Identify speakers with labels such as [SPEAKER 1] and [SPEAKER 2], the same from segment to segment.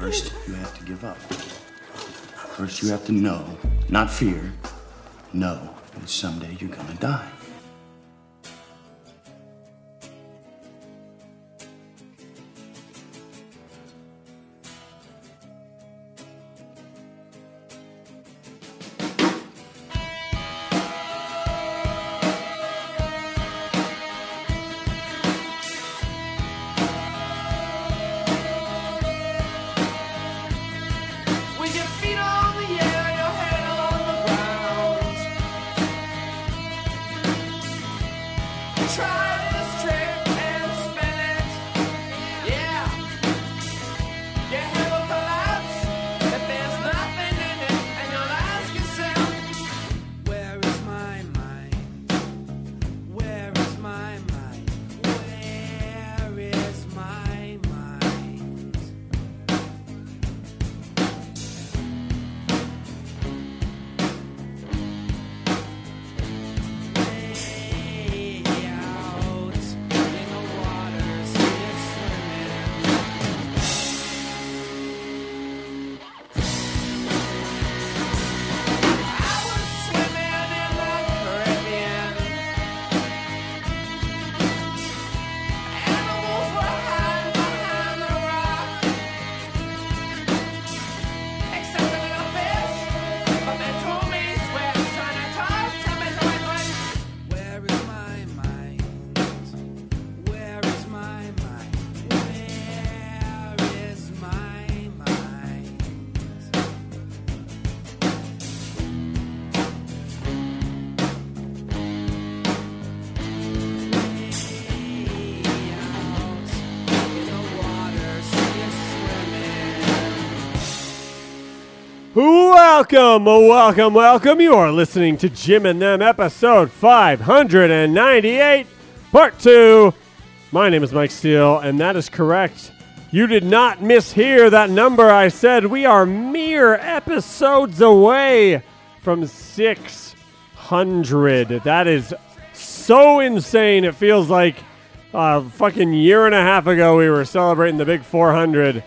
[SPEAKER 1] First, you have to give up. First, you have to know, not fear, know that someday you're gonna die.
[SPEAKER 2] With your feet on the air, your head on the ground. Try this trick and spin it. Yeah. You have a collapse if there's nothing in it, and you'll ask yourself, Where is my mind? Where is my mind? Where is my mind? Except a little fish but they told me where it's trying to talk to me, so I went, Where is my mind? Where is my mind? Where is my mind? Way out in the water, see it swimming.
[SPEAKER 3] Welcome, welcome, welcome. You are listening to Jim and Them, episode 598, part two. My name is Mike Steele, and that is correct. You did not mishear that number I said. We are mere episodes away from 600. That is so insane. It feels like a fucking year and a half ago we were celebrating the big 400.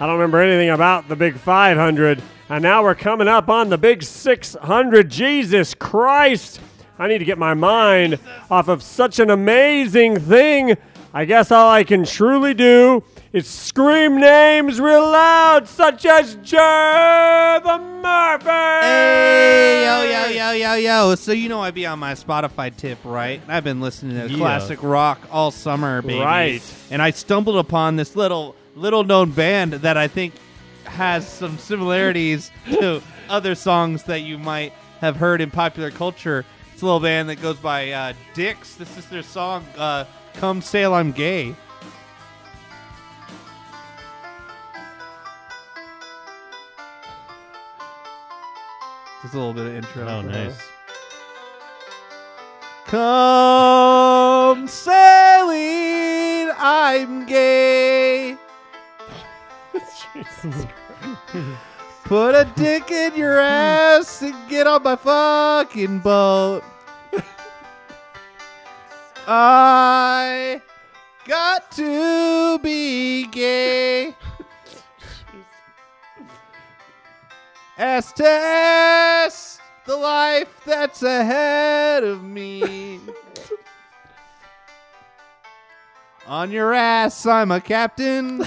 [SPEAKER 3] I don't remember anything about the big 500. And now we're coming up on the big 600. Jesus Christ. I need to get my mind off of such an amazing thing. I guess all I can truly do is scream names real loud, such as Joe the Murphy.
[SPEAKER 4] Hey, yo, yo, yo, yo, yo. So you know I be on my Spotify tip, right? I've been listening to
[SPEAKER 3] Yeah.
[SPEAKER 4] classic rock all summer, baby.
[SPEAKER 3] Right.
[SPEAKER 4] And I stumbled upon this little little known band that I think has some similarities to other songs that you might have heard in popular culture. It's a little band that goes by uh, Dix. This is their song, uh, Come Sail I'm Gay. Just a little bit of intro.
[SPEAKER 5] Oh, nice.
[SPEAKER 4] Come sailing, I'm gay.
[SPEAKER 3] Jesus
[SPEAKER 4] Put a dick in your ass and get on my fucking boat. I got to be gay. Ass to ass, the life that's ahead of me. on your ass, I'm a captain.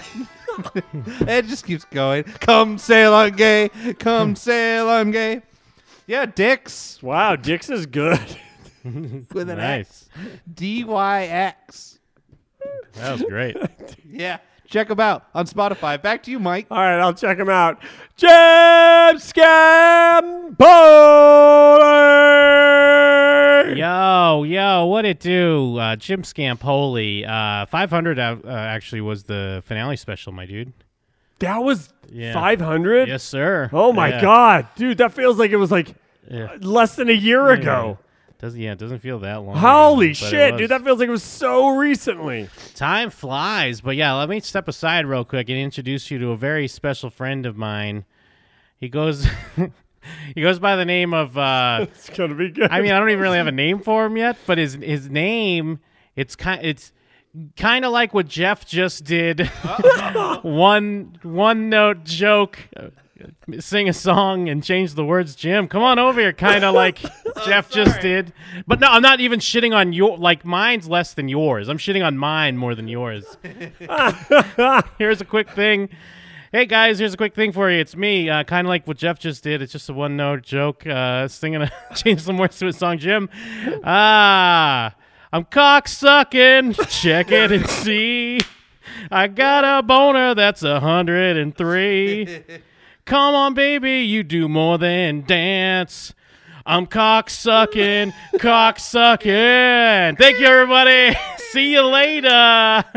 [SPEAKER 4] it just keeps going. Come sail, I'm gay. Come sail, I'm gay. Yeah, dicks
[SPEAKER 3] Wow, Dix is good.
[SPEAKER 4] with an
[SPEAKER 5] Nice.
[SPEAKER 4] X. D Y X.
[SPEAKER 5] That was great.
[SPEAKER 4] Yeah, check them out on Spotify. Back to you, Mike.
[SPEAKER 3] All right, I'll check him out. James Scampoli!
[SPEAKER 5] yo, yo, what it do? Uh, Jim Scampoli. Uh, 500 uh, uh, actually was the finale special, my dude.
[SPEAKER 3] That was
[SPEAKER 5] Yeah.
[SPEAKER 3] 500?
[SPEAKER 5] Yes, sir.
[SPEAKER 3] Oh my
[SPEAKER 5] Yeah.
[SPEAKER 3] god, dude, that feels like it was like
[SPEAKER 5] Yeah.
[SPEAKER 3] less than a year ago.
[SPEAKER 5] Doesn't, yeah, it doesn't feel that long.
[SPEAKER 3] Holy
[SPEAKER 5] ago, but it
[SPEAKER 3] shit,
[SPEAKER 5] was.
[SPEAKER 3] dude, that feels like it was so recently.
[SPEAKER 5] Time flies, but yeah, let me step aside real quick and introduce you to a very special friend of mine. He goes, he goes by the name of. Uh,
[SPEAKER 3] It's gonna be good.
[SPEAKER 5] I mean, I don't even really have a name for him yet, but his his name, it's kind, it's kind of like what Jeff just did. one one note joke. uh, Sing a song and change the words, Jim. Come on over here, kind of like Jeff just did. But no, I'm not even shitting on your. Like mine's less than yours. I'm shitting on mine more than yours. here's a quick thing. Hey guys, here's a quick thing for you. It's me, uh, kind of like what Jeff just did. It's just a one note joke, uh, singing a change some words to a song. Jim, ah, I'm cock sucking. Check it and see. I got a boner that's a hundred and three. Come on, baby, you do more than dance. I'm cock sucking, cock sucking. Thank you, everybody. See you later.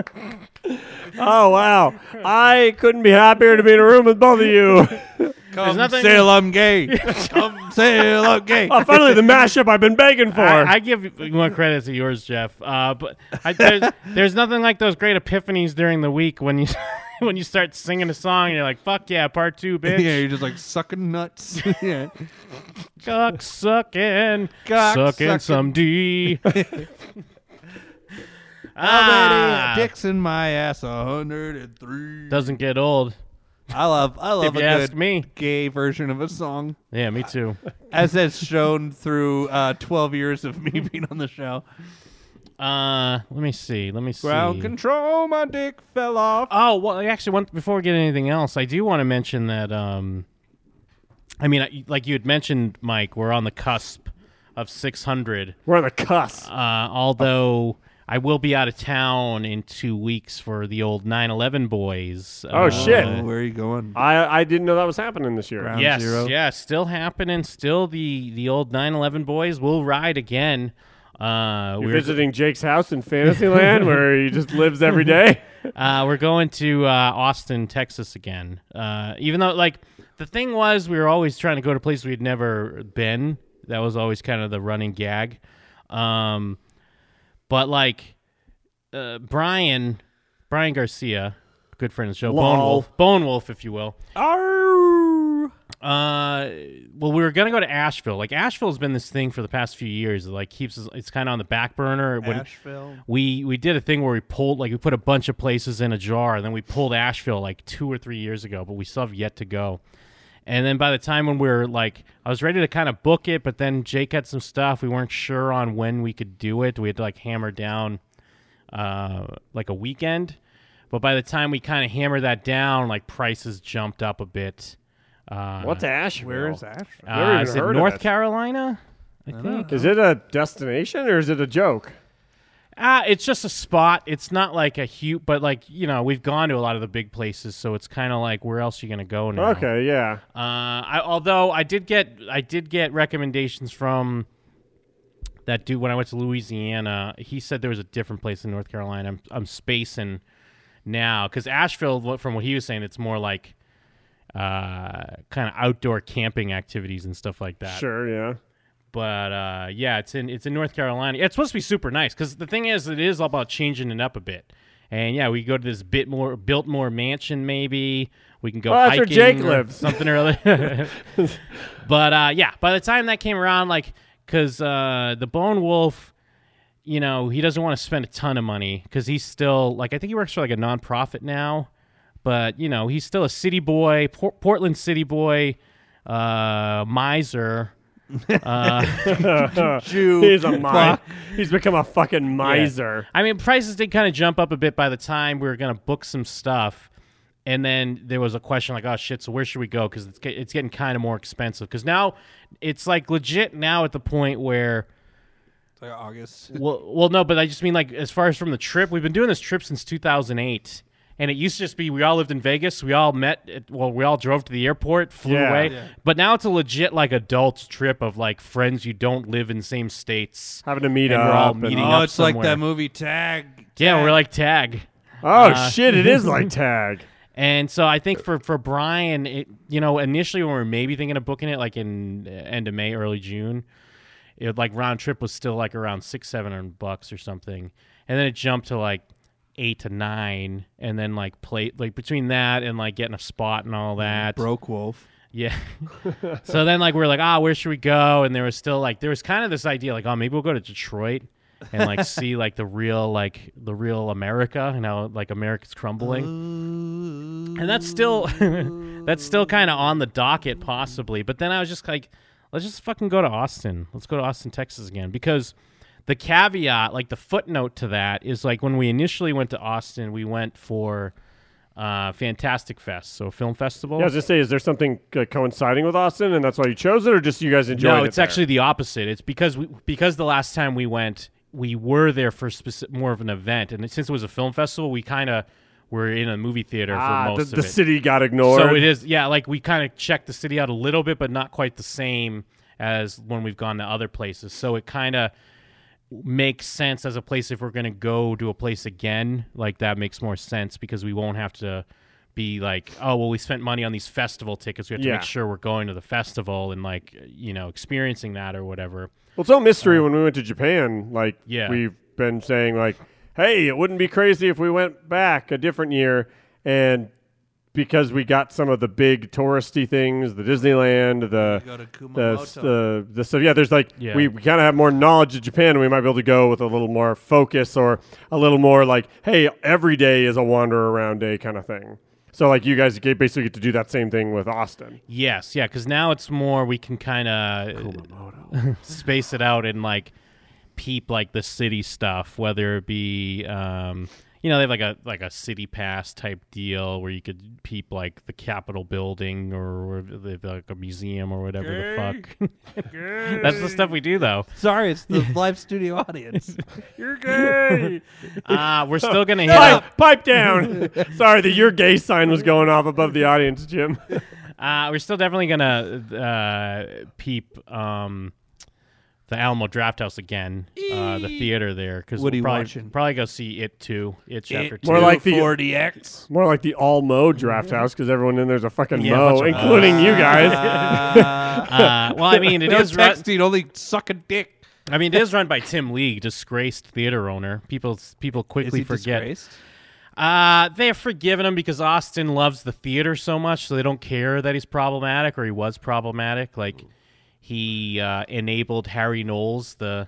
[SPEAKER 3] Oh wow! I couldn't be happier to be in a room with both of you.
[SPEAKER 4] Come
[SPEAKER 5] nothing-
[SPEAKER 4] sail, I'm gay. Come sail, I'm gay.
[SPEAKER 3] Oh, finally, the mashup I've been begging for.
[SPEAKER 5] I, I give more credit to yours, Jeff. Uh, but I, there's, there's nothing like those great epiphanies during the week when you when you start singing a song and you're like, "Fuck yeah, part two, bitch."
[SPEAKER 4] Yeah, you're just like sucking nuts. yeah.
[SPEAKER 5] Cock sucking,
[SPEAKER 4] Cock
[SPEAKER 5] sucking
[SPEAKER 4] sucking.
[SPEAKER 5] some D.
[SPEAKER 4] How many
[SPEAKER 5] ah,
[SPEAKER 4] uh, dicks in my ass? 103.
[SPEAKER 5] doesn't get old.
[SPEAKER 4] I love, I love
[SPEAKER 5] If you
[SPEAKER 4] a
[SPEAKER 5] ask
[SPEAKER 4] good
[SPEAKER 5] me,
[SPEAKER 4] gay version of a song,
[SPEAKER 5] yeah, me too.
[SPEAKER 4] as has shown through uh, 12 years of me being on the show.
[SPEAKER 5] Uh, let me see. Let me see.
[SPEAKER 4] Ground control, my dick fell off.
[SPEAKER 5] Oh well, actually, one, before we get anything else, I do want to mention that. Um, I mean, I- like you had mentioned, Mike, we're on the cusp of 600.
[SPEAKER 3] We're on the cusp.
[SPEAKER 5] Uh, although I will be out of town in two weeks for the old 9/11 boys.
[SPEAKER 3] Oh,
[SPEAKER 5] Uh,
[SPEAKER 3] shit.
[SPEAKER 4] Oh, where are you going?
[SPEAKER 3] I I didn't know that was happening this year.
[SPEAKER 4] Ground
[SPEAKER 5] Yes,
[SPEAKER 4] zero.
[SPEAKER 5] yeah, still happening. Still the the old 9/11 boys will ride again. Uh,
[SPEAKER 3] You're
[SPEAKER 5] we're-
[SPEAKER 3] visiting Jake's house in Fantasyland, where he just lives every day.
[SPEAKER 5] Uh, we're going to uh, Austin, Texas again. Uh, even though, like, the thing was, we were always trying to go to places we'd never been. That was always kind of the running gag. Um, but like, uh, Brian, Brian Garcia, good friend of the show, Bone
[SPEAKER 3] Lol.
[SPEAKER 5] Wolf, Bone Wolf, if you will.
[SPEAKER 3] Arr.
[SPEAKER 5] Uh, well, we were gonna go to Asheville. Like, Asheville's been this thing for the past few years. It, like, keeps us- it's kind of on the back burner. When-
[SPEAKER 4] Asheville.
[SPEAKER 5] we we did a thing where we pulled like we put a bunch of places in a jar and then we pulled Asheville like two or three years ago, but we still have yet to go. And then by the time when we were like I was ready to kind of book it, but then Jake had some stuff. We weren't sure on when we could do it. We had to like hammer down uh like a weekend. But by the time we kind of hammered that down, like prices jumped up a bit. Uh,
[SPEAKER 3] What's Asheville?
[SPEAKER 4] Where is Asheville?
[SPEAKER 3] never
[SPEAKER 5] uh,
[SPEAKER 3] even
[SPEAKER 5] is it
[SPEAKER 3] heard of
[SPEAKER 5] North
[SPEAKER 3] it.
[SPEAKER 5] Carolina? I think.
[SPEAKER 3] Is it a destination or is it a joke?
[SPEAKER 5] Ah, it's just a spot. It's not like a huge, but like you know, we've gone to a lot of the big places, so it's kind of like where else are you gonna go now?
[SPEAKER 3] Okay, yeah.
[SPEAKER 5] Uh, I, although I did get I did get recommendations from that dude when I went to Louisiana. He said there was a different place in North Carolina. I'm I'm spacing now because Asheville, what- from what he was saying, it's more like uh, kind of outdoor camping activities and stuff like that
[SPEAKER 3] Sure, yeah.
[SPEAKER 5] but uh, yeah, it's in it's in North Carolina. It's supposed to be super nice because the thing is, it is all about changing it up a bit. And yeah, we go to this bit more Biltmore mansion. Maybe we can go.
[SPEAKER 3] Well, that's where
[SPEAKER 5] hiking
[SPEAKER 3] Jake
[SPEAKER 5] or
[SPEAKER 3] lives.
[SPEAKER 5] Something earlier. but uh, yeah, by the time that came around, like, because uh, the Bone Wolf, you know, he doesn't want to spend a ton of money because he's still like I think he works for like a nonprofit now, but you know, he's still a city boy, Por- Portland city boy, uh, miser.
[SPEAKER 4] Jew.
[SPEAKER 3] He's a miser. He's become a fucking miser.
[SPEAKER 5] I mean, prices did kind of jump up a bit by the time we were going to book some stuff. And then there was a question like, "Oh shit! So where should we go?" Because it's, ge- it's getting kind of more expensive. Because now it's like legit now at the point where,
[SPEAKER 4] It's like August.
[SPEAKER 5] well, well, no, but I just mean like as far as from the trip, we've been doing this trip since 2008, and it used to just be we all lived in Vegas, we all met, at, well, we all drove to the airport, flew
[SPEAKER 3] Yeah.
[SPEAKER 5] away,
[SPEAKER 3] Yeah.
[SPEAKER 5] but now it's a legit like adult trip of like friends you don't live in same states.
[SPEAKER 3] Having to meet
[SPEAKER 5] And
[SPEAKER 3] up.
[SPEAKER 5] we're all
[SPEAKER 3] and-
[SPEAKER 5] meeting
[SPEAKER 4] Oh,
[SPEAKER 5] up
[SPEAKER 4] it's like
[SPEAKER 5] somewhere.
[SPEAKER 4] that movie Tag.
[SPEAKER 5] Yeah, we're
[SPEAKER 4] Tag.
[SPEAKER 5] like tag.
[SPEAKER 3] Oh
[SPEAKER 5] Uh,
[SPEAKER 3] shit! It is like tag.
[SPEAKER 5] And so I think for for Brian, it, you know, initially when we were maybe thinking of booking it like in uh, end of May, early June, it like round trip was still like around six, seven hundred bucks or something, and then it jumped to like eight to nine, and then like play like between that and like getting a spot and all that,
[SPEAKER 4] Broke Wolf.
[SPEAKER 5] yeah. so then like we are like, ah, where should we go? And there was still like there was kind of this idea like, oh, maybe we'll go to Detroit. and like see like the real like the real America and how like America's crumbling. And that's still that's still kind of on the docket possibly. But then I was just like, let's just fucking go to Austin. Let's go to Austin, Texas again because the caveat, like the footnote to that, is like when we initially went to Austin, we went for uh, Fantastic Fest, so a film festival.
[SPEAKER 3] Yeah, I was just say, is there something uh, coinciding with Austin, and that's why you chose it, or just you guys enjoyed it?
[SPEAKER 5] no, it's
[SPEAKER 3] there?
[SPEAKER 5] actually the opposite. It's because we because the last time we went, we were there for speci more of an event, and since it was a film festival, we kind of were in a movie theater
[SPEAKER 3] ah,
[SPEAKER 5] for
[SPEAKER 3] the,
[SPEAKER 5] most
[SPEAKER 3] the
[SPEAKER 5] of it.
[SPEAKER 3] city got ignored.
[SPEAKER 5] So it is, yeah. Like we kind of checked the city out a little bit, but not quite the same as when we've gone to other places. So it kind of makes sense as a place if we're going to go to a place again. Like that makes more sense because we won't have to be like, oh, well, we spent money on these festival tickets. We have to
[SPEAKER 3] Yeah.
[SPEAKER 5] make sure we're going to the festival and like you know experiencing that or whatever.
[SPEAKER 3] Well, it's no mystery when we went to Japan. Like,
[SPEAKER 5] Uh, Yeah.
[SPEAKER 3] we've been saying, like, hey, it wouldn't be crazy if we went back a different year. And because we got some of the big touristy things, the Disneyland, the
[SPEAKER 4] go to
[SPEAKER 3] the,
[SPEAKER 4] Kumamoto.
[SPEAKER 3] the the so yeah, there's like
[SPEAKER 5] Yeah.
[SPEAKER 3] we, we kind of have more knowledge of Japan. and We might be able to go with a little more focus or a little more like, hey, every day is a wander around day kind of thing. So like you guys get- basically get to do that same thing with Austin.
[SPEAKER 5] Yes, yeah, because now it's more we can kind of space it out and like peep like the city stuff, whether it be um, you know they have like a like a city pass type deal where you could peep like the Capitol building or they have like a museum or whatever the fuck. That's the stuff we do though.
[SPEAKER 4] Sorry, it's the live studio audience.
[SPEAKER 5] Uh, we're still gonna hit. up-
[SPEAKER 3] Pipe, pipe down. Sorry, the your gay sign was going off above the audience, Jim.
[SPEAKER 5] Uh, we're still definitely gonna uh, peep um, the Alamo Draft House again, uh, the theater there, because
[SPEAKER 4] What are
[SPEAKER 5] we'll
[SPEAKER 4] you
[SPEAKER 5] probably,
[SPEAKER 4] watching?
[SPEAKER 5] probably go see it too. It chapter two.
[SPEAKER 3] More like the-
[SPEAKER 4] 40x.
[SPEAKER 3] More like the all Mo draft house because everyone in there's a fucking
[SPEAKER 5] Yeah,
[SPEAKER 3] Mo,
[SPEAKER 5] bunch of Mo's.
[SPEAKER 3] including you guys.
[SPEAKER 4] Uh,
[SPEAKER 5] uh, well, I mean, it
[SPEAKER 4] no
[SPEAKER 5] is. Run,
[SPEAKER 4] texting, only suck a dick.
[SPEAKER 5] I mean, it is run by Tim League, disgraced theater owner. People, people quickly forget. Uh, they're forgiving him because Austin loves the theater so much, so they don't care that he's problematic or he was problematic. Like he uh, enabled Harry Knowles, the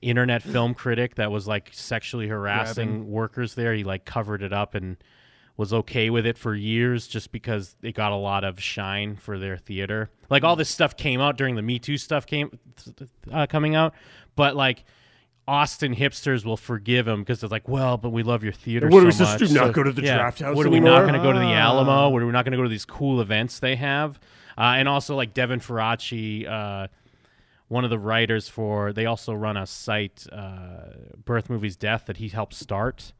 [SPEAKER 5] internet film critic that was like sexually harassing workers there. He like covered it up and was okay with it for years just because it got a lot of shine for their theater. Like all this stuff came out during the Me Too stuff came uh, coming out, but like. Austin hipsters will forgive him because it's like, well, but we love your theater.
[SPEAKER 3] What are
[SPEAKER 5] so
[SPEAKER 3] we supposed to
[SPEAKER 5] much,
[SPEAKER 3] do, not
[SPEAKER 5] so-
[SPEAKER 3] go to the
[SPEAKER 5] yeah.
[SPEAKER 3] draft house
[SPEAKER 5] What are we
[SPEAKER 3] anymore?
[SPEAKER 5] not
[SPEAKER 3] Ah.
[SPEAKER 5] going to go to the Alamo? What are we not going to go to these cool events they have? Uh, and also like Devin Faraci, uh, one of the writers for they also run a site, uh, Birth Movies Death, that he helped start,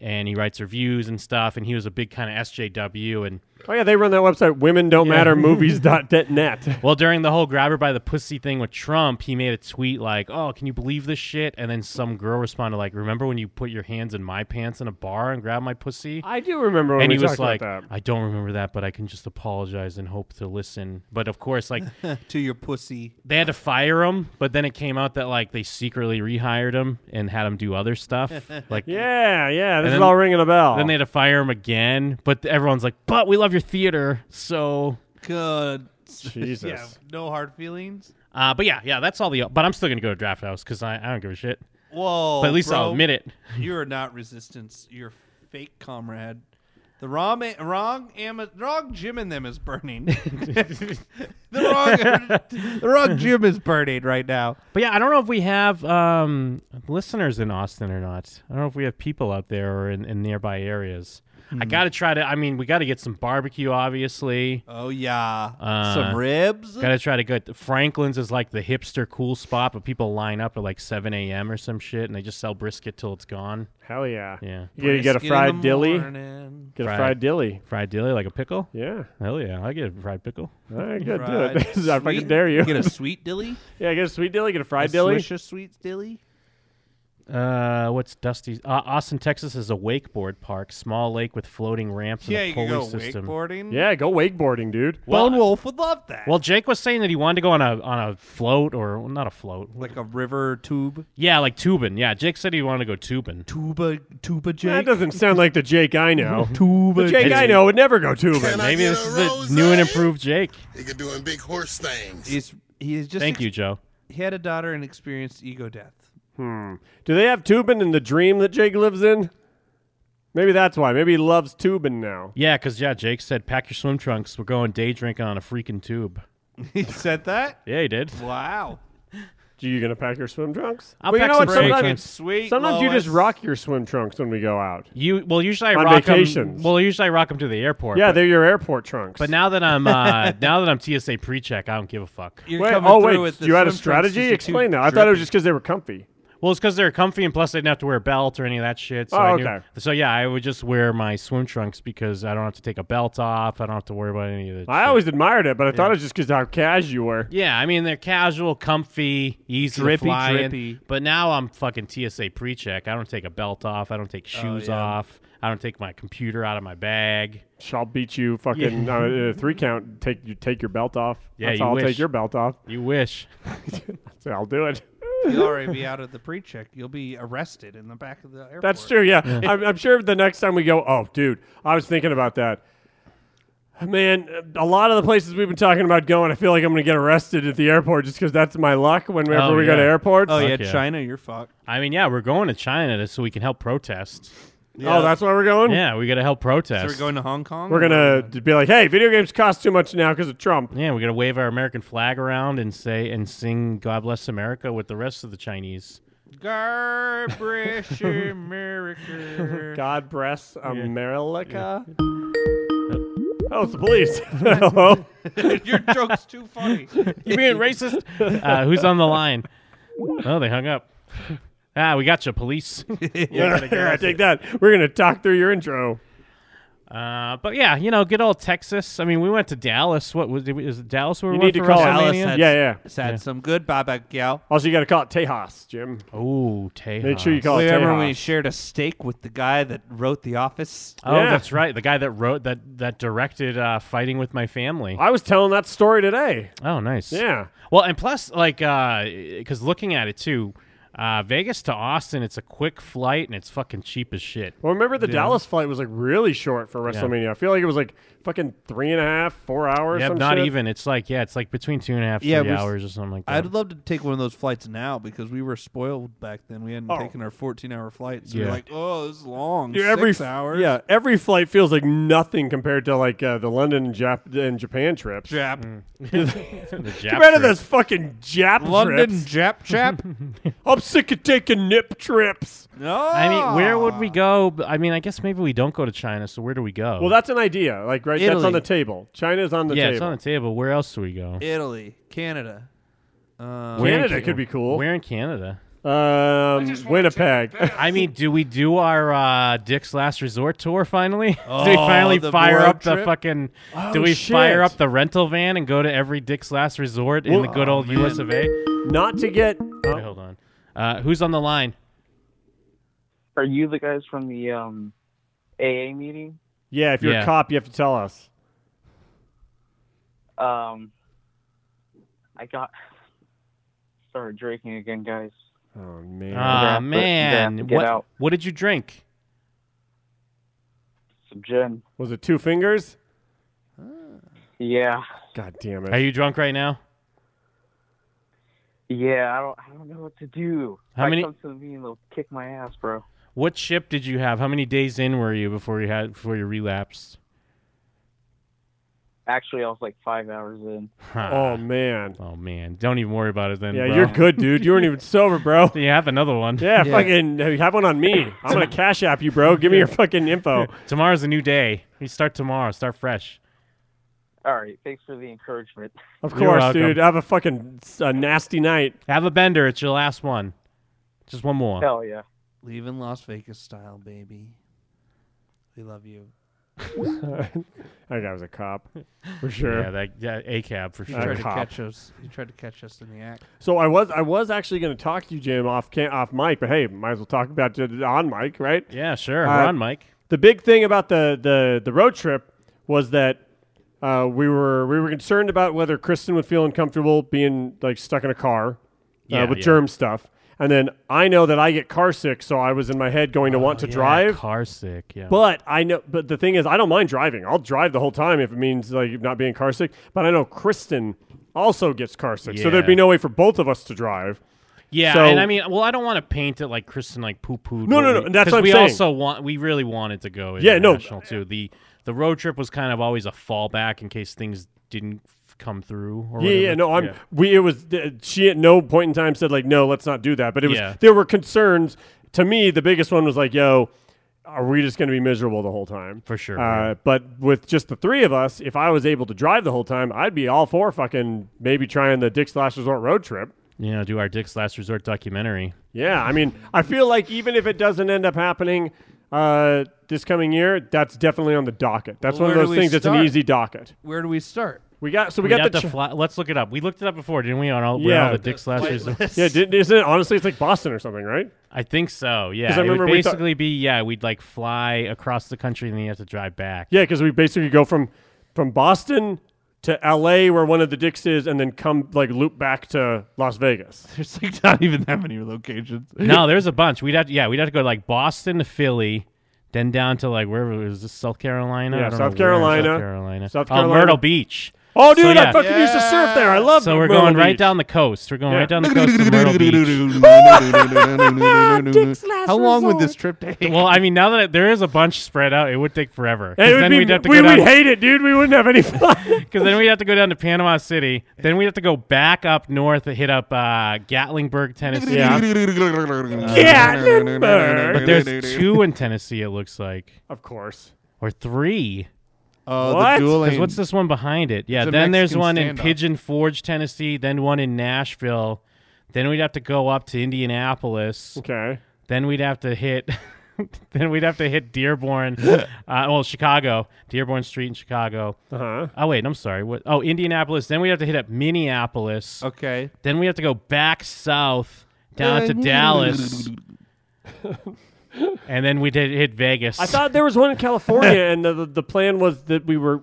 [SPEAKER 5] and he writes reviews and stuff. And he was a big kind of SJW and.
[SPEAKER 3] Oh yeah, they run that website, women don't matter movies.net.
[SPEAKER 5] Well, during the whole grab her by the pussy thing with Trump, he made a tweet like, "Oh, can you believe this shit?" And then some girl responded like, "Remember when you put your hands in my pants in a bar and grabbed my pussy?"
[SPEAKER 3] I do remember when
[SPEAKER 5] and
[SPEAKER 3] we
[SPEAKER 5] he was
[SPEAKER 3] talked
[SPEAKER 5] like, uh,
[SPEAKER 3] about that.
[SPEAKER 5] "I don't remember that, but I can just apologize and hope to listen." But of course, like
[SPEAKER 4] To your pussy.
[SPEAKER 5] they had to fire him, but then it came out that like they secretly rehired him and had him do other stuff. Like
[SPEAKER 3] Yeah, yeah, this
[SPEAKER 5] And
[SPEAKER 3] is
[SPEAKER 5] then-
[SPEAKER 3] all ringing a bell.
[SPEAKER 5] then they had to fire him again, but everyone's like, "But we love your theater." So
[SPEAKER 4] Good.
[SPEAKER 3] Jesus.
[SPEAKER 4] Yeah, no hard feelings.
[SPEAKER 5] uh, but yeah, yeah, that's all the. But I'm still gonna go to Draft House because I, I don't give a shit.
[SPEAKER 4] Whoa.
[SPEAKER 5] But at least I'll
[SPEAKER 4] bro.
[SPEAKER 5] admit it.
[SPEAKER 4] You're not resistance. You're fake comrade. The wrong, a- wrong, ama- wrong Jim in them is burning. the wrong, the wrong Jim is burning right now.
[SPEAKER 5] But yeah, I don't know if we have um, listeners in Austin or not. I don't know if we have people out there or in, in nearby areas. I got to try to. I mean, we got to get some barbecue, obviously.
[SPEAKER 4] Oh yeah,
[SPEAKER 5] Uh,
[SPEAKER 4] some ribs.
[SPEAKER 5] Got to try to get Franklin's is like the hipster cool spot, but people line up at like 7 a.m. or some shit, and they just sell brisket till it's gone.
[SPEAKER 3] Hell yeah.
[SPEAKER 5] Yeah,
[SPEAKER 3] You gotta get a
[SPEAKER 4] Brisket in
[SPEAKER 3] fried
[SPEAKER 4] the
[SPEAKER 3] dilly.
[SPEAKER 4] morning.
[SPEAKER 3] Get a
[SPEAKER 5] Fried.
[SPEAKER 3] fried dilly.
[SPEAKER 5] fried dilly like a pickle.
[SPEAKER 3] Yeah.
[SPEAKER 5] Hell yeah, I get a fried pickle.
[SPEAKER 3] All right, good. Do
[SPEAKER 4] Fried
[SPEAKER 3] it. I fucking
[SPEAKER 4] sweet-
[SPEAKER 3] dare you.
[SPEAKER 4] Get a sweet dilly.
[SPEAKER 3] yeah, get a sweet dilly. Get a
[SPEAKER 4] A
[SPEAKER 3] fried dilly.
[SPEAKER 4] Swisher sweet dilly.
[SPEAKER 5] Uh, what's Dusty? Uh, Austin, Texas is a wakeboard park, small lake with floating ramps
[SPEAKER 4] Yeah,
[SPEAKER 5] and a
[SPEAKER 4] you can
[SPEAKER 5] pulley
[SPEAKER 4] go
[SPEAKER 5] system.
[SPEAKER 4] wakeboarding.
[SPEAKER 3] Yeah, go wakeboarding, dude.
[SPEAKER 4] Lone Wolf would love that.
[SPEAKER 5] Well, Jake was saying that he wanted to go on a on a float or well, not a float.
[SPEAKER 4] like a river tube,
[SPEAKER 5] Yeah, like tubing. Yeah, Jake said he wanted to go tubing.
[SPEAKER 4] tuba, tuba
[SPEAKER 3] That
[SPEAKER 4] Jake,
[SPEAKER 3] doesn't sound like the Jake I know.
[SPEAKER 4] tuba.
[SPEAKER 3] the Jake I know would never go tubing.
[SPEAKER 6] Can I
[SPEAKER 5] Maybe
[SPEAKER 6] get
[SPEAKER 5] this
[SPEAKER 6] a
[SPEAKER 5] is the
[SPEAKER 6] rose,
[SPEAKER 5] new and
[SPEAKER 6] eh?
[SPEAKER 5] improved Jake.
[SPEAKER 6] Nigga doing big horse things.
[SPEAKER 4] He's he is just
[SPEAKER 5] Thank you, Joe.
[SPEAKER 4] He had a daughter and experienced ego death.
[SPEAKER 3] Do they have Tubin in the dream that Jake lives in? Maybe that's why. Maybe he loves Tubin now.
[SPEAKER 5] Yeah, because, yeah, Jake said, pack your swim trunks. We're going day drinking on a freaking tube.
[SPEAKER 4] he said that.
[SPEAKER 5] Yeah, he did.
[SPEAKER 4] Wow.
[SPEAKER 3] Do you gonna pack your swim trunks?
[SPEAKER 5] I'll
[SPEAKER 3] well,
[SPEAKER 5] pack
[SPEAKER 3] you know
[SPEAKER 5] some
[SPEAKER 3] what?
[SPEAKER 5] swim
[SPEAKER 3] Sometimes,
[SPEAKER 5] trunks.
[SPEAKER 4] Sweet.
[SPEAKER 3] sometimes you just
[SPEAKER 4] Lois.
[SPEAKER 3] rock your swim trunks when we go out.
[SPEAKER 5] You well usually I
[SPEAKER 3] On
[SPEAKER 5] rock 'em-
[SPEAKER 3] vacations.
[SPEAKER 5] Well, usually I rock them to the airport.
[SPEAKER 3] Yeah,
[SPEAKER 5] but,
[SPEAKER 3] they're your airport trunks.
[SPEAKER 5] but now that I'm uh, now that I'm TSA pre-check, I don't give a fuck.
[SPEAKER 4] You're
[SPEAKER 3] wait,
[SPEAKER 4] coming
[SPEAKER 3] oh
[SPEAKER 4] through
[SPEAKER 3] wait,
[SPEAKER 4] with the
[SPEAKER 3] you had a
[SPEAKER 4] swim trunks just
[SPEAKER 3] strategy?
[SPEAKER 4] too
[SPEAKER 3] Explain that. I thought it was just because they were comfy.
[SPEAKER 5] Well, it's because they're comfy, and plus I didn't have to wear a belt or any of that shit. So
[SPEAKER 3] Oh,
[SPEAKER 5] I knew-
[SPEAKER 3] okay.
[SPEAKER 5] So yeah, I would just wear my swim trunks because I don't have to take a belt off. I don't have to worry about any of the.
[SPEAKER 3] I always admired it, but I thought it was just because how cash you were.
[SPEAKER 5] yeah, I mean they're casual, comfy, easy to
[SPEAKER 4] Drippy,
[SPEAKER 5] fly in.
[SPEAKER 4] drippy.
[SPEAKER 5] But now I'm fucking TSA pre-check. I don't take a belt off. I don't take shoes
[SPEAKER 4] Oh, yeah.
[SPEAKER 5] off. I don't take my computer out of my bag.
[SPEAKER 3] I'll beat you, fucking uh, uh, three count. Take you take your belt off.
[SPEAKER 5] Yeah,
[SPEAKER 3] That's
[SPEAKER 5] you
[SPEAKER 3] how I'll take
[SPEAKER 5] wish.
[SPEAKER 3] your belt off.
[SPEAKER 5] You wish.
[SPEAKER 3] So I'll do it.
[SPEAKER 4] You'll already be out of the pre-check. You'll be arrested in the back of the airport.
[SPEAKER 3] That's true. Yeah, I'm, I'm sure the next time we go, oh, dude, I was thinking about that. Man, a lot of the places we've been talking about going, I feel like I'm going to get arrested at the airport just because that's my luck. Whenever
[SPEAKER 5] Oh,
[SPEAKER 3] we go to
[SPEAKER 5] yeah.
[SPEAKER 3] airports,
[SPEAKER 4] Oh yeah,
[SPEAKER 5] Fuck yeah.
[SPEAKER 4] China, you're fucked.
[SPEAKER 5] I mean, yeah, we're going to China to- so we can help protest.
[SPEAKER 3] oh, that's why we're going.
[SPEAKER 5] Yeah, we got to help protest.
[SPEAKER 4] So we're going to Hong Kong.
[SPEAKER 3] We're gonna d- be like, hey, video games cost too much now because of Trump.
[SPEAKER 5] yeah, we got to wave our American flag around and say and sing "God Bless America" with the rest of the Chinese.
[SPEAKER 4] Garbage America.
[SPEAKER 3] God bless America. Oh, it's the police. Hello.
[SPEAKER 4] Your joke's too funny.
[SPEAKER 5] You being racist? Uh, who's on the line? Oh, they hung up. Ah, we got you, police.
[SPEAKER 3] Yeah, take that. We're gonna talk through your intro.
[SPEAKER 5] Uh, but yeah, you know, good old Texas. I mean, we went to Dallas. What was did we, is it Dallas where
[SPEAKER 3] You
[SPEAKER 5] we
[SPEAKER 3] need
[SPEAKER 5] went
[SPEAKER 3] to
[SPEAKER 5] for
[SPEAKER 3] call
[SPEAKER 5] WrestleMania?
[SPEAKER 3] Alice. Yeah, yeah.
[SPEAKER 4] Said some good Baba Gal.
[SPEAKER 3] Also, you got to call it Tejas, Jim.
[SPEAKER 5] Oh, Tejas.
[SPEAKER 3] Make sure you call it
[SPEAKER 4] Remember when we
[SPEAKER 3] Tejas.
[SPEAKER 4] shared a steak with the guy that wrote The Office?
[SPEAKER 5] Oh,
[SPEAKER 3] Yeah.
[SPEAKER 5] that's right. The guy that wrote that that directed uh, "Fighting with My Family."
[SPEAKER 3] I was telling that story today.
[SPEAKER 5] Oh, nice.
[SPEAKER 3] Yeah.
[SPEAKER 5] Well, and plus, like, because looking at it too, uh, Vegas to Austin, it's a quick flight and it's fucking cheap as shit.
[SPEAKER 3] Well, remember the Dallas flight was like really short for WrestleMania. I feel like it was like fucking three and a half, four hours.
[SPEAKER 5] Yeah,
[SPEAKER 3] some
[SPEAKER 5] not
[SPEAKER 3] shit.
[SPEAKER 5] even. It's like yeah, it's like between two and a half,
[SPEAKER 4] Yeah,
[SPEAKER 5] three
[SPEAKER 4] we s-
[SPEAKER 5] hours or something like that.
[SPEAKER 4] I'd love to take one of those flights now because we were spoiled back then. We hadn't
[SPEAKER 3] Oh.
[SPEAKER 4] taken our 14 hour flights. We
[SPEAKER 5] Yeah.
[SPEAKER 4] were like, oh, this is long.
[SPEAKER 3] Dude, every
[SPEAKER 4] Six
[SPEAKER 3] f-
[SPEAKER 4] hours.
[SPEAKER 3] Yeah, every flight feels like nothing compared to like uh, the London and, Jap- and Japan trips.
[SPEAKER 4] Jap.
[SPEAKER 5] Mm. the Jap
[SPEAKER 3] Compared to
[SPEAKER 5] trip.
[SPEAKER 3] those fucking Jap
[SPEAKER 4] London Jap
[SPEAKER 3] trips.
[SPEAKER 4] Chap.
[SPEAKER 3] I'm sick of taking nip trips.
[SPEAKER 4] no.
[SPEAKER 5] I mean, where would
[SPEAKER 4] Ah.
[SPEAKER 5] we go? I mean, I guess maybe we don't go to China. So where do we go?
[SPEAKER 3] Well, that's an idea. Like, right, that's on
[SPEAKER 4] Italy.
[SPEAKER 3] the table. China's on the
[SPEAKER 5] yeah,
[SPEAKER 3] table.
[SPEAKER 5] it's on the table. Where else do we go?
[SPEAKER 4] Italy, Canada. Um,
[SPEAKER 5] Where in
[SPEAKER 3] Canada
[SPEAKER 5] Ca-
[SPEAKER 3] could be cool.
[SPEAKER 5] Where in Canada?
[SPEAKER 3] Um, Winnipeg.
[SPEAKER 5] I mean, do we do our uh, Dick's Last Resort tour finally? do we finally
[SPEAKER 4] the
[SPEAKER 5] fire
[SPEAKER 4] road
[SPEAKER 5] up the
[SPEAKER 4] trip?
[SPEAKER 5] fucking?
[SPEAKER 3] Oh,
[SPEAKER 5] do we
[SPEAKER 3] shit.
[SPEAKER 5] fire up the rental van and go to every Dick's Last Resort in
[SPEAKER 3] Well-
[SPEAKER 5] the good old U.S. of A?
[SPEAKER 3] Not to get.
[SPEAKER 5] Wait, hold on. Uh, who's on the line?
[SPEAKER 6] Are you the guys from the um, AA meeting?
[SPEAKER 3] Yeah, if you're
[SPEAKER 5] Yeah.
[SPEAKER 3] a cop, you have to tell us.
[SPEAKER 6] Um, I got started drinking again, guys.
[SPEAKER 3] Oh man.
[SPEAKER 5] Ah,
[SPEAKER 6] Yeah, but-
[SPEAKER 5] man,
[SPEAKER 6] yeah, get
[SPEAKER 5] what
[SPEAKER 6] out.
[SPEAKER 5] what did you drink?
[SPEAKER 6] Some gin.
[SPEAKER 3] Was it two fingers?
[SPEAKER 6] Yeah,
[SPEAKER 3] God damn it.
[SPEAKER 5] Are you drunk right now?
[SPEAKER 6] yeah. I don't, I don't know what to do.
[SPEAKER 5] How
[SPEAKER 6] I
[SPEAKER 5] many-
[SPEAKER 6] Come to the meeting, they'll kick my ass, bro.
[SPEAKER 5] What chip did you have? How many days in were you before you had before you relapsed?
[SPEAKER 6] Actually, I was like five hours in.
[SPEAKER 5] Huh.
[SPEAKER 3] oh man.
[SPEAKER 5] Oh man, don't even worry about it then.
[SPEAKER 3] Yeah,
[SPEAKER 5] bro.
[SPEAKER 3] you're good, dude. You weren't even sober, bro.
[SPEAKER 5] You have another one.
[SPEAKER 3] Yeah, fucking uh, have one on me. I'm gonna cash app you, bro. Give me your fucking info.
[SPEAKER 5] Tomorrow's a new day. You start tomorrow. Start fresh.
[SPEAKER 6] All right, thanks for the encouragement.
[SPEAKER 3] Of
[SPEAKER 5] You're
[SPEAKER 3] course,
[SPEAKER 5] welcome.
[SPEAKER 3] dude. Have a fucking uh, nasty night.
[SPEAKER 5] Have a bender. It's your last one. Just one more.
[SPEAKER 6] Hell yeah.
[SPEAKER 4] leaving Las Vegas style, baby. We love you.
[SPEAKER 3] That guy was a cop, for sure.
[SPEAKER 5] Yeah, that yeah, a cab for
[SPEAKER 4] He
[SPEAKER 5] sure.
[SPEAKER 4] tried to
[SPEAKER 3] cop.
[SPEAKER 4] catch us. He tried to catch us in the act.
[SPEAKER 3] So I was I was actually gonna talk to you, Jim, off can, off mic, but hey, might as well talk about it on mic, right?
[SPEAKER 5] Yeah, sure.
[SPEAKER 3] Uh,
[SPEAKER 5] We're on, Mike.
[SPEAKER 3] the big thing about the the, the road trip was that uh, we were we were concerned about whether Kristen would feel uncomfortable being like stuck in a car
[SPEAKER 5] Yeah,
[SPEAKER 3] uh, with
[SPEAKER 5] yeah.
[SPEAKER 3] germ stuff. And then I know that I get car sick, so I was in my head going to want to
[SPEAKER 5] Oh, Yeah,
[SPEAKER 3] drive.
[SPEAKER 5] Car sick. Yeah.
[SPEAKER 3] But I know, but the thing is, I don't mind driving. I'll drive the whole time if it means like not being car sick. But I know Kristen also gets car sick, so
[SPEAKER 5] Yeah.
[SPEAKER 3] there'd be no way for both of us to drive.
[SPEAKER 5] Yeah,
[SPEAKER 3] So-
[SPEAKER 5] and I mean, well, I don't want to paint it like Kristen like poo pooed.
[SPEAKER 3] No, no, no, that's what I'm
[SPEAKER 5] we
[SPEAKER 3] saying.
[SPEAKER 5] also want. We really wanted to go
[SPEAKER 3] Yeah, no.
[SPEAKER 5] international too. The the road trip was kind of always a fallback in case things didn't f- come through. Or
[SPEAKER 3] Yeah,
[SPEAKER 5] whatever.
[SPEAKER 3] yeah, no, I'm.
[SPEAKER 5] Yeah.
[SPEAKER 3] We it was. th- She at no point in time said like, no, let's not do that. But it was.
[SPEAKER 5] Yeah.
[SPEAKER 3] There were concerns. To me, the biggest one was like, yo, are we just going to be miserable the whole time?
[SPEAKER 5] For sure,
[SPEAKER 3] Uh,
[SPEAKER 5] yeah.
[SPEAKER 3] But with just the three of us, if I was able to drive the whole time, I'd be all for fucking maybe trying the Dick's Last Resort road trip.
[SPEAKER 5] You know, do our Dick's Last Resort documentary.
[SPEAKER 3] Yeah, I mean, I feel like even if it doesn't end up happening uh, this coming year, that's definitely on the docket. That's
[SPEAKER 4] Well,
[SPEAKER 3] one
[SPEAKER 4] where
[SPEAKER 3] of
[SPEAKER 4] do
[SPEAKER 3] those
[SPEAKER 4] we
[SPEAKER 3] things that's an
[SPEAKER 4] start?
[SPEAKER 3] easy docket.
[SPEAKER 4] Where do we start?
[SPEAKER 3] We got so we
[SPEAKER 5] We'd
[SPEAKER 3] got
[SPEAKER 5] have
[SPEAKER 3] the
[SPEAKER 5] to
[SPEAKER 3] ch-
[SPEAKER 5] fly- let's look it up. We looked it up before, didn't we? On all, we're
[SPEAKER 3] Yeah.
[SPEAKER 5] all the Dick's Last Resort.
[SPEAKER 3] yeah. Didn't, isn't it honestly? It's like Boston or something, right?
[SPEAKER 5] I think so. Yeah,
[SPEAKER 3] 'Cause I
[SPEAKER 5] it would
[SPEAKER 3] remember we thought-
[SPEAKER 5] basically be yeah. We'd like fly across the country and then you have to drive back.
[SPEAKER 3] Yeah, because we basically go from from Boston to L.A. where one of the dicks is, and then come like loop back to Las Vegas.
[SPEAKER 4] There's like not even that many locations.
[SPEAKER 5] No, there's a bunch. We'd have to, yeah, we'd have to go to like Boston to Philly, then down to like wherever was this South Carolina?
[SPEAKER 3] Yeah,
[SPEAKER 5] I don't
[SPEAKER 3] South
[SPEAKER 5] know where in
[SPEAKER 3] Carolina.
[SPEAKER 5] South Carolina,
[SPEAKER 3] South
[SPEAKER 5] Oh,
[SPEAKER 3] Carolina.
[SPEAKER 5] Myrtle Beach.
[SPEAKER 3] Oh, dude,
[SPEAKER 5] so, yeah.
[SPEAKER 3] I fucking used to surf there. I love.
[SPEAKER 5] So we're
[SPEAKER 3] Myrtle
[SPEAKER 5] going right
[SPEAKER 3] Beach.
[SPEAKER 5] down the coast. We're going
[SPEAKER 3] Yeah.
[SPEAKER 5] right down the coast to Myrtle Beach.
[SPEAKER 4] How long would this trip take?
[SPEAKER 3] Uh,
[SPEAKER 5] Well, I mean, now that there is a bunch spread out, it would take forever.
[SPEAKER 3] It
[SPEAKER 5] 'Cause
[SPEAKER 3] would
[SPEAKER 5] then
[SPEAKER 3] be-
[SPEAKER 5] we'd have to
[SPEAKER 3] we
[SPEAKER 5] go
[SPEAKER 3] would
[SPEAKER 5] down,
[SPEAKER 3] hate it, dude. We wouldn't have any fun.
[SPEAKER 5] because then we'd have to go down to Panama City. Then we'd have to go back up north and hit up uh, Gatlinburg, Tennessee.
[SPEAKER 3] Gatlinburg.
[SPEAKER 5] But there's two in Tennessee. It looks like,
[SPEAKER 3] of course.
[SPEAKER 5] or three.
[SPEAKER 4] Oh,
[SPEAKER 3] What?
[SPEAKER 4] the dual
[SPEAKER 5] Because
[SPEAKER 4] lane.
[SPEAKER 5] what's this one behind it? Yeah,
[SPEAKER 4] It's a
[SPEAKER 5] then there's
[SPEAKER 4] Mexican
[SPEAKER 5] one in
[SPEAKER 4] standoff.
[SPEAKER 5] Pigeon Forge, Tennessee, then one in Nashville. Then we'd have to go up to Indianapolis.
[SPEAKER 3] Okay.
[SPEAKER 5] Then we'd have to hit then we'd have to hit Dearborn. uh, well, Chicago. Dearborn Street in Chicago.
[SPEAKER 3] Uh
[SPEAKER 4] Uh-huh.
[SPEAKER 3] huh.
[SPEAKER 5] Oh wait, I'm sorry. What oh Indianapolis. Then we'd have to hit up Minneapolis.
[SPEAKER 4] Okay.
[SPEAKER 5] Then we have to go back south down
[SPEAKER 4] Uh, Mm.
[SPEAKER 5] to Dallas. And then we'd hit, hit Vegas.
[SPEAKER 3] I thought there was one in California, and the, the the plan was that we were.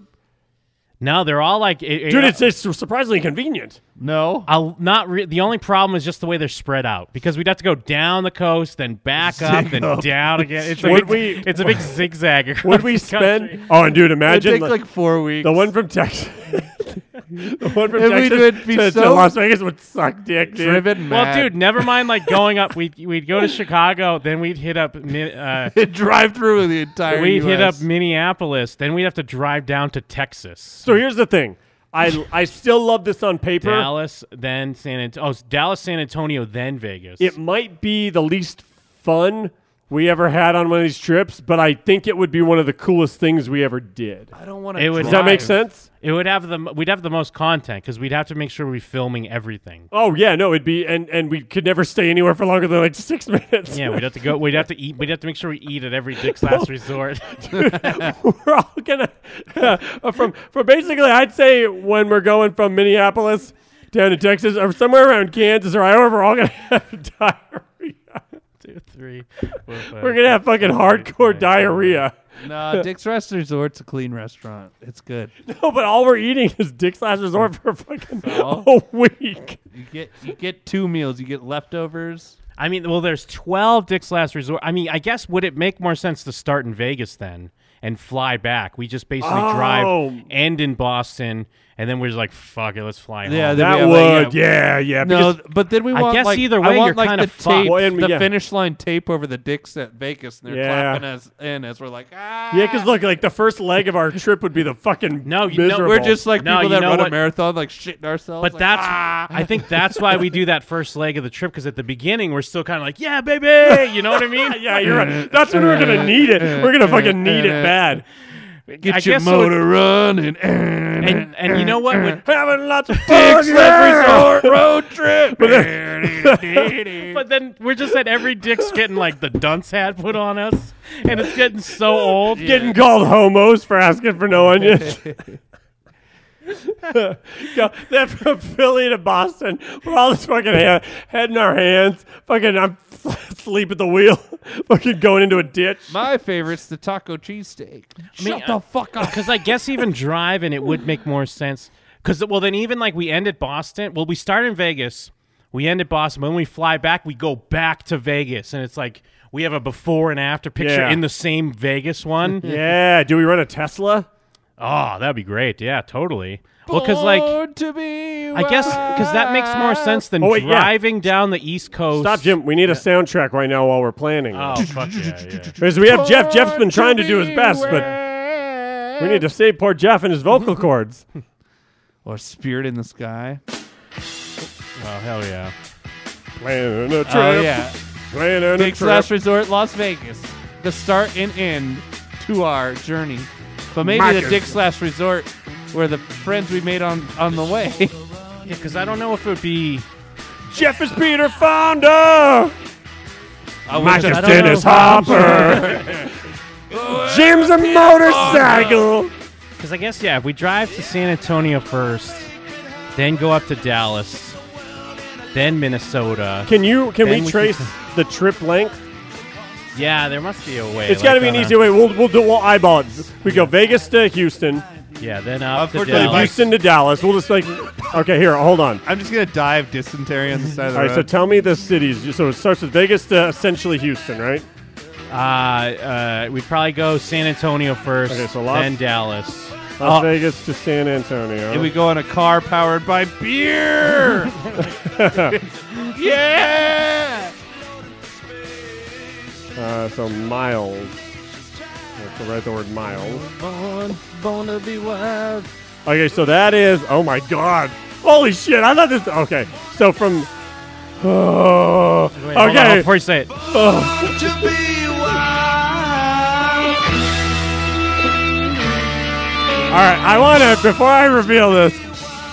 [SPEAKER 5] no, they're all like it- it-
[SPEAKER 3] Dude, it's, it's surprisingly convenient.
[SPEAKER 4] No.
[SPEAKER 5] I'll not. Re- the only problem is just the way they're spread out because we'd have to go down the coast, then back up, then
[SPEAKER 4] up.
[SPEAKER 5] down again. It's a
[SPEAKER 3] Would
[SPEAKER 5] big,
[SPEAKER 3] we-
[SPEAKER 5] It's a big zigzag. across
[SPEAKER 3] Would we
[SPEAKER 5] the country.
[SPEAKER 3] spend? Oh, and
[SPEAKER 4] It
[SPEAKER 3] dude, imagine
[SPEAKER 4] takes
[SPEAKER 3] like-
[SPEAKER 4] like four weeks.
[SPEAKER 3] The one from Texas. the one from
[SPEAKER 4] And we
[SPEAKER 3] Texas
[SPEAKER 4] would be
[SPEAKER 3] to, to
[SPEAKER 4] so
[SPEAKER 3] Las Vegas would suck dick, dude.
[SPEAKER 4] driven
[SPEAKER 5] Well,
[SPEAKER 4] mad.
[SPEAKER 5] dude, never mind. Like going up, we'd we'd go to Chicago, then we'd hit up. Mi- Uh,
[SPEAKER 4] drive through the entire.
[SPEAKER 5] We'd hit up
[SPEAKER 4] US.
[SPEAKER 5] Minneapolis, then we'd have to drive down to Texas,
[SPEAKER 3] So here's the thing. I, I still love this on paper.
[SPEAKER 5] Dallas, then San Antonio. Oh, it's Dallas, San Antonio, then Vegas.
[SPEAKER 3] It might be the least fun we ever had on one of these trips, but I think it would be one of the coolest things we ever did.
[SPEAKER 4] I don't want
[SPEAKER 5] It would-
[SPEAKER 3] Does that make
[SPEAKER 5] Drive.
[SPEAKER 3] sense?
[SPEAKER 5] it would have the m- we'd have the most content because we'd have to make sure we're filming everything.
[SPEAKER 3] Oh yeah, no, it'd be and and we could never stay anywhere for longer than like six minutes.
[SPEAKER 5] Yeah, we'd have to go. We'd have to eat. We'd have to make sure we eat at every Dick's Last Resort.
[SPEAKER 3] we're all gonna uh, from from basically I'd say when we're going from Minneapolis down to Texas or somewhere around Kansas or Iowa, we're all gonna have diarrhea.
[SPEAKER 5] Two, three,
[SPEAKER 3] We're gonna have fucking hardcore diarrhea.
[SPEAKER 4] No, Dick's Rest Resort's a clean restaurant. It's good.
[SPEAKER 3] No, but all we're eating is Dick's Last Resort for fucking a
[SPEAKER 4] So?
[SPEAKER 3] week.
[SPEAKER 4] You get you get two meals. You get leftovers.
[SPEAKER 5] I mean, well, there's twelve Dick's Last Resort. I mean, I guess would it make more sense to start in Vegas then and fly back? We just basically
[SPEAKER 3] Oh.
[SPEAKER 5] drive, end in Boston, and then we're just like, fuck it, let's fly
[SPEAKER 4] Yeah, then
[SPEAKER 5] home.
[SPEAKER 4] we
[SPEAKER 3] That
[SPEAKER 4] have, like,
[SPEAKER 3] would, yeah, yeah.
[SPEAKER 4] No,
[SPEAKER 3] because-
[SPEAKER 4] but then we
[SPEAKER 5] I
[SPEAKER 4] want
[SPEAKER 5] guess
[SPEAKER 4] like
[SPEAKER 5] either
[SPEAKER 4] I
[SPEAKER 5] way,
[SPEAKER 4] want,
[SPEAKER 5] you're
[SPEAKER 4] like
[SPEAKER 5] kinda
[SPEAKER 4] the
[SPEAKER 5] fucked.
[SPEAKER 4] tape,
[SPEAKER 3] Well, and-
[SPEAKER 4] the
[SPEAKER 3] yeah.
[SPEAKER 4] finish line tape over the dicks at Vegas, and they're
[SPEAKER 3] Yeah.
[SPEAKER 4] clapping us in as we're like, ah.
[SPEAKER 3] yeah, because look, like the first leg of our trip would be the fucking
[SPEAKER 5] No, you know-
[SPEAKER 3] miserable.
[SPEAKER 4] we're just like
[SPEAKER 5] No,
[SPEAKER 4] people
[SPEAKER 5] you
[SPEAKER 4] that
[SPEAKER 5] know
[SPEAKER 4] run
[SPEAKER 5] what?
[SPEAKER 4] a marathon, like shitting ourselves.
[SPEAKER 5] But
[SPEAKER 4] like,
[SPEAKER 5] that's
[SPEAKER 4] ah.
[SPEAKER 5] I think that's why we do that first leg of the trip because at the beginning we're still kind of like, yeah, baby, you know what I mean?
[SPEAKER 3] yeah, you're right. That's when we're gonna need it. We're gonna fucking need it bad.
[SPEAKER 4] get
[SPEAKER 5] I
[SPEAKER 4] your
[SPEAKER 5] guess so it-
[SPEAKER 4] motor running.
[SPEAKER 5] And and you know what? Would,
[SPEAKER 3] Having lots of fun,
[SPEAKER 4] Dick's Left Resort road trip.
[SPEAKER 5] But then we're just at every dick's getting like the dunce hat put on us, and it's getting so old.
[SPEAKER 3] getting called homos for asking for no onions. Go, then from Philly to Boston, we're all just fucking ha- head in our hands. Fucking, I'm asleep at the wheel. fucking going into a ditch.
[SPEAKER 4] My favorite's the taco cheesesteak.
[SPEAKER 5] mean,
[SPEAKER 4] Shut the fuck up.
[SPEAKER 5] Because I guess even driving it would make more sense. Because well, then even like we end at Boston. Well, we start in Vegas, we end at Boston. When we fly back, we go back to Vegas, and it's like we have a before and after picture
[SPEAKER 3] Yeah.
[SPEAKER 5] in the same Vegas one.
[SPEAKER 3] yeah, do we run a Tesla?
[SPEAKER 5] Oh, that'd be great. Yeah, totally. Well, because like
[SPEAKER 4] Born to be
[SPEAKER 5] I guess because that makes more
[SPEAKER 4] wild.
[SPEAKER 5] sense than
[SPEAKER 3] Oh, wait, yeah.
[SPEAKER 5] driving down the East Coast.
[SPEAKER 3] Stop, Jim. We need a soundtrack right now while we're planning.
[SPEAKER 5] Oh, fuck yeah, yeah.
[SPEAKER 3] Because we have Jeff. Jeff's been trying to do his best, but we need to save poor Jeff and his vocal cords.
[SPEAKER 4] Or Spirit in the Sky.
[SPEAKER 5] Oh hell yeah.
[SPEAKER 3] Planning a trip.
[SPEAKER 4] Oh yeah.
[SPEAKER 3] Planning a
[SPEAKER 4] Big
[SPEAKER 3] trip.
[SPEAKER 4] Slash Resort, Las Vegas. The start and end to our journey. But maybe the Dick Slash Resort were the friends we made on, on the way.
[SPEAKER 5] Yeah, because I don't know if it would be.
[SPEAKER 3] Jeff is Peter Fonda.
[SPEAKER 4] I
[SPEAKER 3] Mike
[SPEAKER 4] wish
[SPEAKER 3] is
[SPEAKER 4] I-
[SPEAKER 3] Dennis Hopper. Jim's a motorcycle.
[SPEAKER 5] Because I guess yeah, if we drive to San Antonio first, then go up to Dallas, then Minnesota.
[SPEAKER 3] Can you? Can
[SPEAKER 5] Then
[SPEAKER 3] we,
[SPEAKER 5] we can-
[SPEAKER 3] trace the trip length?
[SPEAKER 5] Yeah, there must be a way.
[SPEAKER 3] It's
[SPEAKER 5] like,
[SPEAKER 3] got to be an
[SPEAKER 5] on a-
[SPEAKER 3] easy way. We'll we'll do we'll eyeball it. We go Vegas to Houston,
[SPEAKER 5] Yeah, then up to
[SPEAKER 4] Unfortunately,
[SPEAKER 5] Dallas.
[SPEAKER 3] Houston to Dallas. We'll just like, okay, here, hold on.
[SPEAKER 4] I'm just gonna die of dysentery on the side of the
[SPEAKER 3] All right, so
[SPEAKER 4] road.
[SPEAKER 3] tell me the cities. So it starts with Vegas to essentially Houston, right?
[SPEAKER 5] Uh, uh, we'd probably go San Antonio first,
[SPEAKER 3] Okay, so Las-
[SPEAKER 5] then Dallas. Oh,
[SPEAKER 3] Las
[SPEAKER 4] Uh,
[SPEAKER 3] Vegas to San Antonio.
[SPEAKER 4] and we go in a car powered by beer. yeah.
[SPEAKER 3] Uh, so miles. Let's write the word miles.
[SPEAKER 4] Born, born to be wild.
[SPEAKER 3] Okay, so that is. Oh my God! Holy shit! I thought this. Okay, so from. Oh,
[SPEAKER 5] Wait, hold on,
[SPEAKER 3] okay.
[SPEAKER 5] before you say it,
[SPEAKER 3] All right, I want to before I reveal this.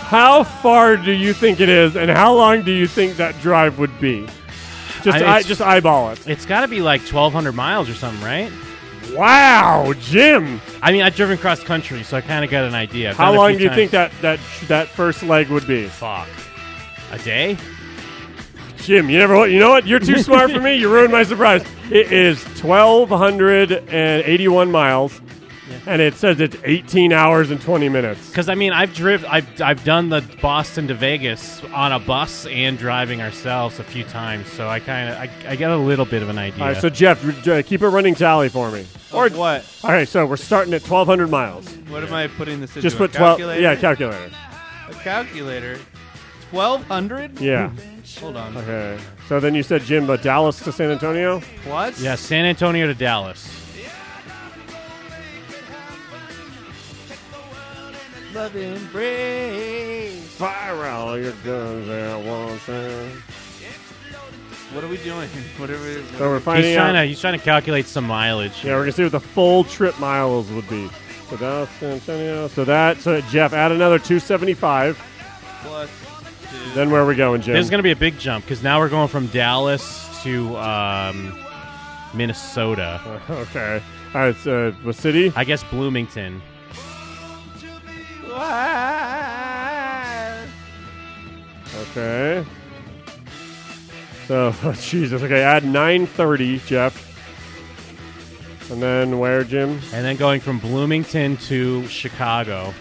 [SPEAKER 3] How far do you think it is, and how long do you think that drive would be? Just,
[SPEAKER 5] I-
[SPEAKER 3] I,
[SPEAKER 5] it's-
[SPEAKER 3] just eyeball it.
[SPEAKER 5] it's got to be like 1,200 miles or something, right?
[SPEAKER 3] Wow, Jim!
[SPEAKER 5] I mean, I've driven cross country, so I kind of got an idea. I've
[SPEAKER 3] How
[SPEAKER 5] done it a
[SPEAKER 3] long
[SPEAKER 5] few
[SPEAKER 3] do you think
[SPEAKER 5] times.
[SPEAKER 3] that that that first leg would be,
[SPEAKER 5] Fuck. A day?
[SPEAKER 3] Jim? You never. You know what? You're too smart for me. You ruined my surprise. It is 1,281 miles, and it says it's 18 hours and 20 minutes.
[SPEAKER 5] Because I mean, I've driven, I've I've done the Boston to Vegas on a bus and driving ourselves a few times, so I kind of I, I got a little bit of an idea.
[SPEAKER 3] All right, so Jeff, re- uh, keep a running tally for me.
[SPEAKER 4] Or what?
[SPEAKER 3] All right, so we're starting at 1,200 miles.
[SPEAKER 4] What am I putting this into?
[SPEAKER 3] Just
[SPEAKER 4] a
[SPEAKER 3] put 12.
[SPEAKER 4] calculator?
[SPEAKER 3] Yeah, calculator.
[SPEAKER 4] a calculator. Twelve hundred.
[SPEAKER 3] Yeah.
[SPEAKER 5] Hmm.
[SPEAKER 4] Hold on.
[SPEAKER 3] Okay. So then you said Jim, but Dallas to San Antonio.
[SPEAKER 4] What?
[SPEAKER 5] yeah, San Antonio to Dallas.
[SPEAKER 4] Love and embrace.
[SPEAKER 3] Fire all your guns at once. eh?
[SPEAKER 4] What are we doing? Whatever.
[SPEAKER 3] So we're finding
[SPEAKER 5] He's
[SPEAKER 3] out.
[SPEAKER 5] trying to he's trying to calculate some mileage.
[SPEAKER 3] yeah, we're gonna see what the full trip miles would be. So Dallas to San Antonio. So that. So Jeff, add another 275.
[SPEAKER 4] Plus two.
[SPEAKER 3] Then where are we going, Jim?
[SPEAKER 5] There's going to be a big jump because now we're going from Dallas to um, Minnesota.
[SPEAKER 3] okay. All right. So what city?
[SPEAKER 5] I guess Bloomington.
[SPEAKER 4] Why?
[SPEAKER 3] Okay. So Jesus. Okay, add 930, Jeff. And then where, Jim?
[SPEAKER 5] And then going from Bloomington to Chicago.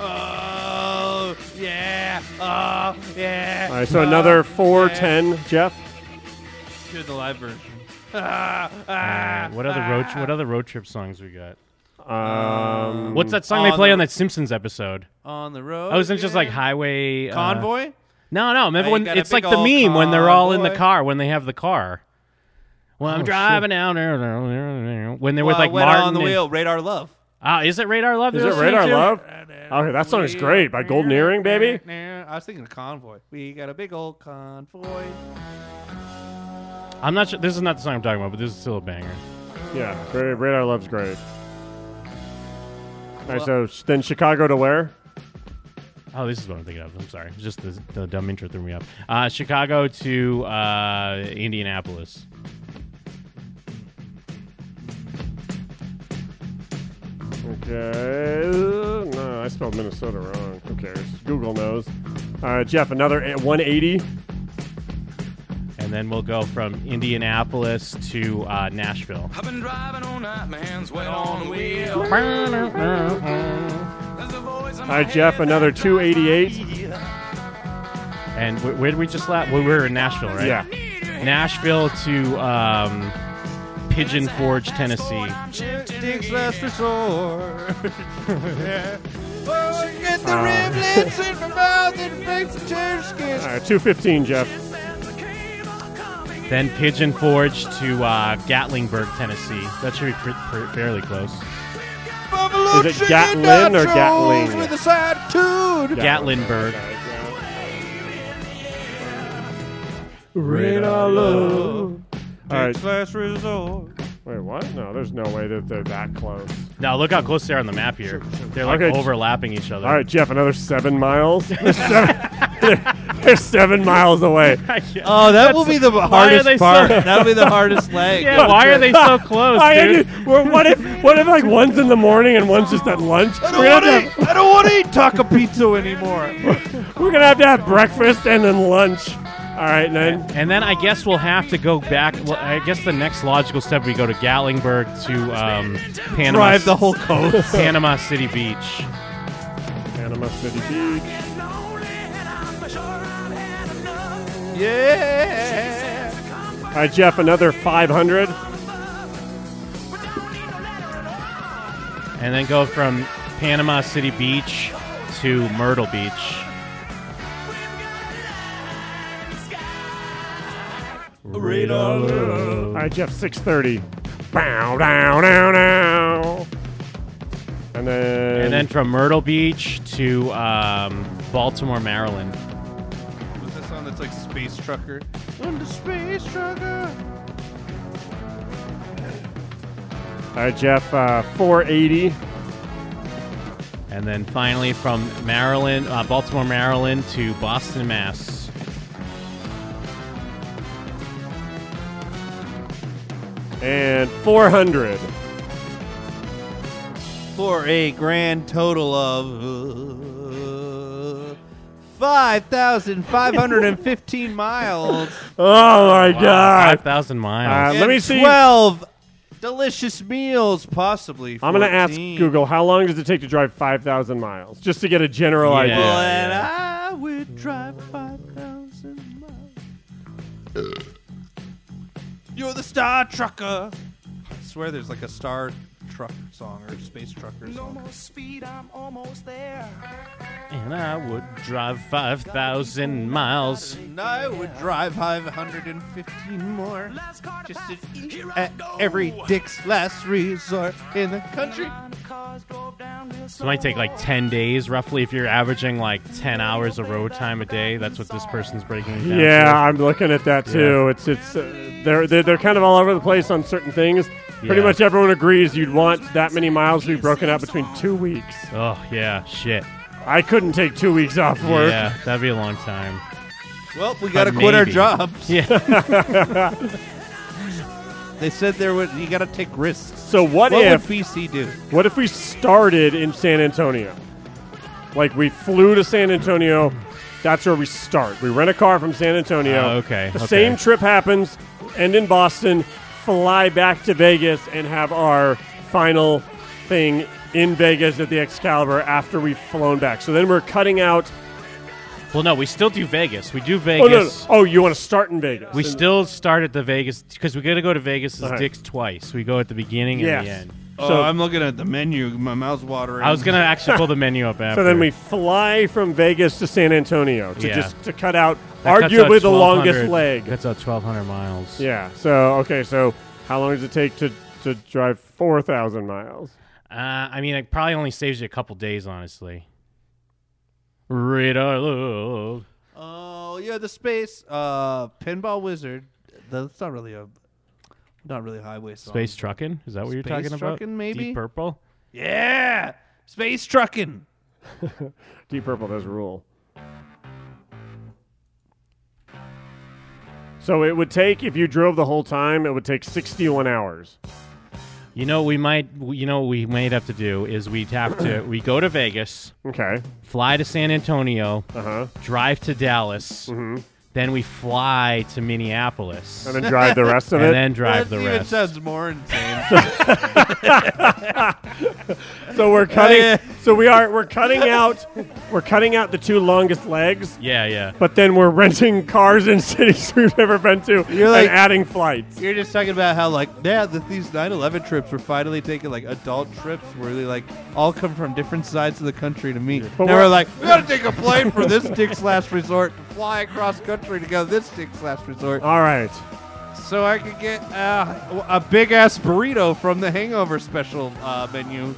[SPEAKER 4] Oh yeah. Oh yeah.
[SPEAKER 3] All right, so another 410, Jeff.
[SPEAKER 4] to the live version.
[SPEAKER 3] Ah.
[SPEAKER 5] Uh, what other road what other road trip songs we got?
[SPEAKER 3] Um,
[SPEAKER 5] What's that song
[SPEAKER 4] on
[SPEAKER 5] they play
[SPEAKER 4] the-
[SPEAKER 5] on that Simpsons episode?
[SPEAKER 4] On the road.
[SPEAKER 5] Oh, isn't it just like
[SPEAKER 4] yeah.
[SPEAKER 5] Highway uh,
[SPEAKER 4] convoy. Oh,
[SPEAKER 5] No, no. Remember
[SPEAKER 4] I
[SPEAKER 5] when
[SPEAKER 4] got a
[SPEAKER 5] it's like
[SPEAKER 4] big
[SPEAKER 5] the
[SPEAKER 4] ol'
[SPEAKER 5] meme when they're all in the
[SPEAKER 4] convoy. Oh,
[SPEAKER 5] car when they have the car. Well, I'm driving out there when they're with
[SPEAKER 4] Well,
[SPEAKER 5] like
[SPEAKER 4] went
[SPEAKER 5] Martin
[SPEAKER 4] on the
[SPEAKER 5] and-
[SPEAKER 4] wheel. Radar love.
[SPEAKER 5] Ah, is it Radar Love?
[SPEAKER 3] is
[SPEAKER 5] they're
[SPEAKER 3] it
[SPEAKER 5] listening
[SPEAKER 3] Radar
[SPEAKER 5] to?
[SPEAKER 3] Love? Okay, that song is great by Golden Earring, baby.
[SPEAKER 4] I was thinking of convoy. We got a big old convoy.
[SPEAKER 5] I'm not sure. This is not the song I'm talking about, but this is still a banger.
[SPEAKER 3] Yeah, Ra- Radar Love's great. All right, so sh- then Chicago to where?
[SPEAKER 5] Oh, this is what I'm thinking of. I'm sorry. It's Just the, the dumb intro threw me off. Uh, Chicago to uh, Indianapolis.
[SPEAKER 3] Okay, no, I spelled Minnesota wrong. Who cares? Google knows. Uh, Jeff, another a- 180.
[SPEAKER 5] And then we'll go from Indianapolis to uh, Nashville.
[SPEAKER 2] I've been driving all night, my hands wet on the wheel. There's a voice in my
[SPEAKER 3] All right, Jeff,
[SPEAKER 2] head
[SPEAKER 3] another
[SPEAKER 2] that drives my
[SPEAKER 3] 288.
[SPEAKER 5] And wh- where did we just lap? Well, we were in Nashville, right?
[SPEAKER 3] Yeah.
[SPEAKER 5] Nashville to um, Pigeon Forge, Tennessee.
[SPEAKER 2] I'm shifting
[SPEAKER 4] things, that's for sure. yeah. Oh, you get the riblets in my mouth and it makes the tear skin.
[SPEAKER 3] All right, 215, Jeff.
[SPEAKER 5] Then Pigeon Forge to uh, Gatlingburg, Tennessee. That should be pr- pr- fairly close.
[SPEAKER 4] Buffalo
[SPEAKER 3] Is it
[SPEAKER 4] chicken
[SPEAKER 3] Gatlin or
[SPEAKER 4] nachos
[SPEAKER 3] Gatling?
[SPEAKER 4] With a side tune.
[SPEAKER 5] Gatlinburg.
[SPEAKER 3] Rain all over. All right.
[SPEAKER 4] Last resort.
[SPEAKER 3] Wait, what? No, there's no way that they're that close.
[SPEAKER 5] Now look how close they are on the map here. They're like
[SPEAKER 3] Okay.
[SPEAKER 5] overlapping each other.
[SPEAKER 3] All right, Jeff, another seven miles. They're seven, they're, they're seven miles away.
[SPEAKER 5] yeah,
[SPEAKER 4] Oh, that will be the
[SPEAKER 5] are they
[SPEAKER 4] hardest
[SPEAKER 5] so-
[SPEAKER 4] part. That'll be the hardest leg.
[SPEAKER 5] Yeah, why are they so close,
[SPEAKER 3] I
[SPEAKER 5] dude?
[SPEAKER 3] ended- well, what if what if like one's in the morning and one's just at lunch?
[SPEAKER 4] I
[SPEAKER 3] We're
[SPEAKER 4] don't want
[SPEAKER 3] gonna, have
[SPEAKER 4] to eat. I don't want to eat taco pizza anymore.
[SPEAKER 3] to have, we're gonna have to have breakfast and then lunch. All right, then.
[SPEAKER 5] And then I guess we'll have to go back. well, I guess the next logical step we go to Gatlingburg to um, Panama,
[SPEAKER 4] Drive the whole coast.
[SPEAKER 5] Panama City Beach.
[SPEAKER 3] Panama City Beach.
[SPEAKER 4] yeah.
[SPEAKER 3] All right, Jeff, another 500.
[SPEAKER 5] and then go from Panama City Beach to Myrtle Beach.
[SPEAKER 3] All right, Jeff, 630. Bow, down, down, down. And then,
[SPEAKER 5] And then from Myrtle Beach to um, Baltimore, Maryland.
[SPEAKER 4] What's that song that's like Space Trucker? I'm the Space Trucker.
[SPEAKER 3] all right, Jeff, uh, 480.
[SPEAKER 5] And then finally from Maryland, uh, Baltimore, Maryland to Boston, Mass.
[SPEAKER 3] and 400.
[SPEAKER 4] For a grand total of uh, 5,515 miles.
[SPEAKER 3] Oh my
[SPEAKER 5] Five
[SPEAKER 3] god.
[SPEAKER 5] thousand
[SPEAKER 3] Uh,
[SPEAKER 5] miles.
[SPEAKER 3] let
[SPEAKER 4] and
[SPEAKER 3] me see.
[SPEAKER 4] 12 delicious meals, possibly.
[SPEAKER 3] I'm going to ask
[SPEAKER 4] 14.
[SPEAKER 3] Google how long does it take to drive 5,000 miles just to get a general
[SPEAKER 5] Yeah.
[SPEAKER 3] idea.
[SPEAKER 4] Well,
[SPEAKER 5] Yeah,
[SPEAKER 4] and
[SPEAKER 5] yeah.
[SPEAKER 4] I would drive 5,000 miles. You're the Star Trucker. I swear there's like a Star Truck song or Space Trucker song.
[SPEAKER 5] and I would drive five thousand miles.
[SPEAKER 4] And I would drive 515 more just to eat at every Dick's Last Resort in the country.
[SPEAKER 5] This might take like ten days, roughly, if you're averaging like ten hours of road time a day. That's what this person's breaking it down. to.
[SPEAKER 3] Yeah, I'm looking at that too. It's it's uh, they're, they're they're kind of all over the place on certain things. Pretty
[SPEAKER 5] Yeah.
[SPEAKER 3] much everyone agrees you'd want that many miles to be broken up between two weeks.
[SPEAKER 5] Oh yeah, shit.
[SPEAKER 3] I couldn't take two weeks off work.
[SPEAKER 5] Yeah, that'd be a long time.
[SPEAKER 4] Well, we gotta
[SPEAKER 5] But
[SPEAKER 4] quit our
[SPEAKER 5] Uh, maybe.
[SPEAKER 4] jobs.
[SPEAKER 5] Yeah.
[SPEAKER 4] They said there would you gotta take risks.
[SPEAKER 3] So
[SPEAKER 4] What
[SPEAKER 3] what,
[SPEAKER 4] would
[SPEAKER 3] if
[SPEAKER 4] BC do?
[SPEAKER 3] what if we started in San Antonio? Like we flew to San Antonio. That's where we start. We rent a car from San Antonio.
[SPEAKER 5] Oh, okay,
[SPEAKER 3] The
[SPEAKER 5] okay.
[SPEAKER 3] same trip happens, end in Boston, fly back to Vegas, and have our final thing in Vegas at the Excalibur after we've flown back. So then we're cutting out.
[SPEAKER 5] well, no, we still do Vegas. We do
[SPEAKER 3] Oh, no, no.
[SPEAKER 5] Vegas.
[SPEAKER 3] oh you want to start in Vegas?
[SPEAKER 5] We still start at the Vegas because we got to go to Vegas as
[SPEAKER 3] Alright.
[SPEAKER 5] dicks twice. We go at the beginning
[SPEAKER 3] Yes.
[SPEAKER 5] and the end.
[SPEAKER 3] So-
[SPEAKER 4] oh, I'm looking at the menu. My mouth's watering.
[SPEAKER 5] I was gonna actually pull the menu up after.
[SPEAKER 3] So then we fly from Vegas to San Antonio to
[SPEAKER 5] Yeah.
[SPEAKER 3] just to cut out
[SPEAKER 5] That cuts out
[SPEAKER 3] arguably the longest
[SPEAKER 5] 1200
[SPEAKER 3] leg.
[SPEAKER 5] That's out 1,200 miles.
[SPEAKER 3] Yeah. So okay. So how long does it take to to drive four thousand miles?
[SPEAKER 5] Uh, I mean, it probably only saves you a couple days, honestly. Radar. love.
[SPEAKER 4] Oh, yeah, the space uh pinball wizard. That's not really a not really a highway song.
[SPEAKER 5] Space trucking? Is that what you're
[SPEAKER 4] Um, Space
[SPEAKER 5] talking about?
[SPEAKER 4] trucking, maybe?
[SPEAKER 5] Deep Purple.
[SPEAKER 4] Yeah. Space trucking.
[SPEAKER 3] Deep Purple does rule. So it would take if you drove the whole time, it would take sixty-one hours.
[SPEAKER 5] You know, we might. You know, what we might have to do is we'd have to. We go to Vegas,
[SPEAKER 3] Okay.
[SPEAKER 5] fly to San Antonio,
[SPEAKER 3] Uh huh.
[SPEAKER 5] drive to Dallas, then we fly to Minneapolis,
[SPEAKER 3] And then drive the rest of
[SPEAKER 5] and
[SPEAKER 3] it.
[SPEAKER 5] then drive
[SPEAKER 4] that
[SPEAKER 5] the
[SPEAKER 4] even
[SPEAKER 5] rest.
[SPEAKER 4] sounds more insane.
[SPEAKER 3] so we're cutting.
[SPEAKER 4] Oh, yeah.
[SPEAKER 3] So we are we're cutting out we're cutting out the two longest legs,
[SPEAKER 5] Yeah, yeah.
[SPEAKER 3] but then we're renting cars in cities we've never been to
[SPEAKER 4] You're like-
[SPEAKER 3] and adding flights.
[SPEAKER 4] You're just talking about how like yeah, that these 9/11 trips were finally taking like adult trips where they like all come from different sides of the country to meet.
[SPEAKER 3] But
[SPEAKER 4] now
[SPEAKER 3] we're-
[SPEAKER 4] we're like, we gotta take a plane from this dick slash resort to fly across country to go to this dick slash resort,
[SPEAKER 3] All right.
[SPEAKER 4] so I could get uh, a big ass burrito from the Hangover special uh, menu.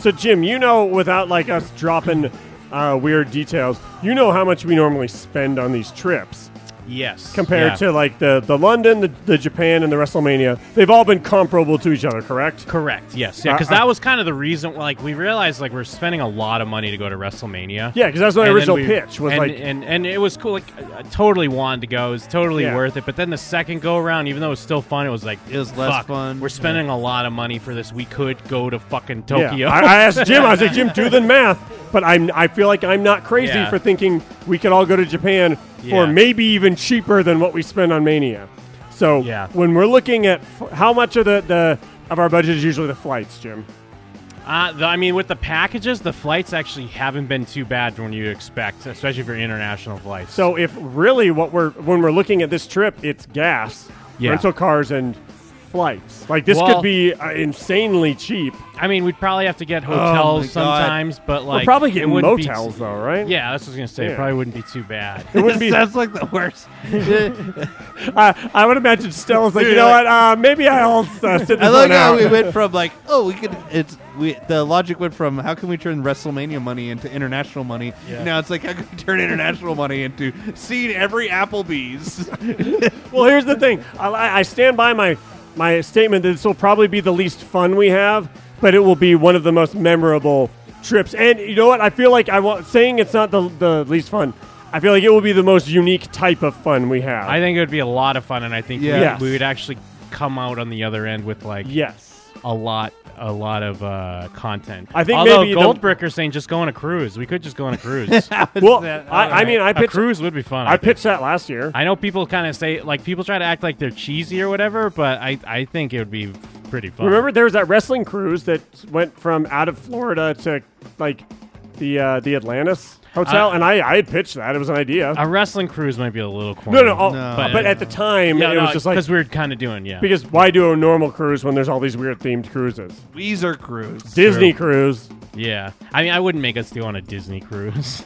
[SPEAKER 3] So Jim, you know without like us dropping uh, weird details, you know how much we normally spend on these trips.
[SPEAKER 5] Yes.
[SPEAKER 3] compared
[SPEAKER 5] yeah.
[SPEAKER 3] to like the the London, the, the Japan, and the WrestleMania. They've all been comparable to each other, correct?
[SPEAKER 5] Correct. Yes. Yeah. Because
[SPEAKER 3] Uh, uh.
[SPEAKER 5] that was kind of the reason. Like we realized, like we're spending a lot of money to go to WrestleMania.
[SPEAKER 3] Yeah, because that's my
[SPEAKER 5] And then
[SPEAKER 3] original
[SPEAKER 5] we-
[SPEAKER 3] pitch was
[SPEAKER 5] and,
[SPEAKER 3] like,
[SPEAKER 5] and and it was cool. Like I, I totally wanted to go. It was totally
[SPEAKER 3] Yeah.
[SPEAKER 5] worth it. But then the second go around, even though it was still fun, it was like
[SPEAKER 4] It was less
[SPEAKER 5] fuck,
[SPEAKER 4] fun.
[SPEAKER 5] We're spending a lot of money for this. We could go to fucking
[SPEAKER 3] yeah.
[SPEAKER 5] Tokyo.
[SPEAKER 3] I, I asked Jim, I was like, Jim, do the math. But I'm I feel like I'm not crazy
[SPEAKER 5] Yeah.
[SPEAKER 3] for thinking we could all go to Japan for
[SPEAKER 5] Yeah.
[SPEAKER 3] maybe even cheaper than what we spend on Mania. So
[SPEAKER 5] Yeah.
[SPEAKER 3] when we're looking at f- how much of the, the of our budget is usually the flights, Jim.
[SPEAKER 5] Uh, the, I mean, with the packages, the flights actually haven't been too bad when you expect, especially for international flights.
[SPEAKER 3] So if really what we're when we're looking at this trip, it's gas,
[SPEAKER 5] Yeah.
[SPEAKER 3] rental cars, and flights. Like this
[SPEAKER 5] Well-
[SPEAKER 3] could be uh, insanely cheap.
[SPEAKER 5] I mean, we'd probably have to get
[SPEAKER 4] Oh my
[SPEAKER 5] hotels
[SPEAKER 4] God.
[SPEAKER 5] sometimes, but like
[SPEAKER 3] we're probably
[SPEAKER 5] it
[SPEAKER 3] getting
[SPEAKER 5] wouldn't be t-
[SPEAKER 3] motels though, right?
[SPEAKER 5] Yeah, that's what I was gonna say.
[SPEAKER 3] Yeah.
[SPEAKER 5] It probably wouldn't be too bad.
[SPEAKER 3] It wouldn't be.
[SPEAKER 4] Sounds like the worst.
[SPEAKER 3] I, I would imagine Stella's like, you know what? Uh, maybe I'll uh, sit this
[SPEAKER 4] I like
[SPEAKER 3] one
[SPEAKER 4] how
[SPEAKER 3] out.
[SPEAKER 4] we went from like, oh, we could. It's we. The logic went from how can we turn WrestleMania money into international money. Now it's like how can we turn international money into seeing every Applebee's.
[SPEAKER 3] well, here's the thing. I, I I stand by my my statement that this will probably be the least fun we have, but it will be one of the most memorable trips. And you know what? I feel like I want saying it's not the the least fun. I feel like it will be the most unique type of fun we have.
[SPEAKER 5] I think it would be a lot of fun, and I think we-
[SPEAKER 4] Yeah.
[SPEAKER 5] we, would actually come out on the other end with like
[SPEAKER 3] yes.
[SPEAKER 5] a lot, a lot of uh, content.
[SPEAKER 3] I think
[SPEAKER 5] although
[SPEAKER 3] maybe the-
[SPEAKER 5] Goldbricker's saying just go on a cruise. We could just go on a cruise.
[SPEAKER 3] Well, I, I mean, I
[SPEAKER 5] a
[SPEAKER 3] pitched
[SPEAKER 5] cruise would be fun. I,
[SPEAKER 3] I
[SPEAKER 5] think.
[SPEAKER 3] pitched that last year.
[SPEAKER 5] I know people kind of say like people try to act like they're cheesy or whatever, but I I think it would be pretty fun.
[SPEAKER 3] Remember, there was that wrestling cruise that went from out of Florida to like the uh, the Atlantis hotel,
[SPEAKER 5] I-
[SPEAKER 3] and I I had pitched that. It was an idea.
[SPEAKER 5] a wrestling cruise might be a little corny.
[SPEAKER 3] no, no, all-
[SPEAKER 4] No.
[SPEAKER 3] but, but at the time
[SPEAKER 5] yeah,
[SPEAKER 3] it was just like
[SPEAKER 5] because we were kind of doing yeah.
[SPEAKER 3] because why do a normal cruise when there's all these weird themed cruises?
[SPEAKER 4] Weezer cruise.
[SPEAKER 3] Disney cruise,
[SPEAKER 5] Yeah, I mean, I wouldn't make us do on a Disney cruise.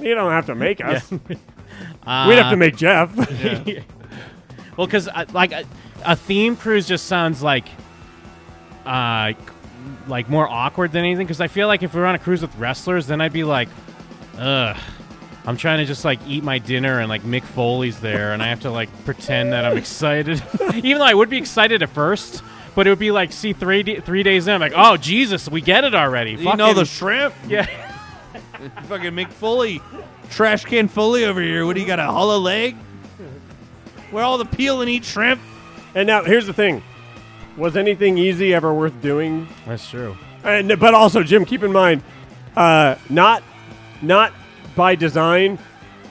[SPEAKER 3] you don't have to make us.
[SPEAKER 5] uh,
[SPEAKER 3] We'd have to make Jeff.
[SPEAKER 5] well, because like a, a theme cruise just sounds like, uh, c- like more awkward than anything. Because I feel like if we were on a cruise with wrestlers, then I'd be like, ugh. I'm trying to just like eat my dinner and like Mick Foley's there, and I have to like pretend that I'm excited, even though I would be excited at first. But it would be like see three d- three days in, I'm like, oh Jesus, we get it already.
[SPEAKER 4] You know the
[SPEAKER 5] Fucking-
[SPEAKER 4] shrimp.
[SPEAKER 5] yeah.
[SPEAKER 4] Fucking Mick Foley, trash can Foley over here. What do you got? A hollow leg? Where all the peel and eat shrimp?
[SPEAKER 3] and now here's the thing: was anything easy ever worth doing
[SPEAKER 5] That's true.
[SPEAKER 3] And, but also, Jim, keep in mind, uh, not not by design,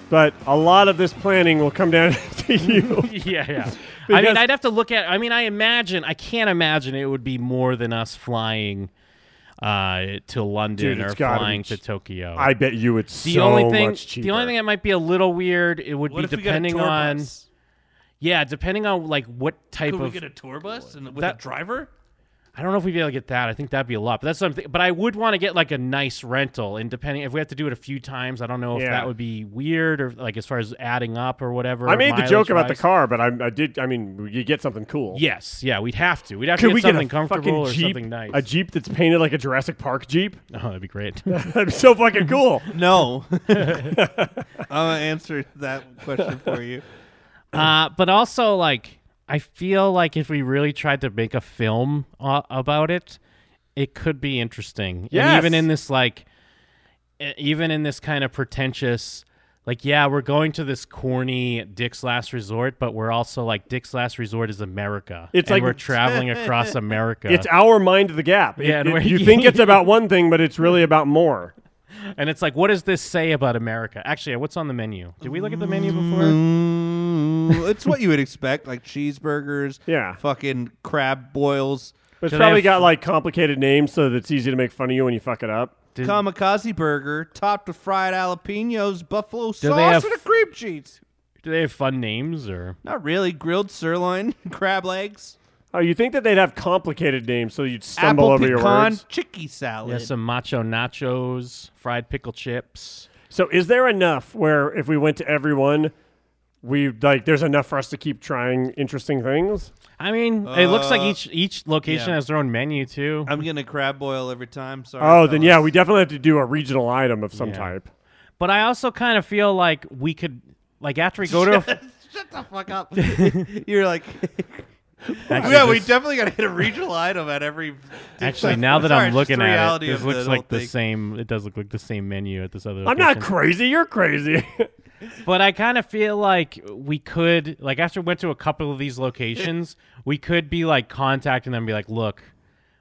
[SPEAKER 3] but a lot of this planning will come down to you.
[SPEAKER 5] yeah, yeah. I
[SPEAKER 3] Because-
[SPEAKER 5] mean, I'd have to look at. I mean, I imagine. I can't imagine it would be more than us flying uh, to London
[SPEAKER 3] Dude, it's
[SPEAKER 5] or
[SPEAKER 3] gotta be
[SPEAKER 5] flying
[SPEAKER 3] ch-
[SPEAKER 5] to Tokyo.
[SPEAKER 3] I bet you it's
[SPEAKER 5] the
[SPEAKER 3] so
[SPEAKER 5] only thing,
[SPEAKER 3] much cheaper.
[SPEAKER 5] the only thing that might be a little weird, it would
[SPEAKER 4] What
[SPEAKER 5] be
[SPEAKER 4] if we got a
[SPEAKER 5] depending
[SPEAKER 4] tour
[SPEAKER 5] on,
[SPEAKER 4] bus?
[SPEAKER 5] yeah, depending on like what type
[SPEAKER 4] Could we
[SPEAKER 5] of.
[SPEAKER 4] get a tour bus and with
[SPEAKER 5] That-
[SPEAKER 4] a driver?
[SPEAKER 5] I don't know if we'd be able to get that. I think that'd be a lot, but that's something. But I would want to get like a nice rental, and depending if we have to do it a few times, I don't know if
[SPEAKER 3] Yeah.
[SPEAKER 5] that would be weird or like as far as adding up or whatever.
[SPEAKER 3] I made the joke about the
[SPEAKER 5] mileage-wise.
[SPEAKER 3] car, but I, I did. I mean, you get something cool.
[SPEAKER 5] Yes, yeah, we'd have to. We'd have
[SPEAKER 3] Could
[SPEAKER 5] to
[SPEAKER 3] we
[SPEAKER 5] get something
[SPEAKER 3] get a
[SPEAKER 5] comfortable
[SPEAKER 3] fucking
[SPEAKER 5] or
[SPEAKER 3] jeep?
[SPEAKER 5] something nice.
[SPEAKER 3] A jeep that's painted like a Jurassic Park jeep.
[SPEAKER 5] Oh, that'd be great.
[SPEAKER 3] That'd be so fucking cool.
[SPEAKER 4] No. I'm gonna answer that question for you.
[SPEAKER 5] uh, but also, like, I feel like if we really tried to make a film uh, about it, it could be interesting.
[SPEAKER 3] Yes.
[SPEAKER 5] And even in this, like, e- even in this kind of pretentious, like, yeah, we're going to this corny Dick's Last Resort, but we're also like Dick's Last Resort is America.
[SPEAKER 3] It's
[SPEAKER 5] and
[SPEAKER 3] like-
[SPEAKER 5] we're traveling across America.
[SPEAKER 3] It's our mind the gap. It-
[SPEAKER 5] Yeah, and
[SPEAKER 3] it-
[SPEAKER 5] we're-
[SPEAKER 3] you think it's about one thing, but it's really about more.
[SPEAKER 5] and it's like, what does this say about America? Actually, what's on the menu? Did we look at the menu before?
[SPEAKER 4] Mm, it's what you would expect, like cheeseburgers,
[SPEAKER 3] Yeah.
[SPEAKER 4] fucking crab boils,
[SPEAKER 3] But it's
[SPEAKER 5] Do they
[SPEAKER 3] probably
[SPEAKER 5] have-
[SPEAKER 3] got like complicated names so that it's easy to make fun of you when you fuck it up.
[SPEAKER 5] Did-
[SPEAKER 4] Kamikaze burger topped with fried jalapenos, buffalo
[SPEAKER 5] Do they
[SPEAKER 4] sauce,
[SPEAKER 5] have-
[SPEAKER 4] and a cream cheese.
[SPEAKER 5] Do they have fun names or?
[SPEAKER 4] Not really. Grilled sirloin, crab legs,
[SPEAKER 3] Oh, you think that they'd have complicated names so you'd stumble
[SPEAKER 4] apple
[SPEAKER 3] over your
[SPEAKER 4] pecan,
[SPEAKER 3] words?
[SPEAKER 4] chicky salad.
[SPEAKER 5] Yeah, some macho nachos, fried pickle chips.
[SPEAKER 3] So is there enough where if we went to everyone, we like there's enough for us to keep trying interesting things?
[SPEAKER 5] I mean, it looks like
[SPEAKER 4] Uh,
[SPEAKER 5] each each location
[SPEAKER 4] yeah.
[SPEAKER 5] has their own menu too.
[SPEAKER 4] I'm gonna crab boil every time. Sorry.
[SPEAKER 3] Oh, then yeah,
[SPEAKER 4] fellas.
[SPEAKER 3] we definitely have to do a regional item of some
[SPEAKER 5] Yeah.
[SPEAKER 3] type.
[SPEAKER 5] But I also kind of feel like we could, like after we go to, a,
[SPEAKER 4] Shut the fuck up. You're like.
[SPEAKER 5] Actually,
[SPEAKER 4] yeah, we
[SPEAKER 5] this-
[SPEAKER 4] definitely got to hit a regional item at every.
[SPEAKER 5] actually now that
[SPEAKER 4] Sorry,
[SPEAKER 5] I'm
[SPEAKER 4] it's just
[SPEAKER 5] looking
[SPEAKER 4] the
[SPEAKER 5] at it,
[SPEAKER 4] reality
[SPEAKER 5] this
[SPEAKER 4] of
[SPEAKER 5] looks
[SPEAKER 4] the
[SPEAKER 5] like
[SPEAKER 4] whole
[SPEAKER 5] the
[SPEAKER 4] thing.
[SPEAKER 5] same. It does look like the same menu at this other.
[SPEAKER 3] I'm not
[SPEAKER 5] location.
[SPEAKER 3] crazy. You're crazy.
[SPEAKER 5] But I kind of feel like we could, like, after we went to a couple of these locations, we could be like contacting them and be like, look,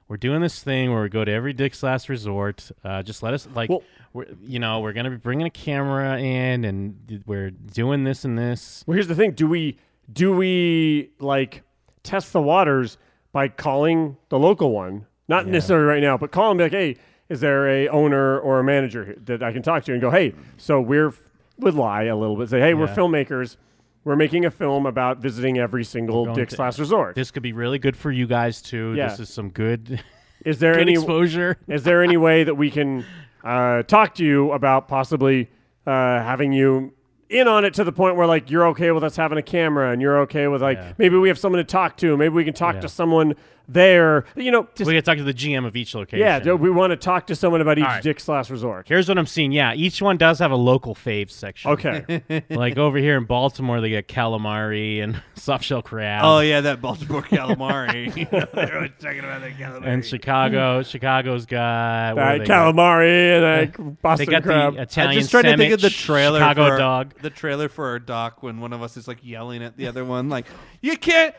[SPEAKER 5] we're doing this thing where we go to every Dick's Last Resort. Uh, just let us, like,
[SPEAKER 3] Well-
[SPEAKER 5] we're, you know, we're going to be bringing a camera in and we're doing this and this.
[SPEAKER 3] well, here's the thing: do we do we like test the waters by calling the local one? Not necessarily right now, but call them be like, hey, is there a owner or a manager here that I can talk to and go, hey, so we're would lie a little bit, say, hey, we're
[SPEAKER 5] Yeah.
[SPEAKER 3] filmmakers. We're making a film about visiting every single
[SPEAKER 5] going
[SPEAKER 3] Dick's
[SPEAKER 5] to-
[SPEAKER 3] Last Resort.
[SPEAKER 5] This could be really good for you guys, too.
[SPEAKER 3] Yeah.
[SPEAKER 5] This is some good,
[SPEAKER 3] Is there
[SPEAKER 5] good
[SPEAKER 3] any
[SPEAKER 5] exposure.
[SPEAKER 3] is there any way that we can uh, talk to you about possibly uh, having you in on it to the point where like you're okay with us having a camera and you're okay with like
[SPEAKER 5] Yeah.
[SPEAKER 3] maybe we have someone to talk to maybe we can talk
[SPEAKER 5] Yeah.
[SPEAKER 3] to someone there you know just
[SPEAKER 5] We could talk to the GM of each location.
[SPEAKER 3] yeah we want to talk to someone about each
[SPEAKER 5] right.
[SPEAKER 3] Dick's Last Resort
[SPEAKER 5] Here's what I'm seeing. Yeah, each one does have a local fave section.
[SPEAKER 3] okay
[SPEAKER 5] like over here in Baltimore, they get calamari and soft shell crab.
[SPEAKER 4] Oh yeah, that Baltimore calamari. You know, They're always talking about that calamari.
[SPEAKER 5] And Chicago,
[SPEAKER 3] Mm.
[SPEAKER 5] Chicago's got what
[SPEAKER 3] Uh,
[SPEAKER 5] do they got?
[SPEAKER 3] calamari and uh, Boston
[SPEAKER 5] They got
[SPEAKER 3] crab
[SPEAKER 5] the Italian.
[SPEAKER 4] I'm just trying to
[SPEAKER 5] sandwich,
[SPEAKER 4] think of the trailer
[SPEAKER 5] Chicago
[SPEAKER 4] for our,
[SPEAKER 5] dog.
[SPEAKER 4] The trailer for our doc when one of us is like yelling at the other one, like, "You can't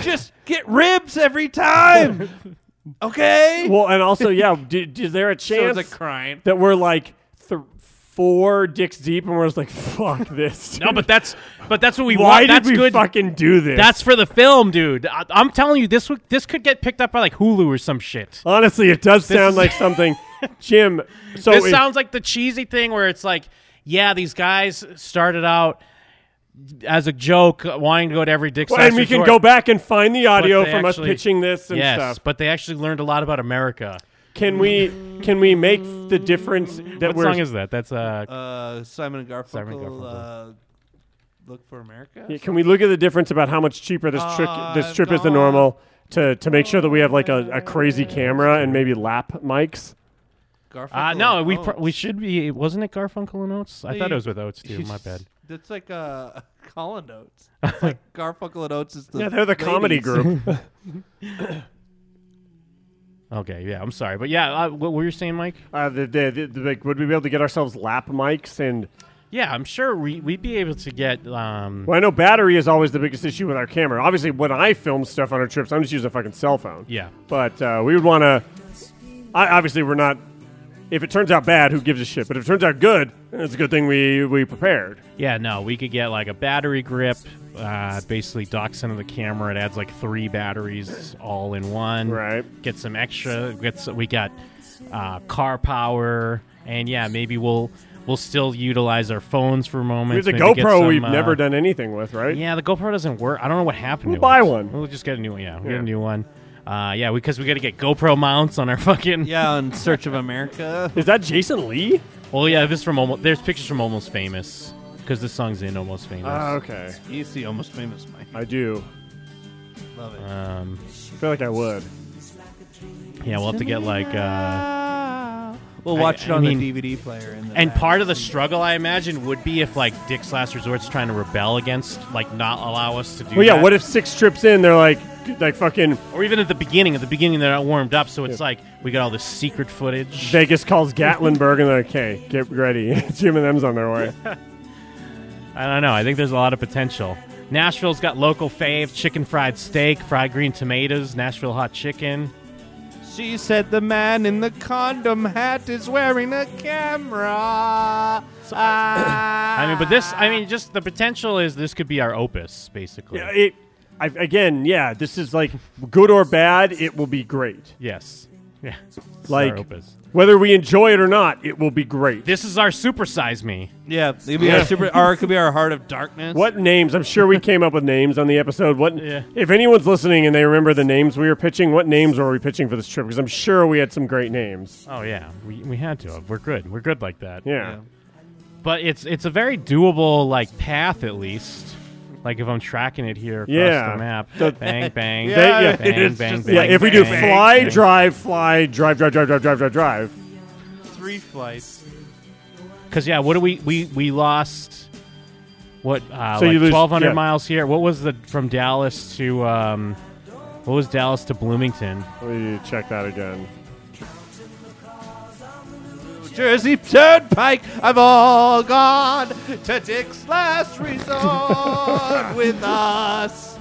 [SPEAKER 4] just get ribs every time, okay?"
[SPEAKER 3] well and also yeah d is there a
[SPEAKER 4] so
[SPEAKER 3] chance
[SPEAKER 4] it's like crying.
[SPEAKER 3] that we're like th- four dicks deep and we're just like fuck this
[SPEAKER 5] No, but that's but that's what we
[SPEAKER 3] why
[SPEAKER 5] want.
[SPEAKER 3] did
[SPEAKER 5] That's
[SPEAKER 3] we
[SPEAKER 5] good.
[SPEAKER 3] fucking do this
[SPEAKER 5] that's for the film, dude. I, I'm telling you, this would- this could get picked up by like Hulu or some shit.
[SPEAKER 3] Honestly, it does sound like something, Jim. So
[SPEAKER 5] this
[SPEAKER 3] it-
[SPEAKER 5] sounds like the cheesy thing where it's like, yeah, these guys started out as a joke, wanting to go to every Dick's.
[SPEAKER 3] and
[SPEAKER 5] Last
[SPEAKER 3] we can
[SPEAKER 5] Resort.
[SPEAKER 3] go back and find the audio
[SPEAKER 5] they
[SPEAKER 3] from us
[SPEAKER 5] actually-
[SPEAKER 3] pitching this and
[SPEAKER 5] Yes,
[SPEAKER 3] stuff.
[SPEAKER 5] but they actually learned a lot about America.
[SPEAKER 3] Can we can we make the difference that
[SPEAKER 5] What
[SPEAKER 3] we're
[SPEAKER 5] song is that? That's uh,
[SPEAKER 4] Uh, Simon and Garfunkel.
[SPEAKER 5] Simon and Garfunkel.
[SPEAKER 4] Uh, Look for America.
[SPEAKER 3] Yeah, can we look at the difference about how much cheaper this trick
[SPEAKER 5] Oh,
[SPEAKER 3] this
[SPEAKER 4] I've
[SPEAKER 3] trip is than
[SPEAKER 4] gone.
[SPEAKER 3] normal to to make sure that we have like a, a crazy camera and maybe lap mics?
[SPEAKER 4] Garfunkel. Oh.
[SPEAKER 5] Uh, no,
[SPEAKER 4] and
[SPEAKER 5] we pr-
[SPEAKER 4] Oates.
[SPEAKER 5] we should be. Wasn't it Garfunkel and Oates? I
[SPEAKER 4] No,
[SPEAKER 5] thought it
[SPEAKER 4] you-
[SPEAKER 5] was with Oates too. My bad.
[SPEAKER 4] That's like uh, Colin Oates. It's like Garfunkel and Oates is the
[SPEAKER 3] Yeah, they're the comedy
[SPEAKER 4] ladies.
[SPEAKER 3] group.
[SPEAKER 5] Okay, yeah, I'm sorry, but yeah, uh, what were you saying, Mike?
[SPEAKER 3] uh, the, the, the, the, like, would we be able to get ourselves lap mics? And
[SPEAKER 5] Yeah, I'm sure we we'd be able to get. Um,
[SPEAKER 3] well, I know battery is always the biggest issue with our camera. Obviously, when I film stuff on our trips, I'm just using a fucking cell phone.
[SPEAKER 5] yeah,
[SPEAKER 3] But uh, we would want to. Obviously, we're not. If it turns out bad, who gives a shit? But if it turns out good, then it's a good thing we we prepared.
[SPEAKER 5] yeah, no, we could get like a battery grip. Uh, basically, docks into the camera. It adds like three batteries all in one.
[SPEAKER 3] Right.
[SPEAKER 5] Get some extra. Get some, we got uh, car power, and yeah, maybe we'll we'll still utilize our phones for
[SPEAKER 3] Here's
[SPEAKER 5] moments.
[SPEAKER 3] a
[SPEAKER 5] maybe get
[SPEAKER 3] GoPro
[SPEAKER 5] some,
[SPEAKER 3] we've
[SPEAKER 5] uh,
[SPEAKER 3] never done anything with, right?
[SPEAKER 5] Yeah, the GoPro doesn't work. I don't know what happened.
[SPEAKER 3] We'll
[SPEAKER 5] to
[SPEAKER 3] buy
[SPEAKER 5] it.
[SPEAKER 3] one.
[SPEAKER 5] We'll just get a new one. Yeah, we'll get
[SPEAKER 3] Yeah.
[SPEAKER 5] a new one. Uh, yeah, because we got to get GoPro mounts on our fucking.
[SPEAKER 4] Yeah, in Search of America.
[SPEAKER 3] Is that Jason Lee?
[SPEAKER 5] Well, yeah, this is from almost. There's pictures from Almost Famous because this song's in Almost Famous.
[SPEAKER 3] Ah, okay,
[SPEAKER 4] You see, almost famous, Mike.
[SPEAKER 3] I do.
[SPEAKER 4] Love
[SPEAKER 3] Uh.
[SPEAKER 4] it.
[SPEAKER 5] um,
[SPEAKER 3] I feel like I would.
[SPEAKER 5] yeah, we'll have to get like. Uh,
[SPEAKER 4] We'll
[SPEAKER 5] I-
[SPEAKER 4] watch it
[SPEAKER 5] I
[SPEAKER 4] on
[SPEAKER 5] mean-
[SPEAKER 4] the DVD player. In the
[SPEAKER 5] and
[SPEAKER 4] back.
[SPEAKER 5] part of the struggle, I imagine, would be if like Dick's Last Resort's trying to rebel against, like, not allow us to do.
[SPEAKER 3] Well, yeah.
[SPEAKER 5] that.
[SPEAKER 3] What if six trips in, they're like, like fucking
[SPEAKER 5] Or even at the beginning. At the beginning, they're not warmed up, so it's like we got all this secret footage.
[SPEAKER 3] Vegas calls Gatlinburg and they're like, "Hey, get ready, Jim and them's on their way."
[SPEAKER 5] I don't know. I think there's a lot of potential. Nashville's got local fave chicken fried steak, fried green tomatoes, Nashville hot chicken.
[SPEAKER 4] she said the man in the condom hat is wearing a camera.
[SPEAKER 5] I mean, but this, I mean, just the potential is this could be our opus, basically.
[SPEAKER 3] Yeah, it, I, again, yeah, this is like good or bad, it will be great.
[SPEAKER 5] Yes. Yeah. It's our
[SPEAKER 3] Like-
[SPEAKER 5] opus.
[SPEAKER 3] Whether we enjoy it or not, it will be great.
[SPEAKER 5] this is our supersize me.
[SPEAKER 4] Yeah, it could be our super, or it could be our heart of darkness.
[SPEAKER 3] What names? I'm sure we came up with names on the episode. What
[SPEAKER 5] Yeah.
[SPEAKER 3] if anyone's listening and they remember the names we were pitching? What names were we pitching for this trip? Because I'm sure we had some great names.
[SPEAKER 5] Oh yeah, we, we had to. We're good. We're good like that.
[SPEAKER 3] Yeah,
[SPEAKER 5] But it's it's a very doable like path at least. Like if I'm tracking it here across
[SPEAKER 3] Yeah.
[SPEAKER 5] the map,
[SPEAKER 3] The-
[SPEAKER 5] bang bang,
[SPEAKER 4] Yeah,
[SPEAKER 3] yeah.
[SPEAKER 5] bang bang
[SPEAKER 4] it's
[SPEAKER 5] bang.
[SPEAKER 4] just
[SPEAKER 3] yeah.
[SPEAKER 4] like
[SPEAKER 3] if we do
[SPEAKER 5] bang,
[SPEAKER 3] fly,
[SPEAKER 5] bang.
[SPEAKER 3] drive, fly, drive, drive, drive, drive, drive, drive, drive.
[SPEAKER 4] Three flights.
[SPEAKER 5] Because yeah, what do we we we lost? What uh,
[SPEAKER 3] So
[SPEAKER 5] like
[SPEAKER 3] you lose-
[SPEAKER 5] 1,200
[SPEAKER 3] yeah.
[SPEAKER 5] miles here? What was the from Dallas to um, what was Dallas to Bloomington?
[SPEAKER 3] Let me check that again.
[SPEAKER 4] Jersey Turnpike, I've all gone to Dick's last resort with us.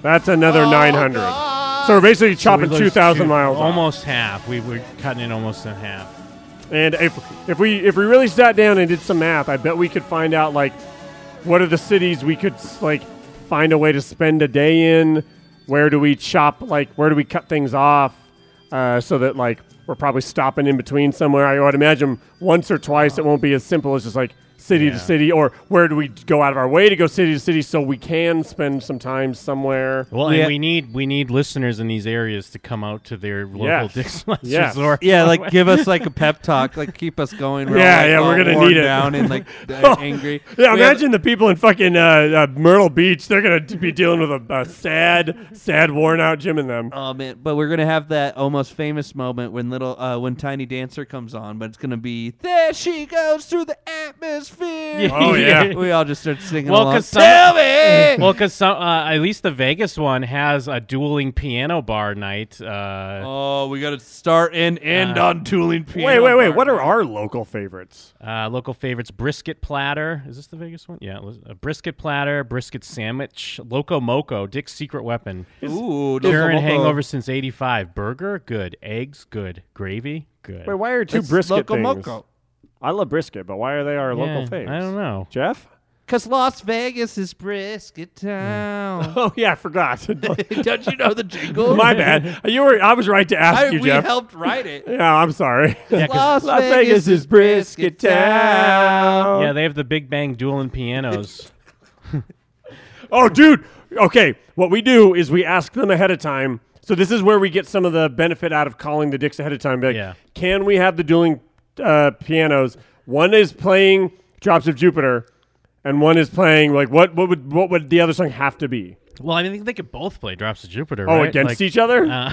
[SPEAKER 3] That's another
[SPEAKER 5] Oh,
[SPEAKER 4] All
[SPEAKER 3] 900.
[SPEAKER 4] gone.
[SPEAKER 3] So we're basically
[SPEAKER 5] So we
[SPEAKER 3] chopping
[SPEAKER 5] lose
[SPEAKER 3] 2,000
[SPEAKER 5] two-
[SPEAKER 3] miles. off.
[SPEAKER 5] almost half. We were cutting it almost in half.
[SPEAKER 3] And if if we if we really sat down and did some math, I bet we could find out like what are the cities we could s- like find a way to spend a day in. Where do we chop like where do we cut things off uh, so that like we're probably stopping in between somewhere. I would imagine once or twice it won't be as simple as just like city
[SPEAKER 5] Yeah.
[SPEAKER 3] to city or where do we go out of our way to go city to city so we can spend some time somewhere.
[SPEAKER 5] Well,
[SPEAKER 4] Yeah.
[SPEAKER 5] and we need we need listeners in these areas to come out to their local
[SPEAKER 3] Yes.
[SPEAKER 5] Dick's Last
[SPEAKER 3] Yes.
[SPEAKER 5] Resort.
[SPEAKER 4] Yeah, like give us like a pep talk, like keep us going. We're
[SPEAKER 3] Yeah,
[SPEAKER 4] all, like,
[SPEAKER 3] yeah, we're
[SPEAKER 4] all
[SPEAKER 3] gonna
[SPEAKER 4] worn
[SPEAKER 3] need it.
[SPEAKER 4] down and like uh, angry.
[SPEAKER 3] Yeah,
[SPEAKER 4] We have-
[SPEAKER 3] imagine the people in fucking uh, uh, Myrtle Beach. They're gonna t- be dealing with a, a sad, sad, worn out Jim and them.
[SPEAKER 4] Oh man, but we're gonna have that almost famous moment when little uh, when Tiny Dancer comes on, but it's gonna be there she goes through the atmosphere.
[SPEAKER 3] Oh, yeah.
[SPEAKER 4] we all just start singing
[SPEAKER 5] Well,
[SPEAKER 4] along.
[SPEAKER 5] 'cause some-
[SPEAKER 4] Tell me.
[SPEAKER 5] Well, because some uh, at least the Vegas one has a dueling piano bar night. Uh,
[SPEAKER 4] oh, we gotta start and end
[SPEAKER 5] Uh,
[SPEAKER 4] on dueling piano.
[SPEAKER 3] Wait, wait, wait.
[SPEAKER 4] bar.
[SPEAKER 3] What are our local favorites?
[SPEAKER 5] uh, local favorites: brisket platter. Is this the Vegas one? Yeah, it was a brisket platter, brisket sandwich, loco moco, Dick's secret weapon.
[SPEAKER 4] Ooh, those
[SPEAKER 5] Current
[SPEAKER 4] are-
[SPEAKER 5] hangover since '85. Burger, good. Eggs, good. Gravy, good.
[SPEAKER 3] Wait, why are two
[SPEAKER 4] It's
[SPEAKER 3] brisket
[SPEAKER 4] loco
[SPEAKER 3] things?
[SPEAKER 4] moco.
[SPEAKER 3] I love brisket, but why are they our
[SPEAKER 5] Yeah,
[SPEAKER 3] local favorites?
[SPEAKER 5] I don't know.
[SPEAKER 3] Jeff?
[SPEAKER 4] Cause Las Vegas is brisket town.
[SPEAKER 3] Oh yeah, I forgot.
[SPEAKER 4] Don't you know the jingle?
[SPEAKER 3] My bad. You were. I was right to ask
[SPEAKER 4] I,
[SPEAKER 3] you,
[SPEAKER 4] we
[SPEAKER 3] Jeff.
[SPEAKER 4] helped write it.
[SPEAKER 3] yeah, I'm sorry.
[SPEAKER 5] Yeah,
[SPEAKER 4] Las,
[SPEAKER 5] 'cause-
[SPEAKER 3] Las Vegas is brisket town.
[SPEAKER 5] yeah, they have the Big Bang dueling pianos.
[SPEAKER 3] Oh, dude. Okay. What we do is we ask them ahead of time. So this is where we get some of the benefit out of calling the dicks ahead of time. Be like,
[SPEAKER 5] Yeah.
[SPEAKER 3] Can we have the dueling uh, pianos? One is playing Drops of Jupiter, and one is playing like what? What would what would the other song have to be?
[SPEAKER 5] well, I mean, they could both play Drops of Jupiter.
[SPEAKER 3] Oh,
[SPEAKER 5] right?
[SPEAKER 3] against
[SPEAKER 5] Like,
[SPEAKER 3] each other?
[SPEAKER 5] Uh,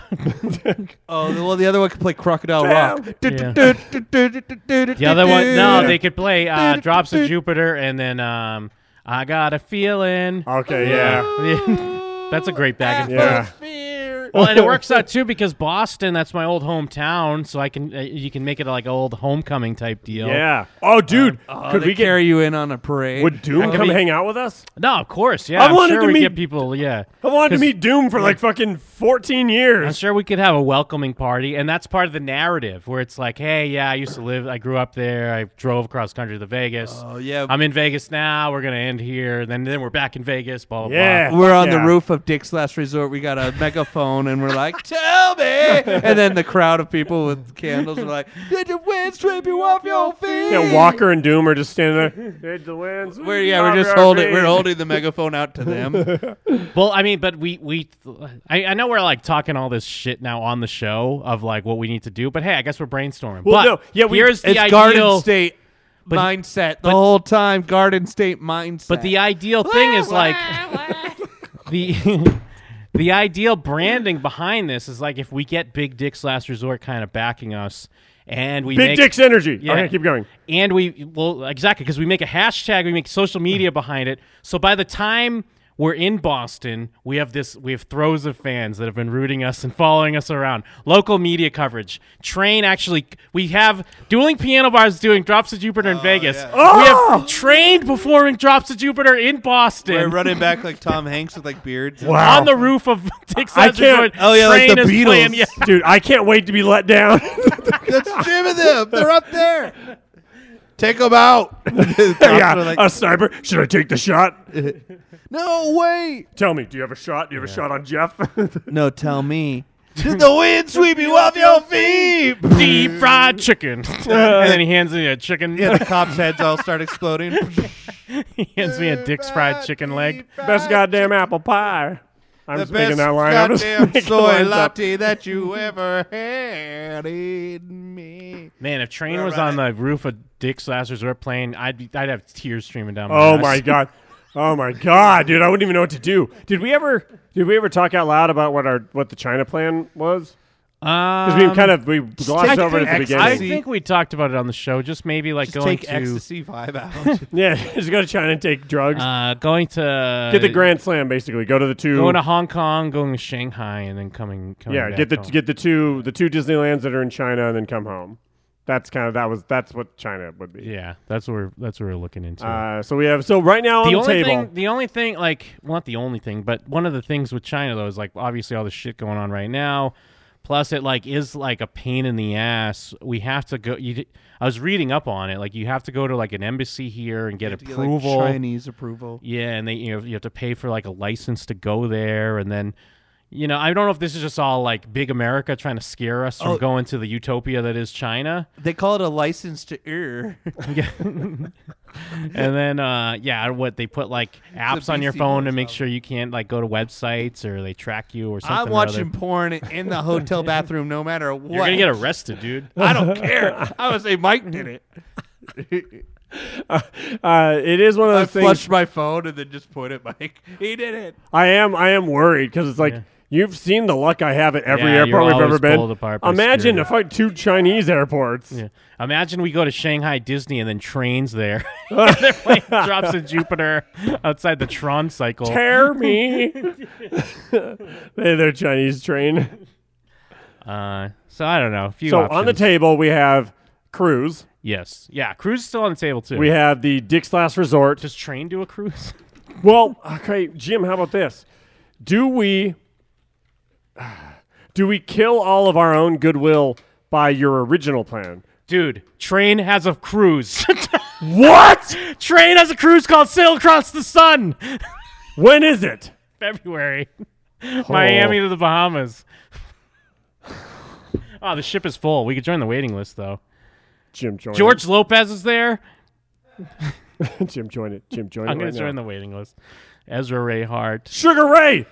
[SPEAKER 4] Oh, well, the other one could play Crocodile Rock.
[SPEAKER 5] yeah. The other one, no, they could play uh, Drops of Jupiter and then um, I Got a Feeling.
[SPEAKER 3] okay. Yeah.
[SPEAKER 5] that's a great back and forth.
[SPEAKER 3] Yeah.
[SPEAKER 5] Well, and it works out too because Boston, that's my old hometown, so I can uh, you can make it like an old homecoming type deal.
[SPEAKER 3] Yeah. Oh, dude.
[SPEAKER 5] Uh,
[SPEAKER 4] Oh,
[SPEAKER 3] could
[SPEAKER 4] they
[SPEAKER 3] we get?
[SPEAKER 4] carry you in on a parade?
[SPEAKER 3] would Doom
[SPEAKER 5] could
[SPEAKER 3] come
[SPEAKER 5] be-
[SPEAKER 3] hang out with us?
[SPEAKER 5] No, of course, yeah.
[SPEAKER 3] I
[SPEAKER 5] am
[SPEAKER 3] wanted
[SPEAKER 5] sure
[SPEAKER 3] to
[SPEAKER 5] we
[SPEAKER 3] meet-
[SPEAKER 5] get people. Yeah,
[SPEAKER 3] I wanted to
[SPEAKER 5] 'Cause-
[SPEAKER 3] meet Doom for like fucking 14
[SPEAKER 5] I'm
[SPEAKER 3] years.
[SPEAKER 5] sure we could have a welcoming party, and that's part of the narrative where it's like, hey, yeah, I used to live, I grew up there, I drove across country to Vegas.
[SPEAKER 4] Oh yeah,
[SPEAKER 5] I'm in Vegas now. We're gonna end here. Then, then we're back in Vegas. Blah blah.
[SPEAKER 3] Yeah.
[SPEAKER 5] blah.
[SPEAKER 4] we're on
[SPEAKER 3] Yeah.
[SPEAKER 4] the roof of Dick's Last Resort. We got a megaphone, and we're like, "Tell me!" And then the crowd of people with candles are like, "Did the wind sweep you off your feet?"
[SPEAKER 3] Yeah, Walker and Doom are just standing there. Did the winds?
[SPEAKER 4] We're, yeah, we're just holding. We're holding the megaphone out to them.
[SPEAKER 5] Well, I mean, but we we, I, I know we're like talking all this shit now on the show of like what we need to do. But hey, I guess we're brainstorming.
[SPEAKER 3] Well,
[SPEAKER 5] but
[SPEAKER 3] no, yeah, we-
[SPEAKER 5] here's the
[SPEAKER 4] It's
[SPEAKER 5] ideal.
[SPEAKER 4] Garden State
[SPEAKER 5] but-
[SPEAKER 4] mindset the whole time. Garden State mindset.
[SPEAKER 5] But the ideal thing is like the the ideal branding behind this is like if we get Big Dick's Last Resort kind of backing us, and we
[SPEAKER 3] Big
[SPEAKER 5] make,
[SPEAKER 3] Dick's energy.
[SPEAKER 5] Yeah.
[SPEAKER 3] Okay, keep going.
[SPEAKER 5] and we well exactly because we make a hashtag, we make social media behind it. So by the time we're in Boston, we have this we have throws of fans that have been rooting us and following us around. Local media coverage, train actually we have dueling piano bars doing Drops of Jupiter
[SPEAKER 4] Oh,
[SPEAKER 5] in Vegas. We have train performing Drops of Jupiter in Boston
[SPEAKER 4] we're running back like Tom Hanks with like beards.
[SPEAKER 3] Wow.
[SPEAKER 5] on the roof of Dick's
[SPEAKER 3] I
[SPEAKER 5] Lodge
[SPEAKER 3] can't-
[SPEAKER 5] Resort.
[SPEAKER 4] oh, yeah, like
[SPEAKER 5] Train
[SPEAKER 4] the
[SPEAKER 5] is
[SPEAKER 4] Beatles.
[SPEAKER 5] playing- yeah.
[SPEAKER 3] Dude, I can't wait to be let down.
[SPEAKER 4] That's Jim and them. They're up there. Take him out. The cops
[SPEAKER 3] yeah,
[SPEAKER 4] were like,
[SPEAKER 3] a sniper. Should I take the shot?
[SPEAKER 4] no, wait.
[SPEAKER 3] Tell me, do you have a shot? Do you have a shot on Jeff?
[SPEAKER 4] No, tell me. Did the wind sweep you off your feet?
[SPEAKER 5] Deep fried chicken. and then he hands me a chicken.
[SPEAKER 4] Yeah, the cops' heads all start exploding.
[SPEAKER 5] he hands me a Dick's fried chicken leg.
[SPEAKER 3] Best goddamn apple pie. I'm
[SPEAKER 4] The
[SPEAKER 3] just
[SPEAKER 4] best
[SPEAKER 3] making that line up. Just
[SPEAKER 4] goddamn
[SPEAKER 3] making
[SPEAKER 4] soy
[SPEAKER 3] lines up.
[SPEAKER 4] latte that you ever had in me.
[SPEAKER 5] Man, if Train was on the roof of Dick's last resort plane, I'd be, I'd have tears streaming down my
[SPEAKER 3] Oh
[SPEAKER 5] eyes.
[SPEAKER 3] my god. Oh my god, dude! I wouldn't even know what to do. Did we ever? Did we ever talk out loud about what our what the China plan was? Because
[SPEAKER 5] Um,
[SPEAKER 4] Um,
[SPEAKER 3] we kind of we glossed
[SPEAKER 4] take
[SPEAKER 3] over it
[SPEAKER 4] the
[SPEAKER 3] at the
[SPEAKER 4] ecstasy.
[SPEAKER 3] beginning.
[SPEAKER 5] I think we talked about it on the show. Just maybe like
[SPEAKER 4] Just
[SPEAKER 5] going
[SPEAKER 4] take
[SPEAKER 5] to
[SPEAKER 4] ecstasy vibe out.
[SPEAKER 3] yeah, just go to China and take drugs.
[SPEAKER 5] uh, going to
[SPEAKER 3] get the Grand Slam, basically. Go to the two.
[SPEAKER 5] Uh, Going to Hong Kong, going to Shanghai, and then coming. coming
[SPEAKER 3] yeah,
[SPEAKER 5] back
[SPEAKER 3] get the
[SPEAKER 5] home.
[SPEAKER 3] get the two the two Disneylands that are in China, and then come home. That's kind of that was that's what China would be.
[SPEAKER 5] yeah. That's what we're that's what we're looking into.
[SPEAKER 3] Uh, so we have so right now on
[SPEAKER 5] the
[SPEAKER 3] the,
[SPEAKER 5] only
[SPEAKER 3] table.
[SPEAKER 5] thing, the only thing, like well, not the only thing, but one of the things with China though is like obviously all the shit going on right now. Plus, it like is like a pain in the ass. We have to go. You, d- I was reading up on it. Like you have to go to like an embassy here and get
[SPEAKER 4] To get, like,
[SPEAKER 5] approval.
[SPEAKER 4] Chinese approval.
[SPEAKER 5] Yeah, and they you know you have to pay for like a license to go there, and then you know I don't know if this is just all like big America trying to scare us from
[SPEAKER 4] Oh.
[SPEAKER 5] going to the utopia that is China,
[SPEAKER 4] They call it a license to err.
[SPEAKER 5] and then uh yeah, what they put like apps on your
[SPEAKER 4] Beastie
[SPEAKER 5] phone to
[SPEAKER 4] Boys
[SPEAKER 5] make
[SPEAKER 4] album.
[SPEAKER 5] sure you can't like go to websites or they track you or something.
[SPEAKER 4] I'm
[SPEAKER 5] or
[SPEAKER 4] watching
[SPEAKER 5] other.
[SPEAKER 4] porn in the hotel bathroom no matter what.
[SPEAKER 5] You're gonna get arrested, dude.
[SPEAKER 4] I don't care. I would say Mike did it.
[SPEAKER 3] uh, it is one of
[SPEAKER 4] I
[SPEAKER 3] those things.
[SPEAKER 4] flushed my phone and then just point at Mike. He did it.
[SPEAKER 3] I am I am worried because it's like you've seen the luck I have at every
[SPEAKER 5] Yeah, you're
[SPEAKER 3] airport we've
[SPEAKER 5] always
[SPEAKER 3] ever been.
[SPEAKER 5] pulled apart by
[SPEAKER 3] Imagine
[SPEAKER 5] security.
[SPEAKER 3] if I two Chinese airports.
[SPEAKER 5] Yeah. Imagine we go to Shanghai Disney and then trains there. Their plane drops in Jupiter outside the Tron cycle.
[SPEAKER 3] Tear me. they their Chinese train.
[SPEAKER 5] Uh, so I don't know. A few
[SPEAKER 3] So on the
[SPEAKER 5] options.
[SPEAKER 3] table we have cruise.
[SPEAKER 5] Yes. Yeah. Cruise is still on the table too.
[SPEAKER 3] We have the Dick's Last Resort.
[SPEAKER 5] Does train do a cruise?
[SPEAKER 3] Well, okay, Jim, how about this? Do we do we kill all of our own goodwill by your original plan?
[SPEAKER 5] Dude, train has a cruise.
[SPEAKER 3] What?
[SPEAKER 5] train has a cruise called Sail Across the Sun.
[SPEAKER 3] when is it?
[SPEAKER 5] February.
[SPEAKER 3] Oh.
[SPEAKER 5] Miami to the Bahamas. Oh, the ship is full. We could join the waiting list though.
[SPEAKER 3] Jim join
[SPEAKER 5] George Lopez is there.
[SPEAKER 3] it. Jim join it. Jim join
[SPEAKER 5] I'm
[SPEAKER 3] it.
[SPEAKER 5] gonna
[SPEAKER 3] right now.
[SPEAKER 5] join the waiting list. Ezra Ray Hart.
[SPEAKER 3] Sugar Ray.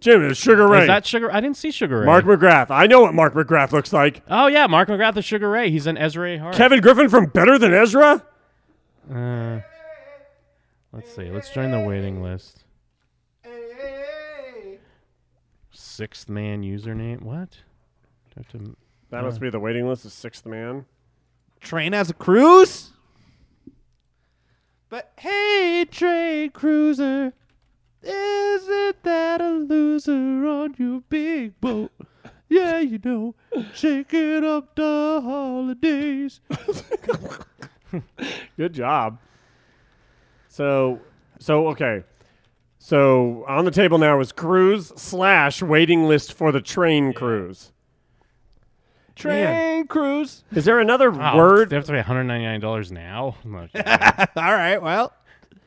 [SPEAKER 3] Jim is Sugar Ray.
[SPEAKER 5] Is that Sugar? I didn't see Sugar Ray.
[SPEAKER 3] Mark McGrath. I know what Mark McGrath looks like.
[SPEAKER 5] oh yeah, Mark McGrath is Sugar Ray. He's an Ezra Ray Hart.
[SPEAKER 3] Kevin Griffin from Better Than Ezra.
[SPEAKER 5] Uh, Let's see. Let's join the waiting list. Sixth man username. What? Do I have to-
[SPEAKER 3] That must be the waiting list. The sixth man.
[SPEAKER 4] Train has a cruise? But hey, train cruiser, isn't that a loser on your big boat? Yeah, you know, shaking up the holidays.
[SPEAKER 3] Good job. So, so okay. So on the table now is cruise slash waiting list for the train cruise.
[SPEAKER 4] Train cruise.
[SPEAKER 3] Is there another
[SPEAKER 5] Oh,
[SPEAKER 3] word?
[SPEAKER 5] They have to pay $199 now. I'm like,
[SPEAKER 4] All right, well,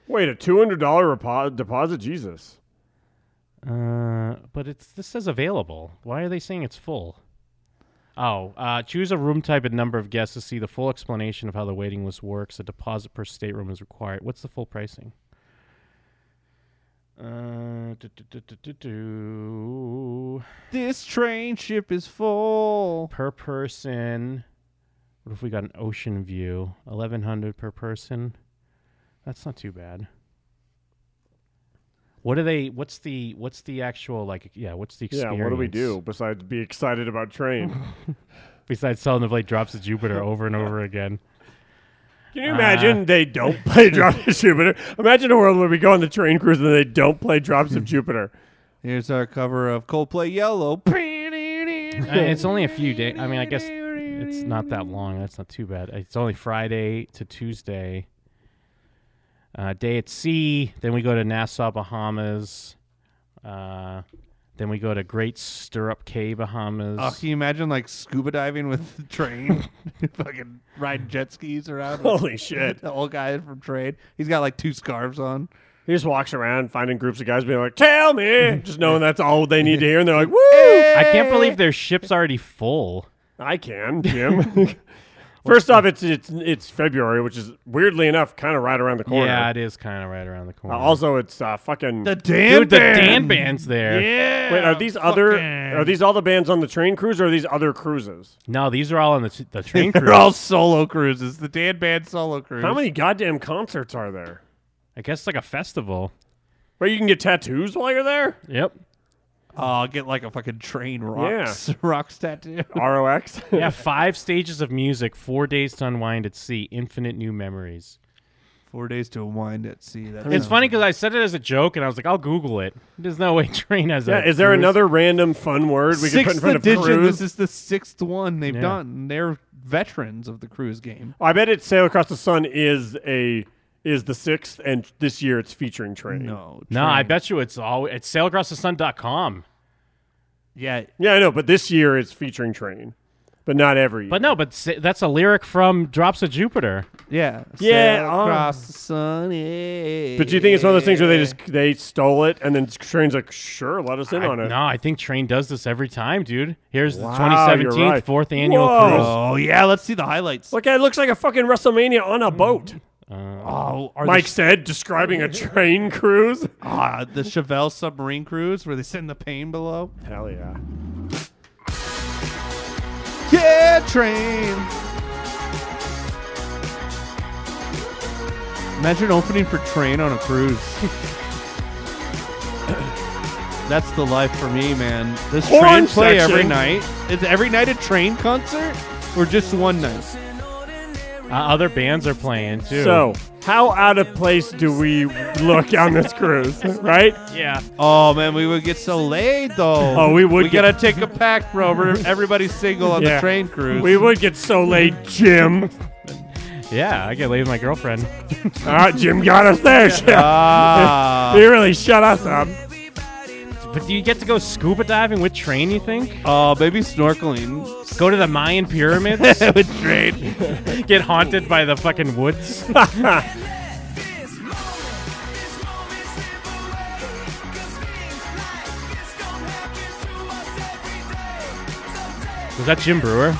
[SPEAKER 3] Wait, a two hundred dollar repo- deposit? Jesus.
[SPEAKER 5] uh, but it's this says available. Why are they saying it's full? Oh, uh, choose a room type and number of guests to see the full explanation of how the waiting list works. A deposit per stateroom is required. What's the full pricing? Uh, do, do, do, do, do, do.
[SPEAKER 4] this train ship is full.
[SPEAKER 5] per person. What if we got an ocean view? Eleven hundred per person. That's not too bad. What are they? What's the? What's the actual like? Yeah. What's the
[SPEAKER 3] Yeah.
[SPEAKER 5] experience?
[SPEAKER 3] What do we do besides be excited about train?
[SPEAKER 5] besides selling the blade drops to Jupiter over and over again?
[SPEAKER 3] Can you imagine they don't play Drops of Jupiter? Imagine a world where we go on the train cruise and they don't play Drops of Jupiter.
[SPEAKER 4] Here's our cover of Coldplay Yellow.
[SPEAKER 5] I mean, it's only a few days. I mean, I guess it's not that long. That's not too bad. It's only Friday to Tuesday. Uh, day at sea. Then we go to Nassau, Bahamas. Uh, Then we go to Great Stirrup Cay, Bahamas.
[SPEAKER 4] Oh, can you imagine like scuba diving with the train? Fucking riding jet skis around. with
[SPEAKER 3] Holy shit.
[SPEAKER 4] The old guy from train. He's got like two scarves on.
[SPEAKER 3] He just walks around finding groups of guys being like, tell me. Just knowing that's all they need to hear. And they're like, woo.
[SPEAKER 5] I can't believe their ship's already full.
[SPEAKER 3] I can, Jim. First off, it's, it's it's February, which is weirdly enough kind of right around the corner.
[SPEAKER 5] Yeah, it is kind of right around the
[SPEAKER 3] Uh,
[SPEAKER 5] corner.
[SPEAKER 3] also, it's uh, fucking.
[SPEAKER 4] The Dan
[SPEAKER 5] Dude, the
[SPEAKER 4] Band.
[SPEAKER 5] Dan band's there.
[SPEAKER 4] Yeah.
[SPEAKER 3] wait, are these other
[SPEAKER 4] fucking-
[SPEAKER 3] are these all the bands on the train cruise, or are these other cruises?
[SPEAKER 5] No, these are all on the, t- the train
[SPEAKER 4] They're
[SPEAKER 5] crew.
[SPEAKER 4] all solo cruises. The Dan Band solo cruise.
[SPEAKER 3] How many goddamn concerts are there?
[SPEAKER 5] I guess it's like a festival.
[SPEAKER 3] Where you can get tattoos while you're there?
[SPEAKER 5] Yep.
[SPEAKER 4] Oh, I'll get like a fucking train rocks rocks tattoo.
[SPEAKER 3] ROX.
[SPEAKER 5] Yeah, five stages of music, four days to unwind at sea, infinite new memories.
[SPEAKER 4] Four days to unwind at sea. That
[SPEAKER 5] It's
[SPEAKER 4] sounds-
[SPEAKER 5] funny because I said it as a joke, and I was like, "I'll Google it." There's no way train has
[SPEAKER 3] Yeah,
[SPEAKER 5] a.
[SPEAKER 3] is there
[SPEAKER 5] cruise.
[SPEAKER 3] another random fun word we could put in
[SPEAKER 4] Sixth
[SPEAKER 3] front of
[SPEAKER 4] edition.
[SPEAKER 3] cruise?
[SPEAKER 4] This is the sixth one they've
[SPEAKER 5] Yeah.
[SPEAKER 4] done. They're veterans of the cruise game.
[SPEAKER 3] I bet it's Sail Across the Sun is a is the sixth, and this year it's featuring train.
[SPEAKER 4] No.
[SPEAKER 5] No, I
[SPEAKER 4] train.
[SPEAKER 5] bet you it's all it's sailacrossthesun.com.
[SPEAKER 4] Yeah.
[SPEAKER 3] Yeah, I know, but this year it's featuring train, but not every. Year.
[SPEAKER 5] But no, but sa- that's a lyric from Drops of Jupiter.
[SPEAKER 4] Yeah.
[SPEAKER 3] Yeah,
[SPEAKER 4] Sail
[SPEAKER 3] oh.
[SPEAKER 4] Across the sun. Yeah.
[SPEAKER 3] But do you think it's one of those things where they just they stole it and then train's like, sure, let us in
[SPEAKER 5] I-
[SPEAKER 3] on it.
[SPEAKER 5] No, I think Train does this every time, dude. Here's the
[SPEAKER 3] Wow, you're
[SPEAKER 5] 2017
[SPEAKER 3] right.
[SPEAKER 5] fourth annual
[SPEAKER 3] Whoa.
[SPEAKER 5] cruise.
[SPEAKER 4] Oh yeah. Let's see the highlights.
[SPEAKER 3] Look, it looks like a fucking WrestleMania on a boat.
[SPEAKER 4] Oh, are
[SPEAKER 3] Mike said, describing a train cruise.
[SPEAKER 4] the, ah, the Chevelle submarine cruise where they send the pain below.
[SPEAKER 3] Hell yeah.
[SPEAKER 4] Yeah, train. Imagine opening for train on a cruise. That's the life for me, man. This
[SPEAKER 3] Horn
[SPEAKER 4] train play every
[SPEAKER 3] section.
[SPEAKER 4] night. Is every night a train concert or just one night?
[SPEAKER 5] Uh, other bands are playing too.
[SPEAKER 3] So, how out of place do we look on this cruise, right?
[SPEAKER 5] yeah,
[SPEAKER 4] Oh man, we would get so laid though.
[SPEAKER 3] Oh, we would
[SPEAKER 4] We
[SPEAKER 3] get-
[SPEAKER 4] gotta take a pack, bro. We're- Everybody's single on
[SPEAKER 3] Yeah.
[SPEAKER 4] the train cruise.
[SPEAKER 3] We would get so late, Jim.
[SPEAKER 5] yeah, I get laid with my girlfriend.
[SPEAKER 3] All right, Jim got us there. Jim.
[SPEAKER 4] Ah.
[SPEAKER 3] He really shut us up.
[SPEAKER 5] But do you get to go scuba diving with Train? You think?
[SPEAKER 4] Oh, maybe snorkeling.
[SPEAKER 5] Mm. Go to the Mayan pyramids?
[SPEAKER 4] With train.
[SPEAKER 5] get haunted by the fucking woods? Was that Jim Brewer?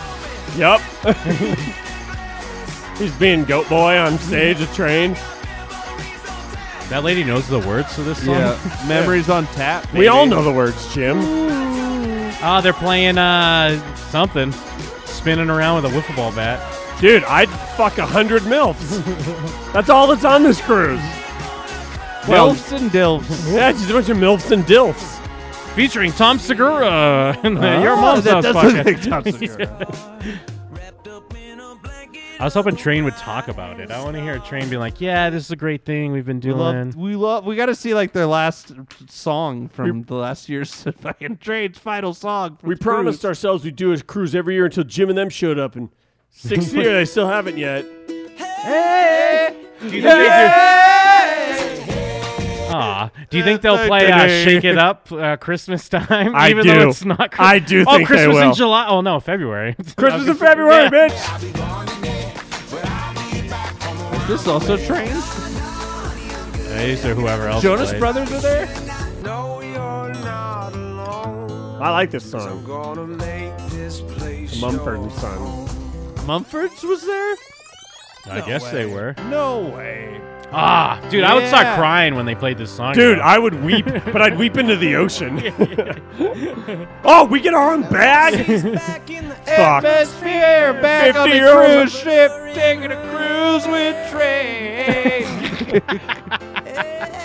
[SPEAKER 3] Yep. He's being goat boy on stage, a train.
[SPEAKER 5] That lady knows the words to this song.
[SPEAKER 4] Yeah. Memories on tap.
[SPEAKER 3] We all
[SPEAKER 4] baby.
[SPEAKER 3] know the words, Jim.
[SPEAKER 5] Oh, they're playing uh something, spinning around with a wiffle ball bat.
[SPEAKER 3] Dude, I'd fuck a hundred milfs. That's all that's on this cruise. Well,
[SPEAKER 4] Dilfs and dilfs.
[SPEAKER 3] yeah, just a bunch of milfs and dilfs.
[SPEAKER 5] Featuring Tom Segura and the Your Mom's
[SPEAKER 4] Oh, that
[SPEAKER 5] House
[SPEAKER 4] doesn't
[SPEAKER 5] Bucket.
[SPEAKER 4] make sense.
[SPEAKER 5] I was hoping Train would talk about it. I want to hear Train be like, yeah, this is a great thing we've been
[SPEAKER 4] We
[SPEAKER 5] doing.
[SPEAKER 4] love, we love, we got to see like their last song from the last year's fucking train's final song. from
[SPEAKER 3] We
[SPEAKER 4] the
[SPEAKER 3] promised
[SPEAKER 4] cruise.
[SPEAKER 3] ourselves we'd do a cruise every year until Jim and them showed up, and six years they still haven't yet.
[SPEAKER 4] Do you think they do-
[SPEAKER 5] Aw. Do you think they'll play uh,
[SPEAKER 4] Today.
[SPEAKER 5] Shake It Up uh, Christmas time?
[SPEAKER 3] I
[SPEAKER 5] Even
[SPEAKER 3] do.
[SPEAKER 5] though it's not Christmas.
[SPEAKER 3] I do
[SPEAKER 5] Oh,
[SPEAKER 3] think they
[SPEAKER 5] Christmas
[SPEAKER 3] will.
[SPEAKER 5] in July. Oh, no, February.
[SPEAKER 3] Christmas in February,
[SPEAKER 5] Yeah.
[SPEAKER 3] bitch.
[SPEAKER 4] Is this also train?
[SPEAKER 5] These or whoever else.
[SPEAKER 4] Jonas
[SPEAKER 5] plays.
[SPEAKER 4] Brothers are there?
[SPEAKER 2] No, you're not alone.
[SPEAKER 3] I like this song.
[SPEAKER 2] Gonna make this place
[SPEAKER 3] Mumford and Son.
[SPEAKER 4] Mumford's was there?
[SPEAKER 5] I guess they were.
[SPEAKER 4] No way.
[SPEAKER 5] Ah, dude, I would
[SPEAKER 4] Yeah.
[SPEAKER 5] start crying when they played this song.
[SPEAKER 3] Dude,
[SPEAKER 5] though.
[SPEAKER 3] I would weep, but I'd weep into the ocean. oh, we get our own bag? Fuck.
[SPEAKER 4] Atmosphere back on
[SPEAKER 3] 50
[SPEAKER 4] the
[SPEAKER 3] year old-
[SPEAKER 4] cruise ship, taking a cruise with train.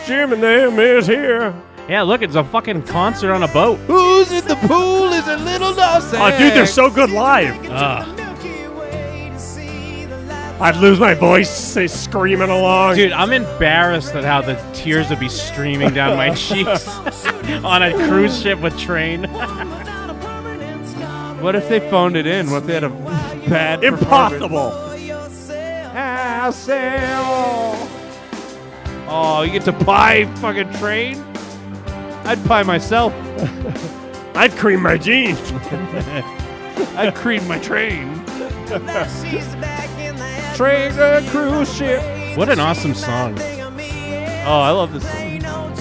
[SPEAKER 3] Jim and them is here.
[SPEAKER 5] yeah, look, it's a fucking concert on a boat.
[SPEAKER 4] Who's in the pool is a little Los
[SPEAKER 3] Oh, dude, they're so good live.
[SPEAKER 5] Ah.
[SPEAKER 3] I'd lose my voice say, screaming along.
[SPEAKER 5] Dude, I'm embarrassed at how the tears would be streaming down my cheeks on a cruise ship with train.
[SPEAKER 4] What if they phoned it in? What if they had a bad
[SPEAKER 3] impossible.
[SPEAKER 4] Ah, Assail. Oh, you get to buy fucking train? I'd pie myself.
[SPEAKER 3] I'd cream my jeans.
[SPEAKER 4] I'd cream my train.
[SPEAKER 3] Train a cruise ship.
[SPEAKER 5] What an awesome song.
[SPEAKER 4] Oh, I love this song.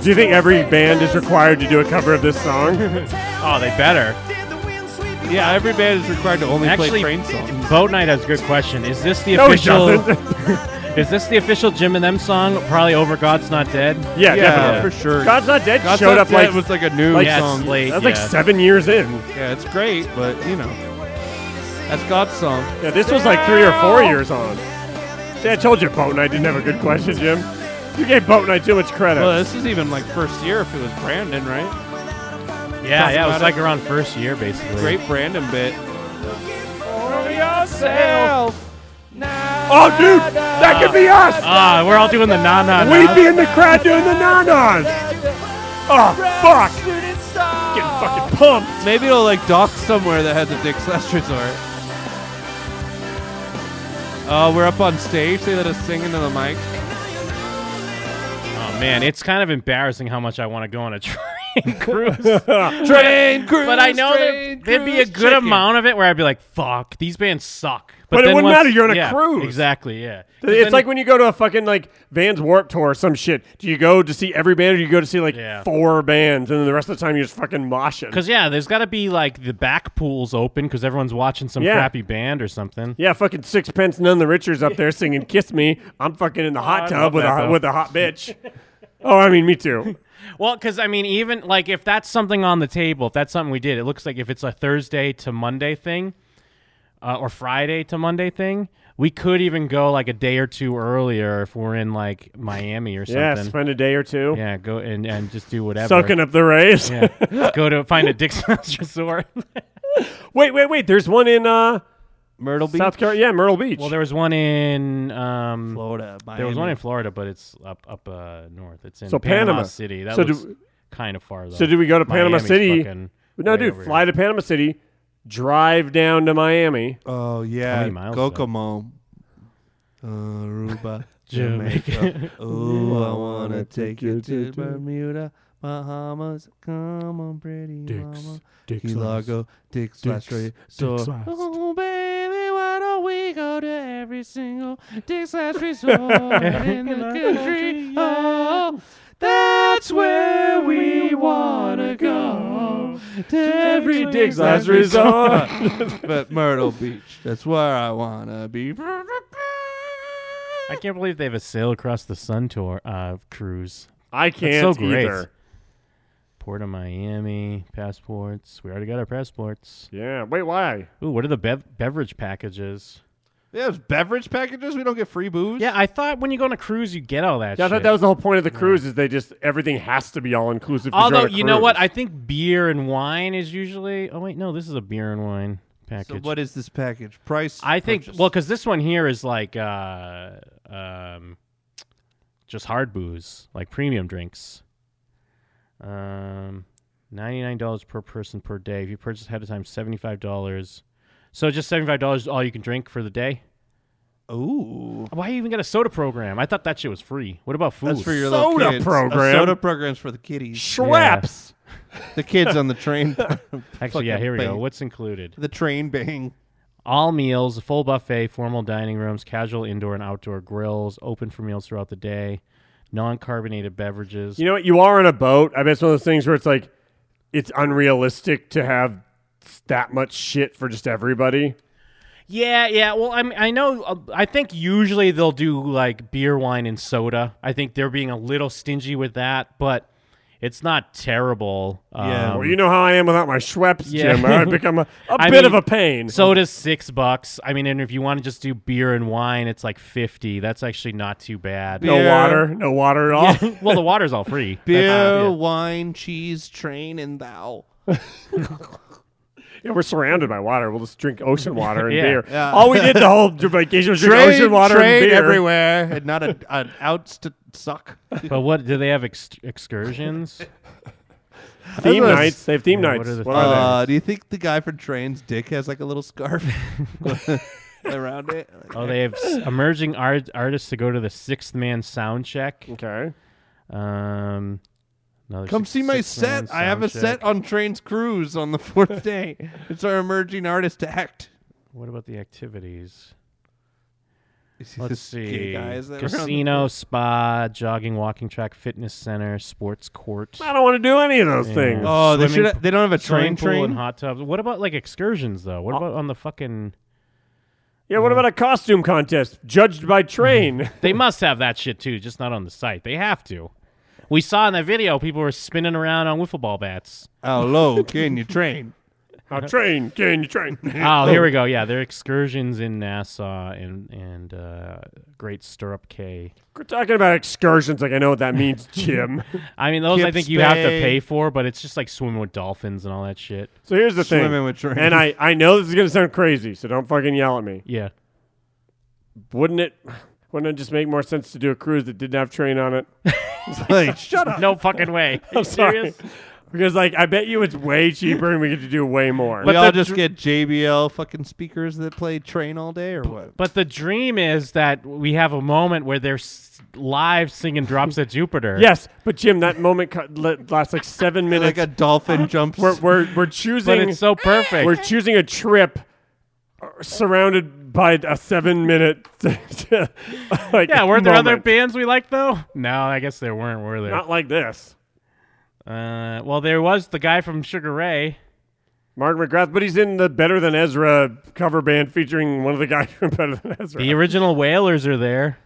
[SPEAKER 3] Do you think every band is required to do a cover of this song?
[SPEAKER 5] Oh, they better.
[SPEAKER 4] Yeah, every band is required to only play
[SPEAKER 5] Actually,
[SPEAKER 4] train songs.
[SPEAKER 5] Boat Night has a good question. Is this the
[SPEAKER 3] No, he
[SPEAKER 5] official?
[SPEAKER 3] doesn't.
[SPEAKER 5] is this the official Jim and Them song? Probably over God's Not Dead.
[SPEAKER 3] yeah,
[SPEAKER 4] yeah,
[SPEAKER 3] definitely.
[SPEAKER 4] for sure.
[SPEAKER 3] God's Not Dead
[SPEAKER 4] God
[SPEAKER 3] showed
[SPEAKER 4] Sent
[SPEAKER 3] up
[SPEAKER 4] Dead
[SPEAKER 3] like
[SPEAKER 4] was like a new
[SPEAKER 3] like-
[SPEAKER 5] yeah, it's
[SPEAKER 4] song.
[SPEAKER 5] late.
[SPEAKER 3] that's like
[SPEAKER 5] yeah.
[SPEAKER 3] seven years in.
[SPEAKER 4] Yeah, it's great, but you know, that's God's song.
[SPEAKER 3] Yeah, this was like three or four years on. See, I told you Boat Night didn't have a good question, Jim. You gave Boat Night too much credit.
[SPEAKER 4] Well, this is even like first year if it was Brandon, right?
[SPEAKER 5] yeah, yeah. It was
[SPEAKER 4] about
[SPEAKER 5] like around first year, basically.
[SPEAKER 4] Great Brandon bit.
[SPEAKER 3] oh, dude, that could be us.
[SPEAKER 5] Ah, we're all doing the na na
[SPEAKER 3] We'd
[SPEAKER 5] na.
[SPEAKER 3] be in the crowd doing the nanas. Oh, fuck. Getting fucking pumped.
[SPEAKER 4] Maybe it'll like dock somewhere that has a Dick Slash Resort. Oh, we're up on stage. They let us sing into the mic.
[SPEAKER 5] Oh man, it's kind of embarrassing how much I want to go on a train cruise.
[SPEAKER 4] Train cruise.
[SPEAKER 5] But I know there,
[SPEAKER 4] train
[SPEAKER 5] there'd be a
[SPEAKER 4] cruise,
[SPEAKER 5] good
[SPEAKER 4] chicken.
[SPEAKER 5] amount of it where I'd be like, "Fuck, these bands suck."
[SPEAKER 3] But it
[SPEAKER 5] then
[SPEAKER 3] wouldn't
[SPEAKER 5] once-
[SPEAKER 3] matter, you're on a
[SPEAKER 5] yeah,
[SPEAKER 3] cruise.
[SPEAKER 5] Exactly. Yeah. 'Cause
[SPEAKER 3] It's
[SPEAKER 5] then-
[SPEAKER 3] like when you go to a fucking like Vans Warp Tour or some shit. Do you go to see every band or do you go to see like
[SPEAKER 5] Yeah.
[SPEAKER 3] four bands and then the rest of the time you're just fucking moshing?
[SPEAKER 5] Because yeah, there's got to be like the back pools open because everyone's watching some
[SPEAKER 3] Yeah.
[SPEAKER 5] crappy band or something.
[SPEAKER 3] Yeah, fucking sixpence none the Richards up there singing "Kiss Me." I'm fucking in the hot tub with
[SPEAKER 5] Oh, that,
[SPEAKER 3] a
[SPEAKER 5] though.
[SPEAKER 3] with a hot bitch. oh, I mean, me too.
[SPEAKER 5] Well, because I mean, even like if that's something on the table, if that's something we did, it looks like if it's a Thursday to Monday thing, uh, or Friday to Monday thing, we could even go like a day or two earlier if we're in like Miami or
[SPEAKER 3] Yeah,
[SPEAKER 5] something.
[SPEAKER 3] spend a day or two
[SPEAKER 5] Yeah, go and, and just do whatever.
[SPEAKER 3] soaking up the rays.
[SPEAKER 5] Yeah. Let's go to find a Dick's Resort.
[SPEAKER 3] wait, wait, wait. There's one in uh,
[SPEAKER 4] Myrtle Beach,
[SPEAKER 3] South Carolina. Yeah, Myrtle Beach.
[SPEAKER 5] well, there was one in um,
[SPEAKER 4] Florida.
[SPEAKER 5] there was one
[SPEAKER 4] Miami.
[SPEAKER 5] in Florida, but it's up up uh, north. It's in
[SPEAKER 3] So
[SPEAKER 5] Panama,
[SPEAKER 3] Panama.
[SPEAKER 5] City. That
[SPEAKER 3] So
[SPEAKER 5] looks
[SPEAKER 3] do-
[SPEAKER 5] kind of far though.
[SPEAKER 3] so did we go to Panama
[SPEAKER 5] Miami's
[SPEAKER 3] City?
[SPEAKER 5] fucking
[SPEAKER 3] no,
[SPEAKER 5] way
[SPEAKER 3] dude,
[SPEAKER 5] over
[SPEAKER 3] fly
[SPEAKER 5] here.
[SPEAKER 3] to Panama City, drive down to Miami.
[SPEAKER 4] Oh yeah,
[SPEAKER 5] How many miles, though?
[SPEAKER 4] Kokomo, Aruba,
[SPEAKER 5] Jamaica.
[SPEAKER 4] Jamaica. Ooh, I wanna take you to Bermuda, Bahamas. Come on, pretty mama,
[SPEAKER 3] Dick's
[SPEAKER 4] Key
[SPEAKER 3] Last.
[SPEAKER 4] Largo, Dick's Slash Resort.
[SPEAKER 3] Dick's Last.
[SPEAKER 4] Oh baby, why don't we go to every single Dick's Slash Resort in the country? Oh. That's where we wanna go to every Dick's Last Resort but Myrtle Beach. That's where I wanna be.
[SPEAKER 5] I can't believe they have a sail across the sun tour uh, cruise.
[SPEAKER 3] I
[SPEAKER 5] That's
[SPEAKER 3] can't
[SPEAKER 5] so great.
[SPEAKER 3] either.
[SPEAKER 5] Port of Miami passports. We already got our passports.
[SPEAKER 3] Yeah. Wait, why?
[SPEAKER 5] Ooh, what are the bev- beverage packages?
[SPEAKER 4] There's beverage packages. We don't get free booze.
[SPEAKER 5] Yeah, I thought when you go on a cruise, you get all that.
[SPEAKER 3] Yeah, I
[SPEAKER 5] shit.
[SPEAKER 3] thought that was the whole point of the cruise is they just everything has to be all inclusive.
[SPEAKER 5] Although you know what, I think beer and wine is usually. Oh wait, no, this is a beer and wine
[SPEAKER 4] So
[SPEAKER 5] package.
[SPEAKER 4] what is this package? Price.
[SPEAKER 5] I think
[SPEAKER 4] purchase.
[SPEAKER 5] well, because this one here is like uh, um, just hard booze, like premium drinks. Um, ninety nine dollars per person per day. If you purchase ahead of time, seventy five dollars. So just seventy five dollars all you can drink for the day.
[SPEAKER 4] Ooh.
[SPEAKER 5] Why you even got a soda program? I thought that shit was free. What about food?
[SPEAKER 4] That's for your
[SPEAKER 3] Soda
[SPEAKER 4] little kids.
[SPEAKER 3] program.
[SPEAKER 4] A soda programs for the kiddies.
[SPEAKER 3] Schweppes.
[SPEAKER 4] the kids on the train.
[SPEAKER 5] Actually, yeah.
[SPEAKER 4] fucking
[SPEAKER 5] Here we go.
[SPEAKER 4] bait.
[SPEAKER 5] What's included?
[SPEAKER 4] the train bang.
[SPEAKER 5] All meals, a full buffet, formal dining rooms, casual indoor and outdoor grills, open for meals throughout the day, non carbonated beverages.
[SPEAKER 3] You know what? You are on a boat. I bet it's one of those things where it's like it's unrealistic to have that much shit for just everybody.
[SPEAKER 5] Yeah, yeah. Well, I mean, I know. uh, I think usually they'll do like beer, wine, and soda. I think they're being a little stingy with that, but it's not terrible.
[SPEAKER 4] Yeah.
[SPEAKER 5] Um,
[SPEAKER 3] well, you know how I am without my Schweppes,
[SPEAKER 5] Yeah.
[SPEAKER 3] Jim. I become a, a
[SPEAKER 5] I
[SPEAKER 3] bit
[SPEAKER 5] mean,
[SPEAKER 3] of a pain.
[SPEAKER 5] soda's six bucks. I mean, and if you want to just do beer and wine, it's like fifty. That's actually not too bad.
[SPEAKER 3] no
[SPEAKER 4] Beer.
[SPEAKER 3] water, no water at all.
[SPEAKER 5] Yeah. well, the water's all free. Uh, That's-
[SPEAKER 4] Beer,
[SPEAKER 5] yeah.
[SPEAKER 4] wine, cheese, train, and thou.
[SPEAKER 3] Yeah, we're surrounded by water. We'll just drink ocean water and
[SPEAKER 5] Yeah.
[SPEAKER 3] beer.
[SPEAKER 4] Yeah.
[SPEAKER 3] All we did the whole vacation was drink ocean water
[SPEAKER 4] train
[SPEAKER 3] and beer.
[SPEAKER 4] everywhere, and not a, an ounce to suck.
[SPEAKER 5] But what do they have? Ex- excursions?
[SPEAKER 3] Theme
[SPEAKER 4] That was-
[SPEAKER 3] nights. They have theme
[SPEAKER 5] Yeah,
[SPEAKER 3] nights.
[SPEAKER 5] what are the
[SPEAKER 3] What are
[SPEAKER 4] Uh, do you think the guy from Train's dick has like a little scarf around it? Like,
[SPEAKER 5] Oh, they have s- emerging art- artists to go to the Sixth Man sound check.
[SPEAKER 3] they? Okay.
[SPEAKER 5] Um, another
[SPEAKER 4] Come
[SPEAKER 5] six-
[SPEAKER 4] see my
[SPEAKER 5] six man
[SPEAKER 4] set. I have a
[SPEAKER 5] sound
[SPEAKER 4] set
[SPEAKER 5] check.
[SPEAKER 4] on Trains Cruise on the fourth day. It's our emerging artist act.
[SPEAKER 5] What about the activities?
[SPEAKER 4] You see
[SPEAKER 5] Let's
[SPEAKER 4] this
[SPEAKER 5] see.
[SPEAKER 4] gay guys that were on the-
[SPEAKER 5] Casino, spa, jogging, walking track, fitness center, sports court.
[SPEAKER 3] I don't want to do any of those
[SPEAKER 5] Yeah.
[SPEAKER 3] things.
[SPEAKER 4] Oh, they
[SPEAKER 5] Swimming
[SPEAKER 4] should. They don't have a train
[SPEAKER 5] swimming pool
[SPEAKER 4] train. Oh.
[SPEAKER 5] and hot tubs. What about like excursions though? What about on the fucking?
[SPEAKER 3] yeah, what about a costume contest judged by train?
[SPEAKER 5] They must have that shit too, just not on the site. They have to. We saw in that video people were spinning around on wiffle ball bats.
[SPEAKER 4] How low can you train?
[SPEAKER 3] a train, can you train?
[SPEAKER 5] Oh, here we go. Yeah, there are excursions in Nassau and and uh, Great Stirrup Cay.
[SPEAKER 3] We're talking about excursions like I know what that means, Jim.
[SPEAKER 5] I mean, those I
[SPEAKER 4] Kipps
[SPEAKER 5] think you have to
[SPEAKER 4] Bay.
[SPEAKER 5] pay for, but it's just like swimming with dolphins and all that shit.
[SPEAKER 3] So here's the thing.
[SPEAKER 4] Swimming with trains.
[SPEAKER 3] And I, I know this is going to sound crazy, so don't fucking yell at me.
[SPEAKER 5] Yeah.
[SPEAKER 3] Wouldn't it wouldn't it just make more sense to do a cruise that didn't have train on it?
[SPEAKER 4] Like, shut up.
[SPEAKER 5] No fucking way.
[SPEAKER 3] I'm sorry. Because like I bet you it's way cheaper and we get to do way more.
[SPEAKER 4] we
[SPEAKER 5] But
[SPEAKER 4] all
[SPEAKER 5] the
[SPEAKER 4] just get
[SPEAKER 5] dr-
[SPEAKER 4] JBL fucking speakers that play train all day or what?
[SPEAKER 5] But the dream is that we have a moment where they're s- live singing Drops at Jupiter.
[SPEAKER 3] yes, but Jim, that moment co- la- lasts like seven minutes.
[SPEAKER 4] Like a dolphin jumps.
[SPEAKER 3] we're, we're we're choosing
[SPEAKER 5] But it's so perfect.
[SPEAKER 3] we're choosing a trip uh, surrounded by a seven minute like
[SPEAKER 5] yeah, were there other
[SPEAKER 3] moment.
[SPEAKER 5] bands we liked though? No, I guess there weren't, were there?
[SPEAKER 3] not like this.
[SPEAKER 5] Uh, well, there was the guy from Sugar Ray.
[SPEAKER 3] Mark McGrath, but he's in the Better Than Ezra cover band featuring one of the guys from Better Than Ezra.
[SPEAKER 5] The original Whalers are there.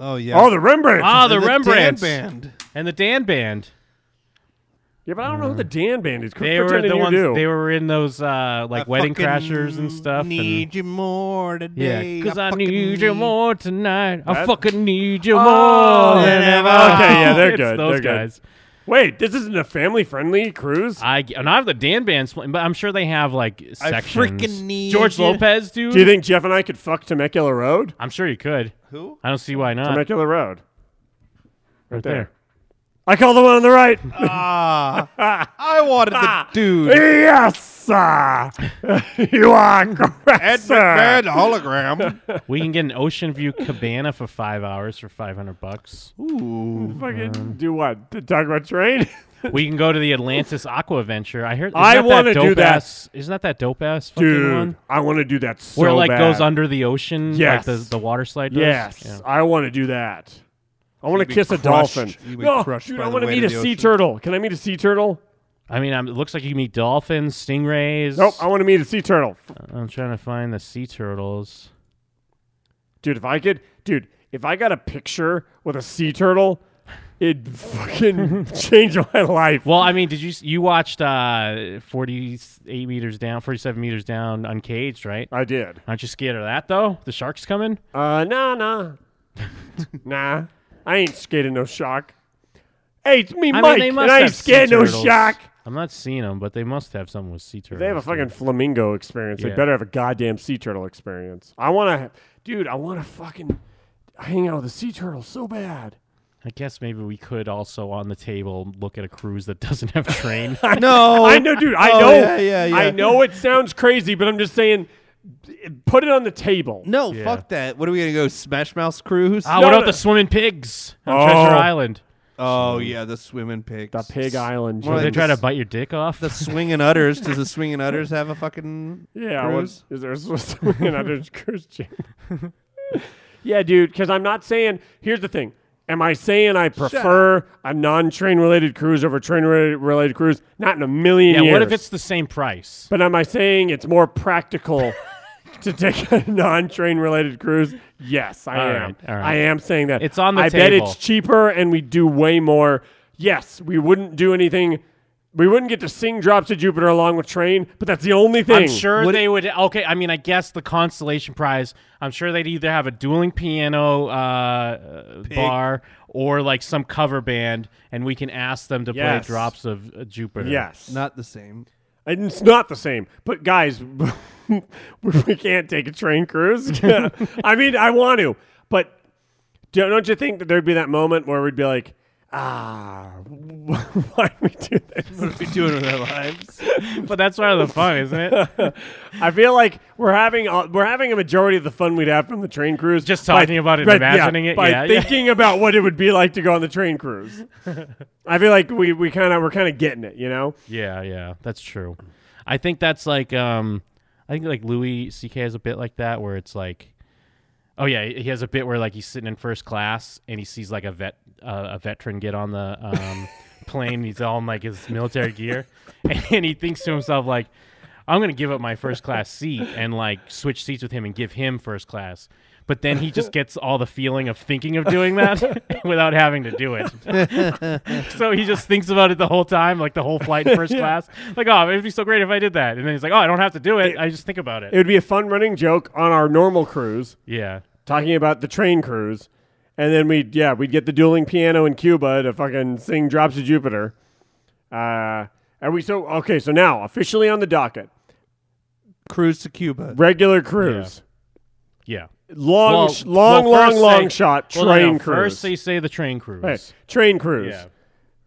[SPEAKER 4] oh yeah.
[SPEAKER 3] oh, the Rembrandt.
[SPEAKER 5] Ah, the,
[SPEAKER 4] And Dan
[SPEAKER 5] Rembrandts
[SPEAKER 4] band.
[SPEAKER 5] and the Dan Band.
[SPEAKER 3] yeah, but I don't know who the Dan band is. Quit
[SPEAKER 5] They were
[SPEAKER 3] pretending
[SPEAKER 5] the
[SPEAKER 3] you
[SPEAKER 5] ones.
[SPEAKER 3] do.
[SPEAKER 5] They were in those uh, like
[SPEAKER 4] I
[SPEAKER 5] Wedding
[SPEAKER 4] fucking
[SPEAKER 5] Crashers and stuff.
[SPEAKER 4] Need
[SPEAKER 5] and,
[SPEAKER 4] you more
[SPEAKER 5] yeah,
[SPEAKER 4] today.
[SPEAKER 5] because I,
[SPEAKER 4] fucking
[SPEAKER 5] need you more tonight. I
[SPEAKER 3] That-
[SPEAKER 5] fucking need you
[SPEAKER 3] Oh,
[SPEAKER 5] more than
[SPEAKER 4] yeah,
[SPEAKER 5] ever.
[SPEAKER 3] okay, yeah, they're
[SPEAKER 5] It's
[SPEAKER 3] good,
[SPEAKER 5] Those
[SPEAKER 3] they're good.
[SPEAKER 5] guys.
[SPEAKER 3] Wait, this isn't a family friendly cruise?
[SPEAKER 5] I and I have the Dan Band, spl- but I'm sure they have like
[SPEAKER 4] I
[SPEAKER 5] sections.
[SPEAKER 4] freaking need
[SPEAKER 5] George
[SPEAKER 4] you.
[SPEAKER 5] Lopez, dude.
[SPEAKER 3] do you think Jeff and I could fuck Temecula Road?
[SPEAKER 5] I'm sure you could.
[SPEAKER 4] Who?
[SPEAKER 5] I don't see why not.
[SPEAKER 3] Temecula Road.
[SPEAKER 5] right
[SPEAKER 3] there. I call the one on the right. Ah.
[SPEAKER 4] Ah, I wanted the dude.
[SPEAKER 3] yes, sir. you are correct, sir.
[SPEAKER 4] Bad hologram.
[SPEAKER 5] we can get an Ocean View cabana for five hours for 500 bucks.
[SPEAKER 4] Ooh.
[SPEAKER 3] Fucking do what? To talk about train?
[SPEAKER 5] We can go to the Atlantis Aqua Adventure. I heard. isn't
[SPEAKER 3] I
[SPEAKER 5] that that
[SPEAKER 3] wanna do
[SPEAKER 5] dope
[SPEAKER 3] that.
[SPEAKER 5] ass- Isn't that that dope ass fucking
[SPEAKER 3] Dude,
[SPEAKER 5] one?
[SPEAKER 3] I want to do that so
[SPEAKER 5] Where it like
[SPEAKER 3] bad.
[SPEAKER 5] goes under the ocean,
[SPEAKER 3] Yes.
[SPEAKER 5] like the, the water slide. Does?
[SPEAKER 3] Yes,
[SPEAKER 5] Yeah.
[SPEAKER 3] I want to do that. I want to
[SPEAKER 4] be
[SPEAKER 3] kiss a
[SPEAKER 4] crushed.
[SPEAKER 3] dolphin.
[SPEAKER 4] You'd be
[SPEAKER 3] No,
[SPEAKER 4] crushed
[SPEAKER 3] dude,
[SPEAKER 4] by
[SPEAKER 3] I
[SPEAKER 4] the
[SPEAKER 3] want to
[SPEAKER 4] weight
[SPEAKER 3] meet
[SPEAKER 4] of
[SPEAKER 3] a
[SPEAKER 4] the
[SPEAKER 3] sea
[SPEAKER 4] ocean.
[SPEAKER 3] turtle. Can I meet a sea turtle?
[SPEAKER 5] I mean, um, it looks like you can meet dolphins, stingrays.
[SPEAKER 3] Nope, I want to meet a sea turtle. F-
[SPEAKER 5] I'm trying to find the sea turtles.
[SPEAKER 3] Dude, if I could, dude, if I got a picture with a sea turtle, it'd fucking change my life.
[SPEAKER 5] Well, I mean, did you s- you watched uh, 48 meters down, 47 meters down, uncaged, right?
[SPEAKER 3] I did.
[SPEAKER 5] Aren't you scared of that though? The sharks coming?
[SPEAKER 3] Uh, nah, nah. nah, I ain't scared of no shark. Hey, it's me,
[SPEAKER 5] I
[SPEAKER 3] Mike,
[SPEAKER 5] mean, they must
[SPEAKER 3] and I ain't
[SPEAKER 5] have sea
[SPEAKER 3] scared of no
[SPEAKER 5] turtles.
[SPEAKER 3] shark.
[SPEAKER 5] I'm not seeing them, but they must have something with sea turtles.
[SPEAKER 3] They have a
[SPEAKER 5] too.
[SPEAKER 3] fucking flamingo experience. They
[SPEAKER 5] Yeah.
[SPEAKER 3] better have a goddamn sea turtle experience. I want to, dude. I want to fucking hang out with a sea turtle so bad.
[SPEAKER 5] I guess maybe we could also on the table look at a cruise that doesn't have train.
[SPEAKER 4] No.
[SPEAKER 3] I know, dude. I
[SPEAKER 4] Oh,
[SPEAKER 3] know.
[SPEAKER 4] yeah, yeah, yeah.
[SPEAKER 3] I know it sounds crazy, but I'm just saying, put it on the table.
[SPEAKER 4] No, fuck that. What are we gonna go? Smash Mouse cruise?
[SPEAKER 5] Ah,
[SPEAKER 3] No,
[SPEAKER 5] what about
[SPEAKER 3] no.
[SPEAKER 5] the swimming pigs on
[SPEAKER 3] Oh.
[SPEAKER 5] Treasure Island?
[SPEAKER 4] Oh yeah, the swimming pigs.
[SPEAKER 3] The Pig Island.
[SPEAKER 4] More
[SPEAKER 3] Jim.
[SPEAKER 5] Where they
[SPEAKER 4] like
[SPEAKER 5] try to
[SPEAKER 4] this-
[SPEAKER 5] bite your dick off?
[SPEAKER 4] The swinging udders. Does the swinging udders have a fucking
[SPEAKER 3] yeah. What,
[SPEAKER 4] cruise?
[SPEAKER 3] is there a Swiss another cruise ship? yeah, dude. Because I'm not saying. Here's the thing. Am I saying I prefer a non-train related cruise over train related, related cruise? Not in a million
[SPEAKER 5] yeah,
[SPEAKER 3] years.
[SPEAKER 5] what if it's the same price?
[SPEAKER 3] But am I saying it's more practical to take a non-train related cruise? Yes, I
[SPEAKER 5] All
[SPEAKER 3] am.
[SPEAKER 5] right, all right.
[SPEAKER 3] I am saying that.
[SPEAKER 5] It's on the
[SPEAKER 3] I bet
[SPEAKER 5] table.
[SPEAKER 3] it's cheaper and we do way more. Yes, we wouldn't do anything. We wouldn't get to sing Drops to Jupiter along with Train, but that's the only thing.
[SPEAKER 5] I'm sure
[SPEAKER 4] Would
[SPEAKER 5] they would. Okay, I mean, I guess the consolation prize. I'm sure they'd either have a dueling piano uh, bar or like some cover band, and we can ask them to
[SPEAKER 3] Yes.
[SPEAKER 5] play drops of uh, Jupiter.
[SPEAKER 3] Yes.
[SPEAKER 4] Not the same.
[SPEAKER 3] And it's not the same. But guys, we we can't take a train cruise. I mean, I want to, but don't, don't you think that there'd be that moment where we'd be like, ah, why do we do this?
[SPEAKER 4] What are we doing with our lives?
[SPEAKER 5] But that's part of the fun, isn't it?
[SPEAKER 3] I feel like we're having a, we're having a majority of the fun we'd have from the train cruise
[SPEAKER 5] Just talking about it, imagining it,
[SPEAKER 3] by
[SPEAKER 5] yeah, yeah.
[SPEAKER 3] thinking about what it would be like to go on the train cruise. I feel like we we kind of we're kind of getting it, you know.
[SPEAKER 5] Yeah, yeah, that's true. I think that's like um I think like Louis CK has a bit like that where it's like Oh yeah, he has a bit where like he's sitting in first class and he sees like a vet uh, a veteran get on the um plane and he's all in like his military gear and he thinks to himself like I'm going to give up my first class seat and like switch seats with him and give him first class. But then he just gets all the feeling of thinking of doing that without having to do it. So he just thinks about it the whole time, like the whole flight in first class. Like, oh, it'd be so great if I did that. And then he's like, oh, I don't have to do it. I just think about it.
[SPEAKER 3] It would be a fun running joke on our normal cruise,
[SPEAKER 5] yeah.
[SPEAKER 3] talking about the train cruise, and then we would yeah we'd get the dueling piano in Cuba to fucking sing "Drops of Jupiter." Uh, are we so okay? So now officially on the docket,
[SPEAKER 4] Cruise to Cuba.
[SPEAKER 3] regular cruise,
[SPEAKER 5] Yeah.
[SPEAKER 3] long,
[SPEAKER 5] Well,
[SPEAKER 3] sh- long,
[SPEAKER 5] well,
[SPEAKER 3] long,
[SPEAKER 5] first
[SPEAKER 3] long
[SPEAKER 5] they-
[SPEAKER 3] shot
[SPEAKER 5] well,
[SPEAKER 3] train
[SPEAKER 5] no, no,
[SPEAKER 3] cruise.
[SPEAKER 5] First, they say the train cruise.
[SPEAKER 3] Right. Train cruise,
[SPEAKER 5] Yeah.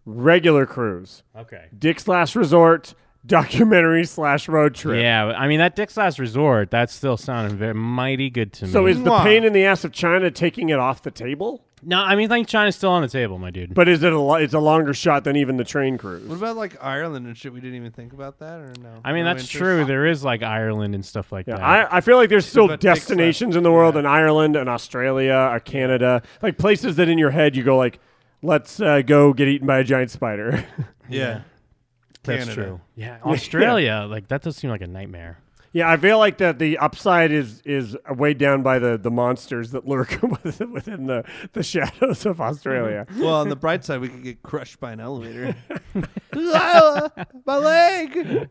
[SPEAKER 3] regular cruise,
[SPEAKER 5] Okay.
[SPEAKER 3] Dick's Last Resort, documentary slash road trip.
[SPEAKER 5] Yeah. I mean, that Dick's Last Resort, that's still sounding very mighty good to me.
[SPEAKER 3] So is the
[SPEAKER 4] Mwah.
[SPEAKER 3] pain in the ass of China taking it off the table?
[SPEAKER 5] no, I mean, I think China's still on the table, my dude.
[SPEAKER 3] But is it a lo- it's a longer shot than even the train cruise?
[SPEAKER 4] What about like Ireland and shit? We didn't even think about that, or no?
[SPEAKER 5] I mean,
[SPEAKER 4] No
[SPEAKER 5] that's
[SPEAKER 4] interest?
[SPEAKER 5] true. There is like Ireland and stuff like
[SPEAKER 3] Yeah,
[SPEAKER 5] that.
[SPEAKER 3] I, I feel like there's still
[SPEAKER 4] about Dick's Last-
[SPEAKER 3] destinations in the world in Ireland and Australia or Canada, like places that in your head you go like, let's uh, go get eaten by a giant spider.
[SPEAKER 4] Yeah.
[SPEAKER 5] that's
[SPEAKER 4] Canada.
[SPEAKER 5] true. Yeah. Australia, like, that does seem like a nightmare.
[SPEAKER 3] yeah, I feel like that the upside is is weighed down by the, the monsters that lurk within within the, the shadows of Australia.
[SPEAKER 4] Well, on the bright side, we could get crushed by an elevator. Ah, My leg.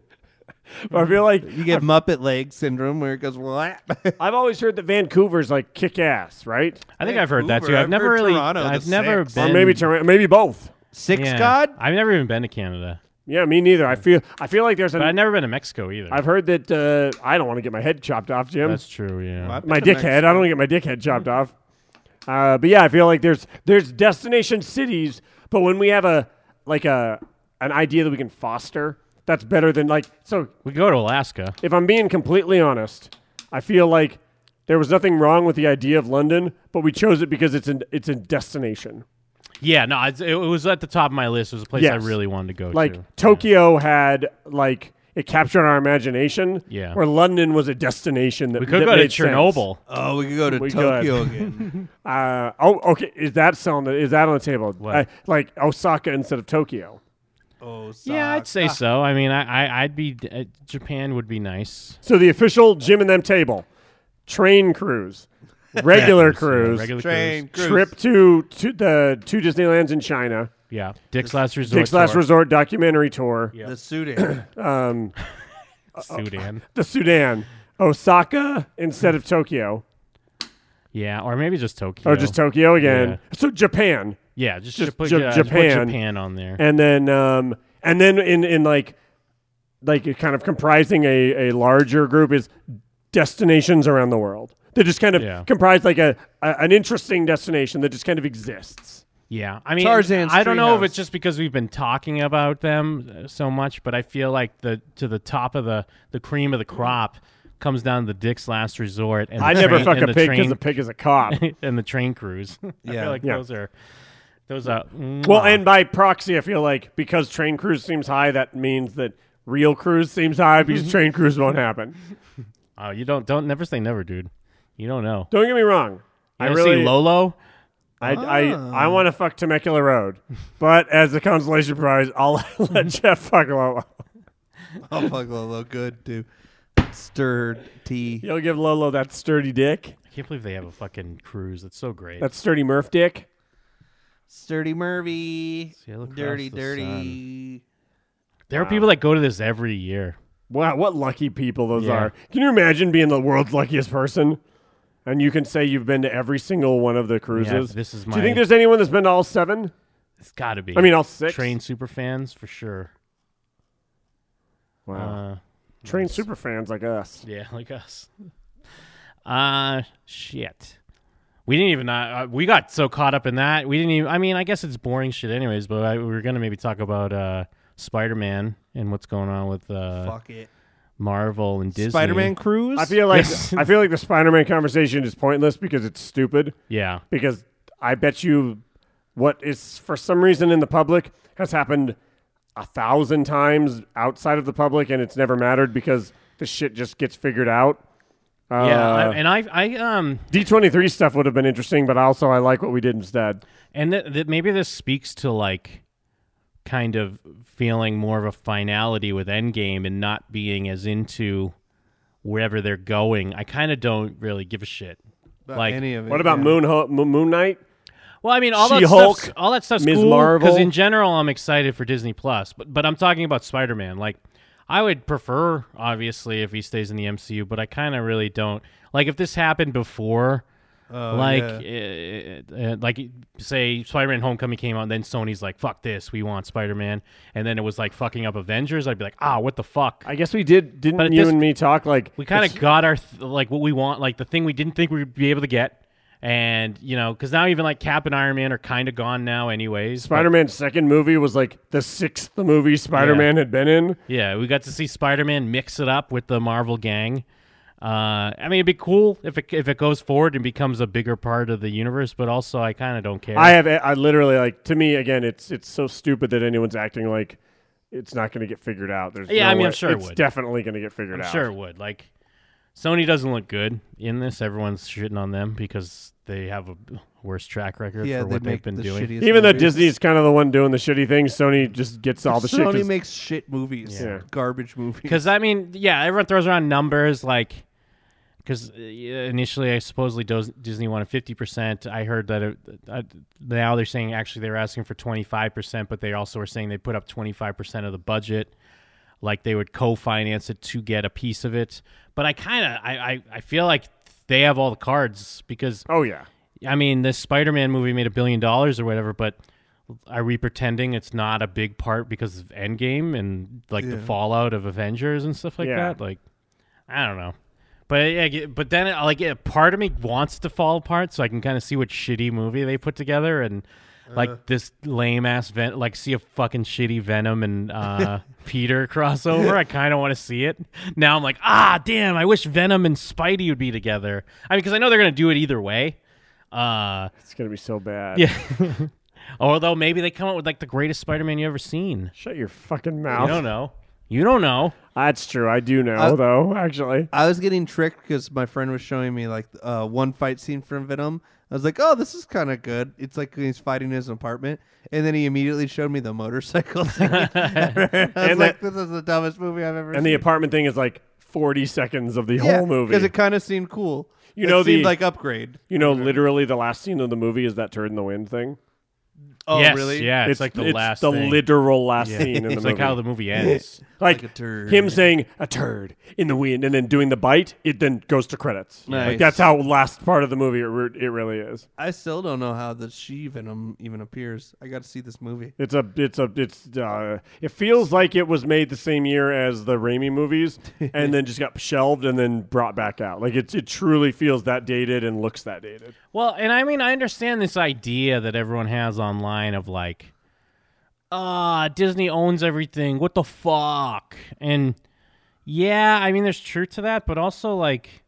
[SPEAKER 3] But I feel like
[SPEAKER 4] You get Muppet leg syndrome where it goes. Whap.
[SPEAKER 3] I've always heard that Vancouver's like kick ass, right?
[SPEAKER 5] I think I've heard that too.
[SPEAKER 4] Vancouver.
[SPEAKER 5] I've,
[SPEAKER 4] I've
[SPEAKER 5] never
[SPEAKER 4] heard
[SPEAKER 5] really.
[SPEAKER 4] Toronto, the
[SPEAKER 5] I've never
[SPEAKER 4] six.
[SPEAKER 5] been.
[SPEAKER 3] or maybe Tor- maybe both.
[SPEAKER 4] Six
[SPEAKER 5] yeah.
[SPEAKER 4] God.
[SPEAKER 5] I've never even been to Canada,
[SPEAKER 3] Yeah, me neither. I feel I feel like there's
[SPEAKER 5] but I've
[SPEAKER 3] an.
[SPEAKER 5] never been to Mexico either.
[SPEAKER 3] I've heard that uh, I don't want to get my head chopped off, Jim.
[SPEAKER 5] That's true. Yeah.
[SPEAKER 4] Well, I've
[SPEAKER 3] my
[SPEAKER 4] been to
[SPEAKER 3] dickhead. I don't want to get my dickhead chopped
[SPEAKER 5] Mm-hmm.
[SPEAKER 3] off. Uh, but yeah, I feel like there's there's destination cities, but when we have a like a an idea that we can foster, that's better than like. So
[SPEAKER 5] We go to Alaska.
[SPEAKER 3] if I'm being completely honest, I feel like there was nothing wrong with the idea of London, but we chose it because it's an it's a destination.
[SPEAKER 5] Yeah. No, it's- it, it was at the top of my list. It was a place I
[SPEAKER 3] Yes.
[SPEAKER 5] really wanted to go
[SPEAKER 3] Like
[SPEAKER 5] to.
[SPEAKER 3] Tokyo had like it captured our imagination.
[SPEAKER 5] Yeah.
[SPEAKER 3] Where London was a destination that
[SPEAKER 5] We could
[SPEAKER 3] that
[SPEAKER 5] go to
[SPEAKER 3] made sense. Uh,
[SPEAKER 5] Chernobyl.
[SPEAKER 4] Oh, we could go to
[SPEAKER 3] We
[SPEAKER 4] Tokyo again.
[SPEAKER 3] Uh, oh, okay. Is that on the, is that on the table?
[SPEAKER 5] What?
[SPEAKER 3] Uh, like Osaka instead of Tokyo.
[SPEAKER 4] Oh,
[SPEAKER 5] Yeah, I'd
[SPEAKER 3] ah.
[SPEAKER 5] say so. I mean, I, I I'd be uh, Japan would be nice.
[SPEAKER 3] So the official Jim and them table, train cruise, regular cruise,
[SPEAKER 5] regular
[SPEAKER 4] train cruise.
[SPEAKER 3] trip to, to the two Disneylands in China,
[SPEAKER 5] cruise. Yeah, Dick's Last Resort.
[SPEAKER 3] Dick's Last
[SPEAKER 5] tour.
[SPEAKER 3] Resort documentary tour,
[SPEAKER 5] Yeah.
[SPEAKER 4] The Sudan.
[SPEAKER 3] oh.
[SPEAKER 5] Sudan.
[SPEAKER 3] the Sudan, Osaka instead of Tokyo,
[SPEAKER 5] Yeah, or maybe just Tokyo.
[SPEAKER 3] or just Tokyo again.
[SPEAKER 5] Yeah.
[SPEAKER 3] So Japan,
[SPEAKER 5] Yeah, just,
[SPEAKER 3] just
[SPEAKER 5] put,
[SPEAKER 3] Ja-
[SPEAKER 5] yeah, just put
[SPEAKER 3] Japan.
[SPEAKER 5] Japan on there.
[SPEAKER 3] and then um, and then in in like like it kind of comprising a, a larger group is destinations around the world that just kind of
[SPEAKER 5] Yeah.
[SPEAKER 3] comprise like a, a an interesting destination that just kind of exists.
[SPEAKER 5] Yeah, I mean,
[SPEAKER 4] Tarzan's
[SPEAKER 5] I don't know if
[SPEAKER 4] treehouse.
[SPEAKER 5] it's just because we've been talking about them uh, so much, but I feel like the to the top of the the cream of the crop comes down to the Dick's Last Resort. And
[SPEAKER 3] I
[SPEAKER 5] the
[SPEAKER 3] never
[SPEAKER 5] train,
[SPEAKER 3] fuck
[SPEAKER 5] and
[SPEAKER 3] a
[SPEAKER 5] the
[SPEAKER 3] pig because
[SPEAKER 5] train,
[SPEAKER 3] a pig is a cop.
[SPEAKER 5] and the train cruise. I
[SPEAKER 4] Yeah.
[SPEAKER 5] feel like
[SPEAKER 3] Yeah.
[SPEAKER 5] those are those are mm,
[SPEAKER 3] well,
[SPEAKER 5] mwah.
[SPEAKER 3] and by proxy, I feel like because train cruise seems high, that means that real cruise seems high
[SPEAKER 5] Mm-hmm.
[SPEAKER 3] because train cruise won't happen.
[SPEAKER 5] oh, you don't don't never say never, dude. You don't know.
[SPEAKER 3] Don't get me wrong. I
[SPEAKER 5] You wanna see Ah.
[SPEAKER 3] really,
[SPEAKER 5] Lolo.
[SPEAKER 3] I, I, I want to fuck Temecula Road, but as a consolation prize, I'll
[SPEAKER 5] Mm-hmm.
[SPEAKER 3] let Jeff fuck Lolo.
[SPEAKER 4] oh fuck, Lolo, good dude. Stir tea.
[SPEAKER 3] You'll give Lolo that sturdy dick,
[SPEAKER 5] I can't believe they have a fucking cruise. That's so great.
[SPEAKER 3] that sturdy Murph dick.
[SPEAKER 4] Sturdy Murphy.
[SPEAKER 5] Sail across
[SPEAKER 4] Dirty,
[SPEAKER 5] the
[SPEAKER 4] dirty.
[SPEAKER 5] there are people that go to this every year.
[SPEAKER 3] Wow, what lucky people those
[SPEAKER 5] Yeah.
[SPEAKER 3] are. Can you imagine being the world's luckiest person? And you can say you've been to every single one of the cruises.
[SPEAKER 5] this is
[SPEAKER 3] Do you
[SPEAKER 5] my-
[SPEAKER 3] think there's anyone that's been to all seven?
[SPEAKER 5] It's got to be.
[SPEAKER 3] I mean, all six.
[SPEAKER 5] train super fans for sure.
[SPEAKER 3] Wow.
[SPEAKER 5] Uh,
[SPEAKER 3] Train super fans like us.
[SPEAKER 5] Yeah, like us. Uh shit. we didn't even uh, we got so caught up in that we didn't even. I mean, I guess it's boring shit, anyways. But I, we were gonna maybe talk about uh, Spider Man and what's going on with uh,
[SPEAKER 4] Fuck it.
[SPEAKER 5] Marvel and Disney.
[SPEAKER 4] Spider-Man Cruise.
[SPEAKER 3] I feel like
[SPEAKER 5] Yes.
[SPEAKER 3] I feel like the Spider-Man conversation is pointless because it's stupid.
[SPEAKER 5] Yeah.
[SPEAKER 3] Because I bet you what is for some reason in the public has happened a thousand times outside of the public, and it's never mattered because the shit just gets figured out. Uh,
[SPEAKER 5] Yeah, I, and I, I, um,
[SPEAKER 3] D twenty three stuff would have been interesting, but also I like what we did instead.
[SPEAKER 5] and that th- maybe this speaks to like kind of feeling more of a finality with Endgame and not being as into wherever they're going. I kind of don't really give a shit.
[SPEAKER 4] About
[SPEAKER 5] like-
[SPEAKER 4] any of it.
[SPEAKER 3] What about
[SPEAKER 4] yeah.
[SPEAKER 3] Moon Ho- Mo- Moon Knight?
[SPEAKER 5] Well, I mean, all that
[SPEAKER 3] She-Hulk,
[SPEAKER 5] stuff's, all that stuff's
[SPEAKER 3] Ms.
[SPEAKER 5] cool,
[SPEAKER 3] Marvel.
[SPEAKER 5] Because in general, I'm excited for Disney Plus, but but I'm talking about Spider Man. Like, I would prefer, obviously, if he stays in the MCU, but I kind of really don't. Like, if this happened before,
[SPEAKER 4] Oh,
[SPEAKER 5] like,
[SPEAKER 4] yeah.
[SPEAKER 5] uh, uh, like say Spider Man Homecoming came out, and then Sony's like, "Fuck this, we want Spider Man," and then it was like fucking up Avengers. I'd be like, "Ah, what the fuck."
[SPEAKER 3] I guess we did. Didn't
[SPEAKER 5] But at
[SPEAKER 3] you
[SPEAKER 5] this-
[SPEAKER 3] and me talk like
[SPEAKER 5] we kind
[SPEAKER 3] it's-
[SPEAKER 5] of got our th- like what we want, like the thing we didn't think we'd be able to get, and you know, because now even like Cap and Iron Man are kind of gone now, anyways. but-
[SPEAKER 3] Spider Man's second movie was like the sixth movie Spider Man had been in.
[SPEAKER 5] Yeah, we got to see Spider Man mix it up with the Marvel gang. Uh, I mean, it'd be cool if it if it goes forward and becomes a bigger part of the universe, but also I kind of don't care.
[SPEAKER 3] I have I literally like to me again. It's it's so stupid that anyone's acting like it's not going to get figured out. There's
[SPEAKER 5] Yeah,
[SPEAKER 3] no
[SPEAKER 5] I mean,
[SPEAKER 3] way-
[SPEAKER 5] I'm sure it
[SPEAKER 3] it's
[SPEAKER 5] would.
[SPEAKER 3] definitely going to get figured
[SPEAKER 5] I'm
[SPEAKER 3] out.
[SPEAKER 5] sure it would. Like, Sony doesn't look good in this. Everyone's shitting on them because they have a worse track record
[SPEAKER 4] Yeah,
[SPEAKER 5] for
[SPEAKER 4] they
[SPEAKER 5] what
[SPEAKER 4] make
[SPEAKER 5] they've been
[SPEAKER 4] the
[SPEAKER 5] doing.
[SPEAKER 4] shittiest
[SPEAKER 3] Even though
[SPEAKER 4] movies.
[SPEAKER 3] Disney's kind of the one doing the shitty thing, Sony just gets all the shit.
[SPEAKER 4] Sony
[SPEAKER 3] 'cause-
[SPEAKER 4] makes shit movies,
[SPEAKER 3] Yeah.
[SPEAKER 4] garbage movies.
[SPEAKER 5] Because I mean, yeah, everyone throws around numbers like. Because initially, I supposedly Dos- Disney wanted fifty percent. I heard that it, uh, now they're saying actually they were asking for twenty five percent, but they also were saying they put up twenty five percent of the budget, like they would co finance it to get a piece of it. But I kind of I, I I feel like they have all the cards because
[SPEAKER 3] oh yeah,
[SPEAKER 5] I mean, this Spider Man movie made a billion dollars or whatever, but are we pretending it's not a big part because of Endgame and like the
[SPEAKER 4] Yeah.
[SPEAKER 5] fallout of Avengers and stuff like
[SPEAKER 3] Yeah.
[SPEAKER 5] that? Like, I don't know. But yeah, I get- but then like a part of me wants to fall apart so I can kind of see what shitty movie they put together and like this lame ass vent like see a fucking shitty Venom and uh, Peter crossover. I kind of want to see it now. I'm like, ah, damn! I wish Venom and Spidey would be together. I mean, because I know they're gonna do it either way. Uh,
[SPEAKER 3] it's going to be so bad.
[SPEAKER 5] yeah. Although maybe they come up with like the greatest Spider-Man you ever seen.
[SPEAKER 3] Shut your fucking
[SPEAKER 5] You
[SPEAKER 3] mouth.
[SPEAKER 5] don't know. You don't know.
[SPEAKER 3] That's true. I do know
[SPEAKER 4] I-
[SPEAKER 3] though. Actually,
[SPEAKER 4] I was getting tricked because my friend was showing me like uh, one fight scene from Venom. I was like, "Oh, this is kind of good." It's like he's fighting in his apartment, and then he immediately showed me the motorcycle scene. I was
[SPEAKER 3] And
[SPEAKER 4] like,
[SPEAKER 3] that-
[SPEAKER 4] "This is the dumbest movie I've ever."
[SPEAKER 3] and the apartment thing is like forty seconds of the
[SPEAKER 4] seen.
[SPEAKER 3] whole movie.
[SPEAKER 4] because it kind of seemed cool.
[SPEAKER 3] You
[SPEAKER 4] It
[SPEAKER 3] know
[SPEAKER 4] seemed
[SPEAKER 3] the-
[SPEAKER 4] like upgrade.
[SPEAKER 3] you know, literally the last scene of the movie is that turd in the wind thing.
[SPEAKER 4] Oh,
[SPEAKER 5] yes,
[SPEAKER 4] really?
[SPEAKER 5] Yeah, it's, like the last
[SPEAKER 3] the
[SPEAKER 5] thing.
[SPEAKER 3] literal last scene in the
[SPEAKER 5] it's
[SPEAKER 3] movie.
[SPEAKER 5] like how the movie ends.
[SPEAKER 3] like,
[SPEAKER 4] Like a turd.
[SPEAKER 3] him saying a turd in the wind and then doing the bite it then goes to credits like
[SPEAKER 4] Nice.
[SPEAKER 3] that's how last part of the movie it, re- it really is
[SPEAKER 4] I still don't know how the she venom even appears. I got to see this movie.
[SPEAKER 3] it's a it's a it's uh it feels like it was made the same year as the Raimi movies and then just got shelved and then brought back out like it, it truly feels that dated and looks that dated
[SPEAKER 5] Well, and I mean, I understand this idea that everyone has online of like, ah, Disney owns everything. What the fuck? And yeah, I mean, there's truth to that, but also like,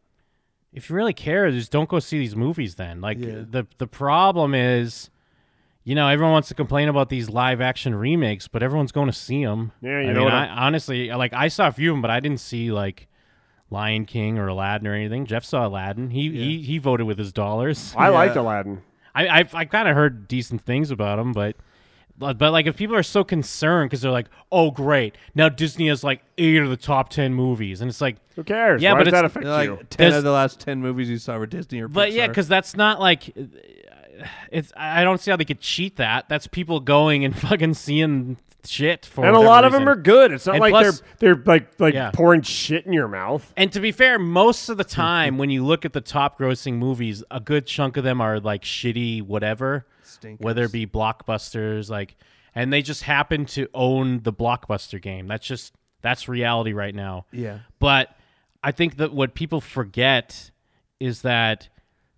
[SPEAKER 5] if you really care, just don't go see these movies. Then, like,
[SPEAKER 4] Yeah.
[SPEAKER 5] the the problem is, you know, everyone wants to complain about these live action remakes, but everyone's going to see them.
[SPEAKER 3] Yeah, you
[SPEAKER 5] I
[SPEAKER 3] know
[SPEAKER 5] mean,
[SPEAKER 3] what
[SPEAKER 5] I,
[SPEAKER 3] I-
[SPEAKER 5] honestly, like, I saw a few of them, but I didn't see like. Lion King or Aladdin or anything. Jeff saw Aladdin. He he, he voted with his dollars.
[SPEAKER 3] I
[SPEAKER 4] Yeah.
[SPEAKER 3] liked Aladdin
[SPEAKER 5] I I've, I've kind of heard decent things about them, but but but, like if people are so concerned because they're like, oh great, now Disney has like eight of the top ten movies, and it's like,
[SPEAKER 3] who cares
[SPEAKER 5] Yeah,
[SPEAKER 3] why
[SPEAKER 5] but
[SPEAKER 3] does that
[SPEAKER 5] it's-
[SPEAKER 3] affect
[SPEAKER 4] They're
[SPEAKER 3] you
[SPEAKER 4] Like ten
[SPEAKER 5] There's-
[SPEAKER 4] of the last ten movies you saw were Disney or Pixar.
[SPEAKER 5] but yeah, because that's not like. It's I don't see how they could cheat that. That's people going and fucking seeing shit for
[SPEAKER 3] and a
[SPEAKER 5] whatever
[SPEAKER 3] lot of them
[SPEAKER 5] reason.
[SPEAKER 3] are good it's not
[SPEAKER 5] And
[SPEAKER 3] like
[SPEAKER 5] plus-
[SPEAKER 3] they're they're like like
[SPEAKER 5] Yeah.
[SPEAKER 3] pouring shit in your mouth
[SPEAKER 5] And to be fair, most of the
[SPEAKER 4] Hmm,
[SPEAKER 5] time when you look at the top grossing movies, a good chunk of them are like shitty whatever,
[SPEAKER 4] Stinkers.
[SPEAKER 5] whether it be blockbusters like and they just happen to own the blockbuster game. That's just that's reality right now.
[SPEAKER 4] yeah,
[SPEAKER 5] But I think that what people forget is that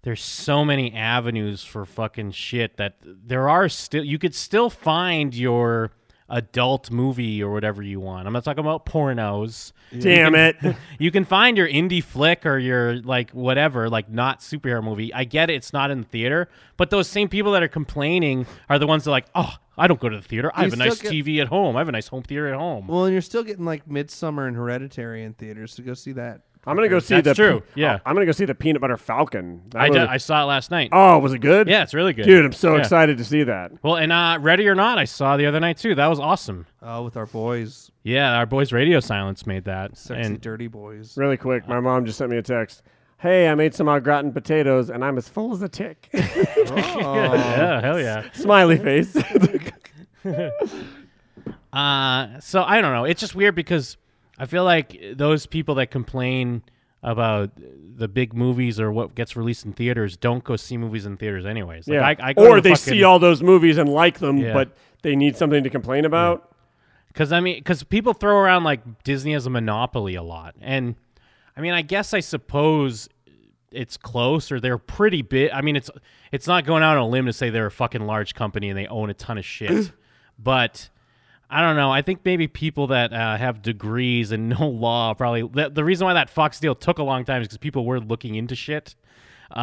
[SPEAKER 5] there's so many avenues for fucking shit that there are still you could still find your adult movie or whatever you want. I'm not talking about pornos.
[SPEAKER 3] Damn it.
[SPEAKER 5] You can find your indie flick or your like whatever, like not superhero movie. I get it, it's not in the theater, but those same people that are complaining are the ones that are like, "Oh, I don't go to the theater. I
[SPEAKER 4] You
[SPEAKER 5] have a nice
[SPEAKER 4] still get-
[SPEAKER 5] TV at home. I have a nice home theater at home."
[SPEAKER 4] Well, and you're still getting like Midsummer and Hereditary in theaters, so go see that.
[SPEAKER 3] I'm gonna go see
[SPEAKER 5] That's
[SPEAKER 3] the.
[SPEAKER 5] true, yeah.
[SPEAKER 3] I'm gonna go see the Peanut Butter Falcon. That
[SPEAKER 5] I, d-
[SPEAKER 3] movie-
[SPEAKER 5] I saw it last night.
[SPEAKER 3] oh, was it good?
[SPEAKER 5] yeah, it's really good.
[SPEAKER 3] Dude, I'm so
[SPEAKER 5] Yeah.
[SPEAKER 3] excited to see that.
[SPEAKER 5] Well, and uh, Ready or Not, I saw the other night too. That was awesome.
[SPEAKER 4] Oh, with our boys,
[SPEAKER 5] Yeah, our boys Radio Silence made that.
[SPEAKER 4] sexy
[SPEAKER 5] and
[SPEAKER 4] dirty boys.
[SPEAKER 3] Really quick, my mom just sent me a text. Hey, I made some au gratin potatoes, and I'm as full as a tick.
[SPEAKER 5] yeah, hell yeah.
[SPEAKER 3] Smiley face.
[SPEAKER 5] Uh, so I don't know. It's just weird because I feel like those people that complain about the big movies or what gets released in theaters don't go see movies in theaters anyways. Like, I, I go
[SPEAKER 3] or
[SPEAKER 5] to
[SPEAKER 3] they
[SPEAKER 5] fucking,
[SPEAKER 3] see all those movies and like them,
[SPEAKER 5] Yeah.
[SPEAKER 3] but they need something to complain about.
[SPEAKER 5] Because I mean, because people throw around like Disney has a monopoly a lot, and I mean, I guess I suppose it's close or they're pretty big. I mean, it's it's not going out on a limb to say they're a fucking large company and they own a ton of shit, but. I don't know. I think maybe people that uh, have degrees and no law probably the, the reason why that Fox deal took a long time is because people were looking into shit, uh,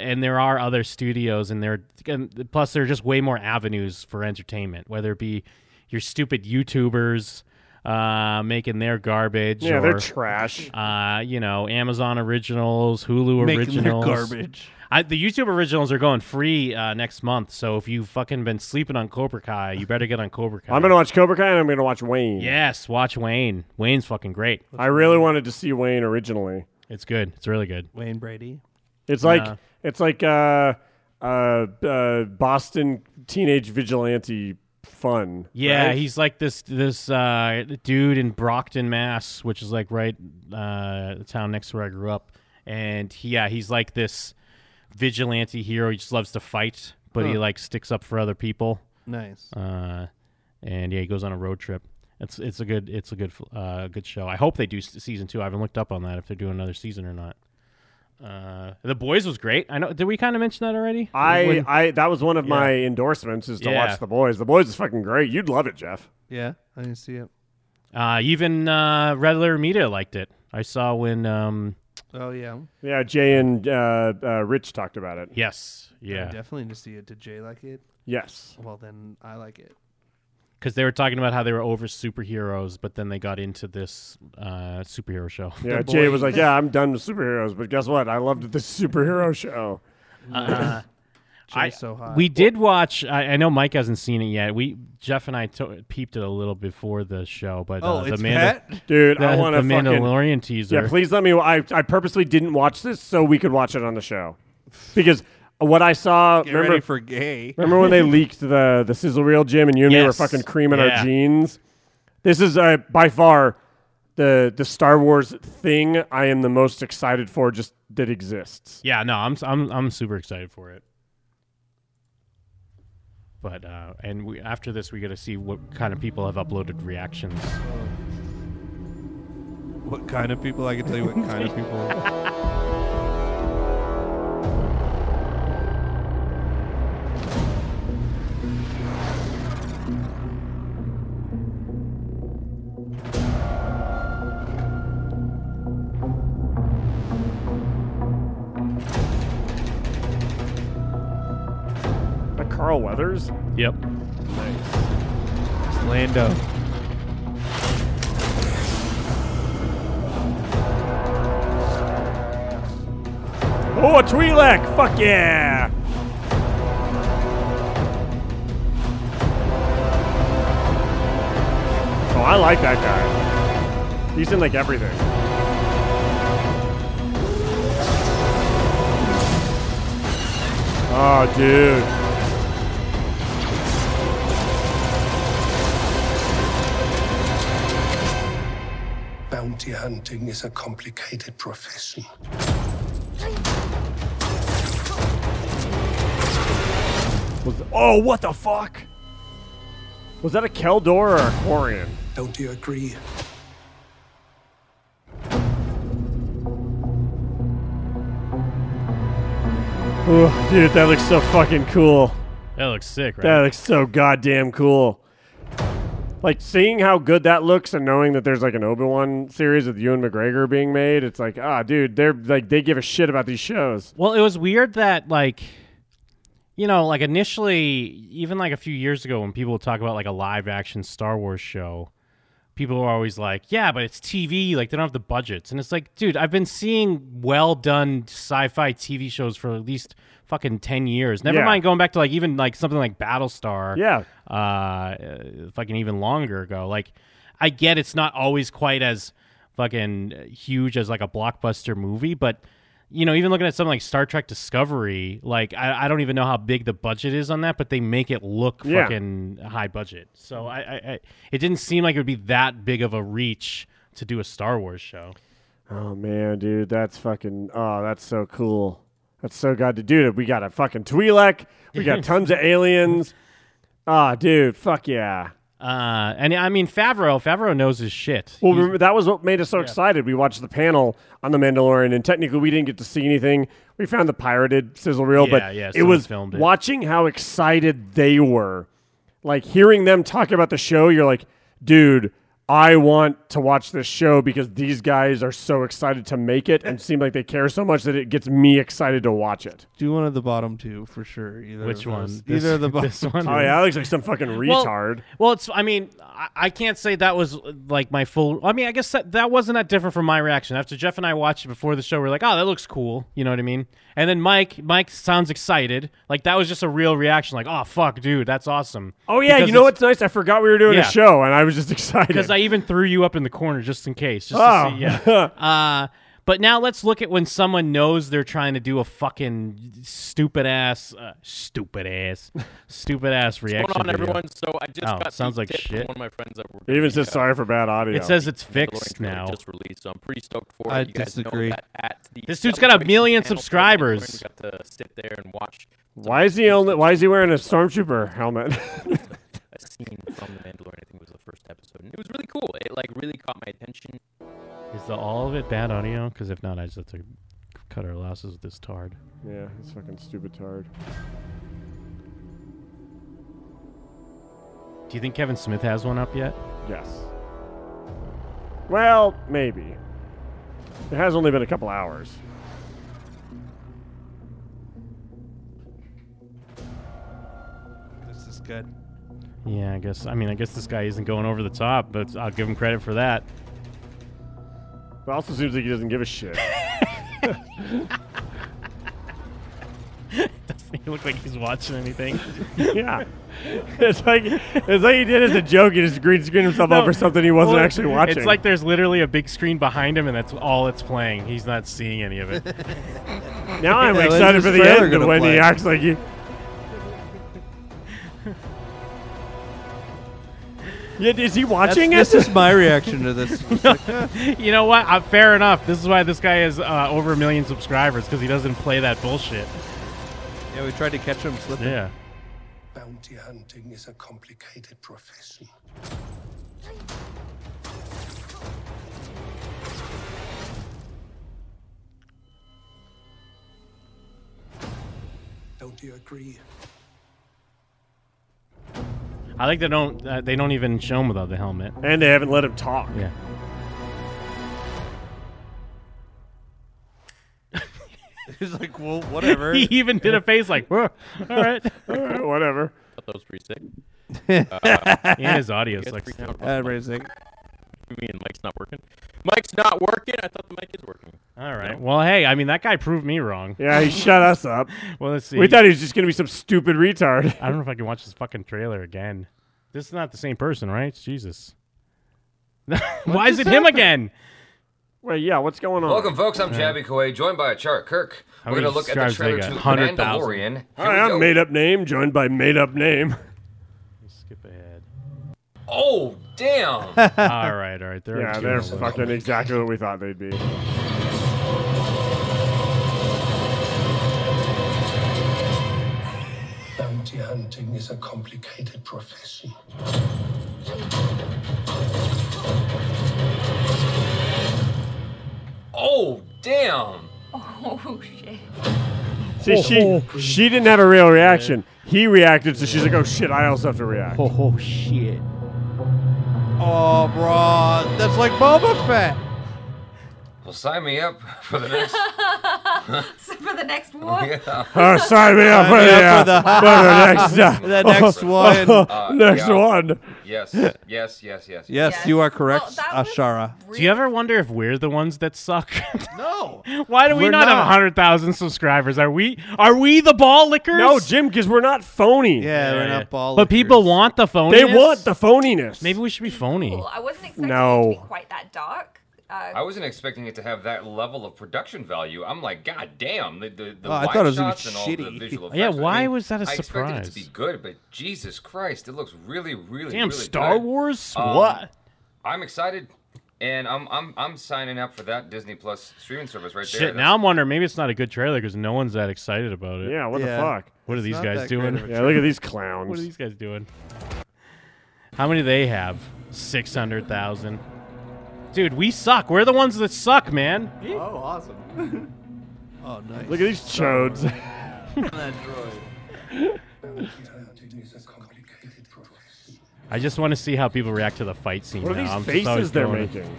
[SPEAKER 5] and there are other studios and there and plus there are just way more avenues for entertainment, whether it be your stupid YouTubers uh, making their garbage,
[SPEAKER 3] Yeah, they're
[SPEAKER 5] or,
[SPEAKER 3] trash.
[SPEAKER 5] uh, you know Amazon originals, Hulu
[SPEAKER 4] Making their
[SPEAKER 5] originals,
[SPEAKER 4] garbage.
[SPEAKER 5] I, the YouTube originals are going free uh, next month, so if you fucking been sleeping on Cobra Kai, you better get on Cobra Kai.
[SPEAKER 3] I'm gonna watch Cobra Kai and I'm gonna watch Wayne.
[SPEAKER 5] Yes, watch Wayne. Wayne's fucking great.
[SPEAKER 3] I really wanted to see Wayne originally.
[SPEAKER 5] It's good. It's really good.
[SPEAKER 4] Wayne Brady.
[SPEAKER 3] It's like
[SPEAKER 5] Nah.
[SPEAKER 3] it's like uh, uh, uh, Boston teenage vigilante fun.
[SPEAKER 5] Yeah,
[SPEAKER 3] right?
[SPEAKER 5] he's like this this uh, dude in Brockton, Mass, which is like right uh, the town next to where I grew up, and he, yeah, he's like this vigilante hero. He just loves to fight, but he like sticks up for other people.
[SPEAKER 4] Nice.
[SPEAKER 5] Uh, and yeah, he goes on a road trip. It's it's a good it's a good uh, good show. I hope they do s- season two. I haven't looked up on that if they're doing another season or not. Uh, the boys was great. I know. Did we kind of mention that already?
[SPEAKER 3] I,
[SPEAKER 5] When-
[SPEAKER 3] I that was one of
[SPEAKER 5] Yeah.
[SPEAKER 3] my endorsements is to
[SPEAKER 5] Yeah.
[SPEAKER 3] watch the boys. The boys is fucking great. You'd love it, Jeff.
[SPEAKER 4] Yeah, I didn't see it.
[SPEAKER 5] Uh, even uh, regular media liked it. I saw when. Um,
[SPEAKER 4] Oh yeah,
[SPEAKER 3] Yeah, Jay and uh, uh, Rich talked about it.
[SPEAKER 5] yes,
[SPEAKER 4] I
[SPEAKER 5] yeah,
[SPEAKER 4] definitely didn't see it. Did Jay like it?
[SPEAKER 3] Yes,
[SPEAKER 4] Well, then I like it.
[SPEAKER 5] because they were talking about how they were over superheroes, but then they got into this uh, superhero show.
[SPEAKER 3] yeah.
[SPEAKER 4] The
[SPEAKER 3] Jay was
[SPEAKER 4] Boys.
[SPEAKER 3] like, "Yeah, I'm done with superheroes, but guess what? I loved this superhero show."
[SPEAKER 4] Jay
[SPEAKER 5] I-
[SPEAKER 4] so hot.
[SPEAKER 5] We did watch. I, I know Mike hasn't seen it yet. We Jeff and I to- peeped it a little before the show, but
[SPEAKER 4] oh,
[SPEAKER 5] uh,
[SPEAKER 4] it's
[SPEAKER 5] the Manda-
[SPEAKER 4] Pat.
[SPEAKER 3] Dude, I
[SPEAKER 5] the,
[SPEAKER 3] want
[SPEAKER 5] the
[SPEAKER 3] to fucking
[SPEAKER 5] Mandalorian teaser.
[SPEAKER 3] Yeah, please let me. I, I purposely didn't watch this so we could watch it on the show because what I saw.
[SPEAKER 4] Get
[SPEAKER 3] remember,
[SPEAKER 4] ready for gay.
[SPEAKER 3] remember when they leaked the the sizzle reel, Jim, and you and me were
[SPEAKER 5] Yes.
[SPEAKER 3] fucking creaming
[SPEAKER 5] Yeah.
[SPEAKER 3] our jeans. This is uh, by far the the Star Wars thing I am the most excited for. Just that exists.
[SPEAKER 5] Yeah, no, I'm I'm I'm super excited for it. But uh, and we, after this, we got to see what kind of people have uploaded reactions.
[SPEAKER 4] What kind of people? I can tell you what kind of people.
[SPEAKER 3] Like Carl Weathers.
[SPEAKER 5] Yep.
[SPEAKER 4] It's Lando.
[SPEAKER 3] Oh, a Twi'lek! Fuck yeah! Oh, I like that guy. He's in like everything. Oh, dude.
[SPEAKER 7] Bounty hunting is a complicated profession.
[SPEAKER 3] Was oh, what the fuck? Was that a Keldor or a Quarian?
[SPEAKER 7] Don't you agree?
[SPEAKER 3] Ooh, dude, that looks so fucking cool.
[SPEAKER 5] That looks sick, right?
[SPEAKER 3] That looks so goddamn cool. Like seeing how good that looks and knowing that there's like an Obi Wan series with Ewan McGregor being made, it's like, ah, dude, they're like they give a shit about these shows.
[SPEAKER 5] Well, it was weird that like you know, like initially even like a few years ago when people would talk about like a live action Star Wars show, people were always like, "Yeah, but it's TV, like they don't have the budgets." And it's like, dude, I've been seeing well-done sci-fi TV shows for at least fucking 10 years. Never
[SPEAKER 3] Yeah.
[SPEAKER 5] mind going back to like even like something like Battlestar.
[SPEAKER 3] Yeah,
[SPEAKER 5] uh, uh, fucking even longer ago. Like, I get it's not always quite as fucking huge as like a blockbuster movie, but you know, even looking at something like Star Trek Discovery, like I, I don't even know how big the budget is on that, but they make it look
[SPEAKER 3] Yeah.
[SPEAKER 5] fucking high budget. So I, I, I, it didn't seem like it would be that big of a reach to do a Star Wars show.
[SPEAKER 3] Oh man, dude, that's fucking oh, that's so cool. That's so god to do it. We got a fucking Twi'lek. We got tons of aliens. Ah, dude, fuck yeah.
[SPEAKER 5] Uh, and I mean Favreau, Favreau knows his shit.
[SPEAKER 3] Well,
[SPEAKER 5] He's-
[SPEAKER 3] remember, that was what made us so excited. We watched the panel on The Mandalorian, and technically we didn't get to see anything. We found the pirated sizzle reel,
[SPEAKER 5] Yeah,
[SPEAKER 3] but
[SPEAKER 5] yeah,
[SPEAKER 3] it
[SPEAKER 5] someone
[SPEAKER 3] was
[SPEAKER 5] filmed it.
[SPEAKER 3] watching how excited they were. Like hearing them talk about the show, you're like, dude, I want to watch this show because these guys are so excited to make it and seem like they care so much that it gets me excited to watch it.
[SPEAKER 4] Do one of the bottom two for sure. Either
[SPEAKER 5] which
[SPEAKER 4] of
[SPEAKER 5] one?
[SPEAKER 4] those.
[SPEAKER 5] This-
[SPEAKER 4] Either of the bottom.
[SPEAKER 5] this one.
[SPEAKER 3] Oh, yeah, that looks like some fucking
[SPEAKER 5] Well-
[SPEAKER 3] retard.
[SPEAKER 5] Well, it's. I mean, I, I can't say that was uh, like my full. I mean, I guess that, that wasn't that different from my reaction after Jeff and I watched it before the show. We are like, oh, that looks cool. You know what I mean? And then Mike, Mike sounds excited. Like that was just a real reaction. Like, oh fuck, dude, that's awesome.
[SPEAKER 3] Oh, yeah,
[SPEAKER 5] Because
[SPEAKER 3] you know
[SPEAKER 5] it's-
[SPEAKER 3] what's nice? I forgot we were doing
[SPEAKER 5] Yeah.
[SPEAKER 3] a show, and I was just excited.
[SPEAKER 5] Because I even threw you up in the corner just in case. Just
[SPEAKER 3] Oh.
[SPEAKER 5] to see, yeah. Uh, but now let's look at when someone knows they're trying to do a fucking stupid ass, uh, stupid ass, stupid ass reaction.
[SPEAKER 8] going on,
[SPEAKER 5] video.
[SPEAKER 8] everyone? So I just
[SPEAKER 5] Oh,
[SPEAKER 8] got
[SPEAKER 5] sounds
[SPEAKER 8] the
[SPEAKER 5] like
[SPEAKER 8] tip from
[SPEAKER 5] shit.
[SPEAKER 8] One of my friends that were
[SPEAKER 3] It even says
[SPEAKER 8] uh,
[SPEAKER 3] sorry for bad audio.
[SPEAKER 5] It says it's
[SPEAKER 8] Mandalorian
[SPEAKER 5] fixed
[SPEAKER 8] trailer
[SPEAKER 5] now.
[SPEAKER 8] Just released, so I'm pretty stoked for it.
[SPEAKER 4] I
[SPEAKER 8] you guys know
[SPEAKER 4] disagree.
[SPEAKER 8] that at the
[SPEAKER 5] This dude's got a
[SPEAKER 8] celebration
[SPEAKER 5] million
[SPEAKER 8] panel for the
[SPEAKER 5] subscribers.
[SPEAKER 8] Mandalorian, We got to sit there and watch
[SPEAKER 3] Why is he only? Why is he wearing a stormtrooper helmet?
[SPEAKER 8] a scene from the Mandalorian. I think it was the first episode, and it was really cool. It like really caught my attention.
[SPEAKER 5] Is the all of it bad audio? Because if not, I just have to cut our losses with this tard.
[SPEAKER 3] yeah, he's fucking stupid tard.
[SPEAKER 5] Do you think Kevin Smith has one up yet?
[SPEAKER 3] Yes. Well, maybe. It has only been a couple hours.
[SPEAKER 4] This is good.
[SPEAKER 5] Yeah, I guess. I mean, I guess this guy isn't going over the top, but I'll give him credit for that.
[SPEAKER 3] But also seems like he doesn't give a shit.
[SPEAKER 5] Doesn't he look like he's watching anything?
[SPEAKER 3] yeah. It's like it's like he did as a joke. He just green screened himself
[SPEAKER 5] No.
[SPEAKER 3] up for something he wasn't
[SPEAKER 5] Well,
[SPEAKER 3] actually watching.
[SPEAKER 5] It's like there's literally a big screen behind him, and that's all it's playing. He's not seeing any of it.
[SPEAKER 3] now
[SPEAKER 4] Yeah,
[SPEAKER 3] I'm
[SPEAKER 4] when's
[SPEAKER 3] excited
[SPEAKER 4] this
[SPEAKER 3] for the
[SPEAKER 4] trailer
[SPEAKER 3] end of
[SPEAKER 4] gonna
[SPEAKER 3] when he
[SPEAKER 4] play?
[SPEAKER 3] acts like he. Yeah, is he watching
[SPEAKER 4] That's-
[SPEAKER 3] it?
[SPEAKER 4] This is my reaction to this.
[SPEAKER 5] you know what? Uh, fair enough. This is why this guy is uh, over a million subscribers because he doesn't play that bullshit.
[SPEAKER 4] yeah, we tried to catch him slipping.
[SPEAKER 5] Yeah.
[SPEAKER 7] Bounty hunting is a complicated profession. Don't you agree?
[SPEAKER 5] I like they don't uh, they don't even show him without the helmet.
[SPEAKER 3] and they haven't let him talk.
[SPEAKER 5] Yeah.
[SPEAKER 4] He's like, well, whatever.
[SPEAKER 5] He even did a face like, "Whoa, all right.
[SPEAKER 3] All right, Uh, whatever.
[SPEAKER 8] I thought that was pretty sick.
[SPEAKER 5] and his audio
[SPEAKER 8] You guys
[SPEAKER 5] sucks.
[SPEAKER 8] freaking out about
[SPEAKER 4] Uh, wait a second.
[SPEAKER 8] me and Mike's not working. Mike's not working. I thought the mic is working.
[SPEAKER 5] All right. Well, hey, I mean, that guy proved me wrong.
[SPEAKER 3] Yeah, he shut us up.
[SPEAKER 5] Well, let's see.
[SPEAKER 3] We thought he was just gonna be some stupid retard.
[SPEAKER 5] I don't know if I can watch this fucking trailer again. This is not the same person, right? Jesus. Why is it
[SPEAKER 4] just
[SPEAKER 5] him
[SPEAKER 4] happened?
[SPEAKER 5] again?
[SPEAKER 3] Wait, yeah, what's going on?
[SPEAKER 9] Welcome, folks. I'm Jabby Kuei, joined by Char Kirk.
[SPEAKER 5] How
[SPEAKER 9] We're
[SPEAKER 5] many
[SPEAKER 9] going to look at the
[SPEAKER 5] subscribers
[SPEAKER 9] trailer
[SPEAKER 5] they
[SPEAKER 9] to
[SPEAKER 5] got? 100,000.
[SPEAKER 9] Mandalorian. Here we
[SPEAKER 3] Hi,
[SPEAKER 9] go.
[SPEAKER 3] I'm made up name joined by made up name.
[SPEAKER 5] Skip ahead.
[SPEAKER 9] Oh, damn.
[SPEAKER 5] all right, all right. There
[SPEAKER 3] Yeah,
[SPEAKER 5] are
[SPEAKER 3] they're
[SPEAKER 5] two.
[SPEAKER 3] fucking exactly what we thought they'd be.
[SPEAKER 7] Bounty hunting is a complicated profession.
[SPEAKER 9] oh, damn.
[SPEAKER 10] Oh,
[SPEAKER 11] Oh shit.
[SPEAKER 3] See, she she didn't have a real reaction. He reacted, so she's like, "Oh shit, I also have to react."
[SPEAKER 11] Oh shit!
[SPEAKER 4] Oh, bro, that's like Boba Fett.
[SPEAKER 9] Well, sign me up for the next.
[SPEAKER 10] So for the next one.
[SPEAKER 9] yeah.
[SPEAKER 3] Oh, sign me up for
[SPEAKER 4] me
[SPEAKER 3] the,
[SPEAKER 4] up for
[SPEAKER 3] uh,
[SPEAKER 4] the-
[SPEAKER 3] for the next, uh,
[SPEAKER 4] The next one.
[SPEAKER 9] Uh,
[SPEAKER 3] next
[SPEAKER 9] yeah.
[SPEAKER 3] one.
[SPEAKER 9] Yes. Yes. Yes. Yes.
[SPEAKER 4] Yes,
[SPEAKER 10] Yes.
[SPEAKER 4] you are correct,
[SPEAKER 10] Well, that was
[SPEAKER 4] Ashara.
[SPEAKER 5] Do you ever wonder if we're the ones that suck?
[SPEAKER 4] No.
[SPEAKER 5] Why do we
[SPEAKER 4] We're
[SPEAKER 5] not, have
[SPEAKER 4] not.
[SPEAKER 5] 100,000 subscribers? Are we are we the ball lickers?
[SPEAKER 3] No, Jim, because we're not phony.
[SPEAKER 4] Yeah, we're
[SPEAKER 5] Yeah.
[SPEAKER 4] not ball.
[SPEAKER 5] But people
[SPEAKER 4] lickers.
[SPEAKER 5] want the phoniness.
[SPEAKER 3] They want the phoniness.
[SPEAKER 5] Maybe we should be phony.
[SPEAKER 10] Cool. I wasn't expecting it to
[SPEAKER 3] No.
[SPEAKER 10] be quite that dark. Uh,
[SPEAKER 9] I wasn't expecting it to have that level of production value. I'm like, God damn! The, the, the
[SPEAKER 4] Oh, I
[SPEAKER 9] wide
[SPEAKER 4] thought it was gonna be
[SPEAKER 9] shots and all the
[SPEAKER 4] shitty.
[SPEAKER 9] visual effects.
[SPEAKER 5] Yeah,
[SPEAKER 9] I
[SPEAKER 5] why
[SPEAKER 9] mean,
[SPEAKER 5] was that a
[SPEAKER 9] I expected it to be
[SPEAKER 5] surprise?
[SPEAKER 9] good, but Jesus Christ, it looks really, really,
[SPEAKER 5] Damn,
[SPEAKER 9] really
[SPEAKER 5] Star
[SPEAKER 9] good.
[SPEAKER 5] Wars?
[SPEAKER 9] Um,
[SPEAKER 5] what?
[SPEAKER 9] I'm excited, and I'm I'm I'm signing up for that Disney Plus streaming service right there.
[SPEAKER 5] Shit, now I'm wondering maybe it's not a good trailer because no one's that excited about it.
[SPEAKER 3] Yeah, what
[SPEAKER 4] Yeah.
[SPEAKER 3] the fuck?
[SPEAKER 5] What are these
[SPEAKER 4] not
[SPEAKER 5] guys
[SPEAKER 4] that great
[SPEAKER 5] doing?
[SPEAKER 4] of a
[SPEAKER 3] Yeah, look at these
[SPEAKER 5] What are
[SPEAKER 3] clowns.
[SPEAKER 5] these guys doing? How many do they have? 600,000. Dude, we suck. We're the ones that suck, man.
[SPEAKER 11] Oh, awesome!
[SPEAKER 4] Oh, nice.
[SPEAKER 3] Look at these chodes.
[SPEAKER 11] that droid.
[SPEAKER 7] Hunting is a complicated process.
[SPEAKER 5] I just want to see how people react to the fight scene.
[SPEAKER 3] What are
[SPEAKER 5] now.
[SPEAKER 3] these
[SPEAKER 5] I'm just always
[SPEAKER 3] faces they're
[SPEAKER 5] going-
[SPEAKER 3] making?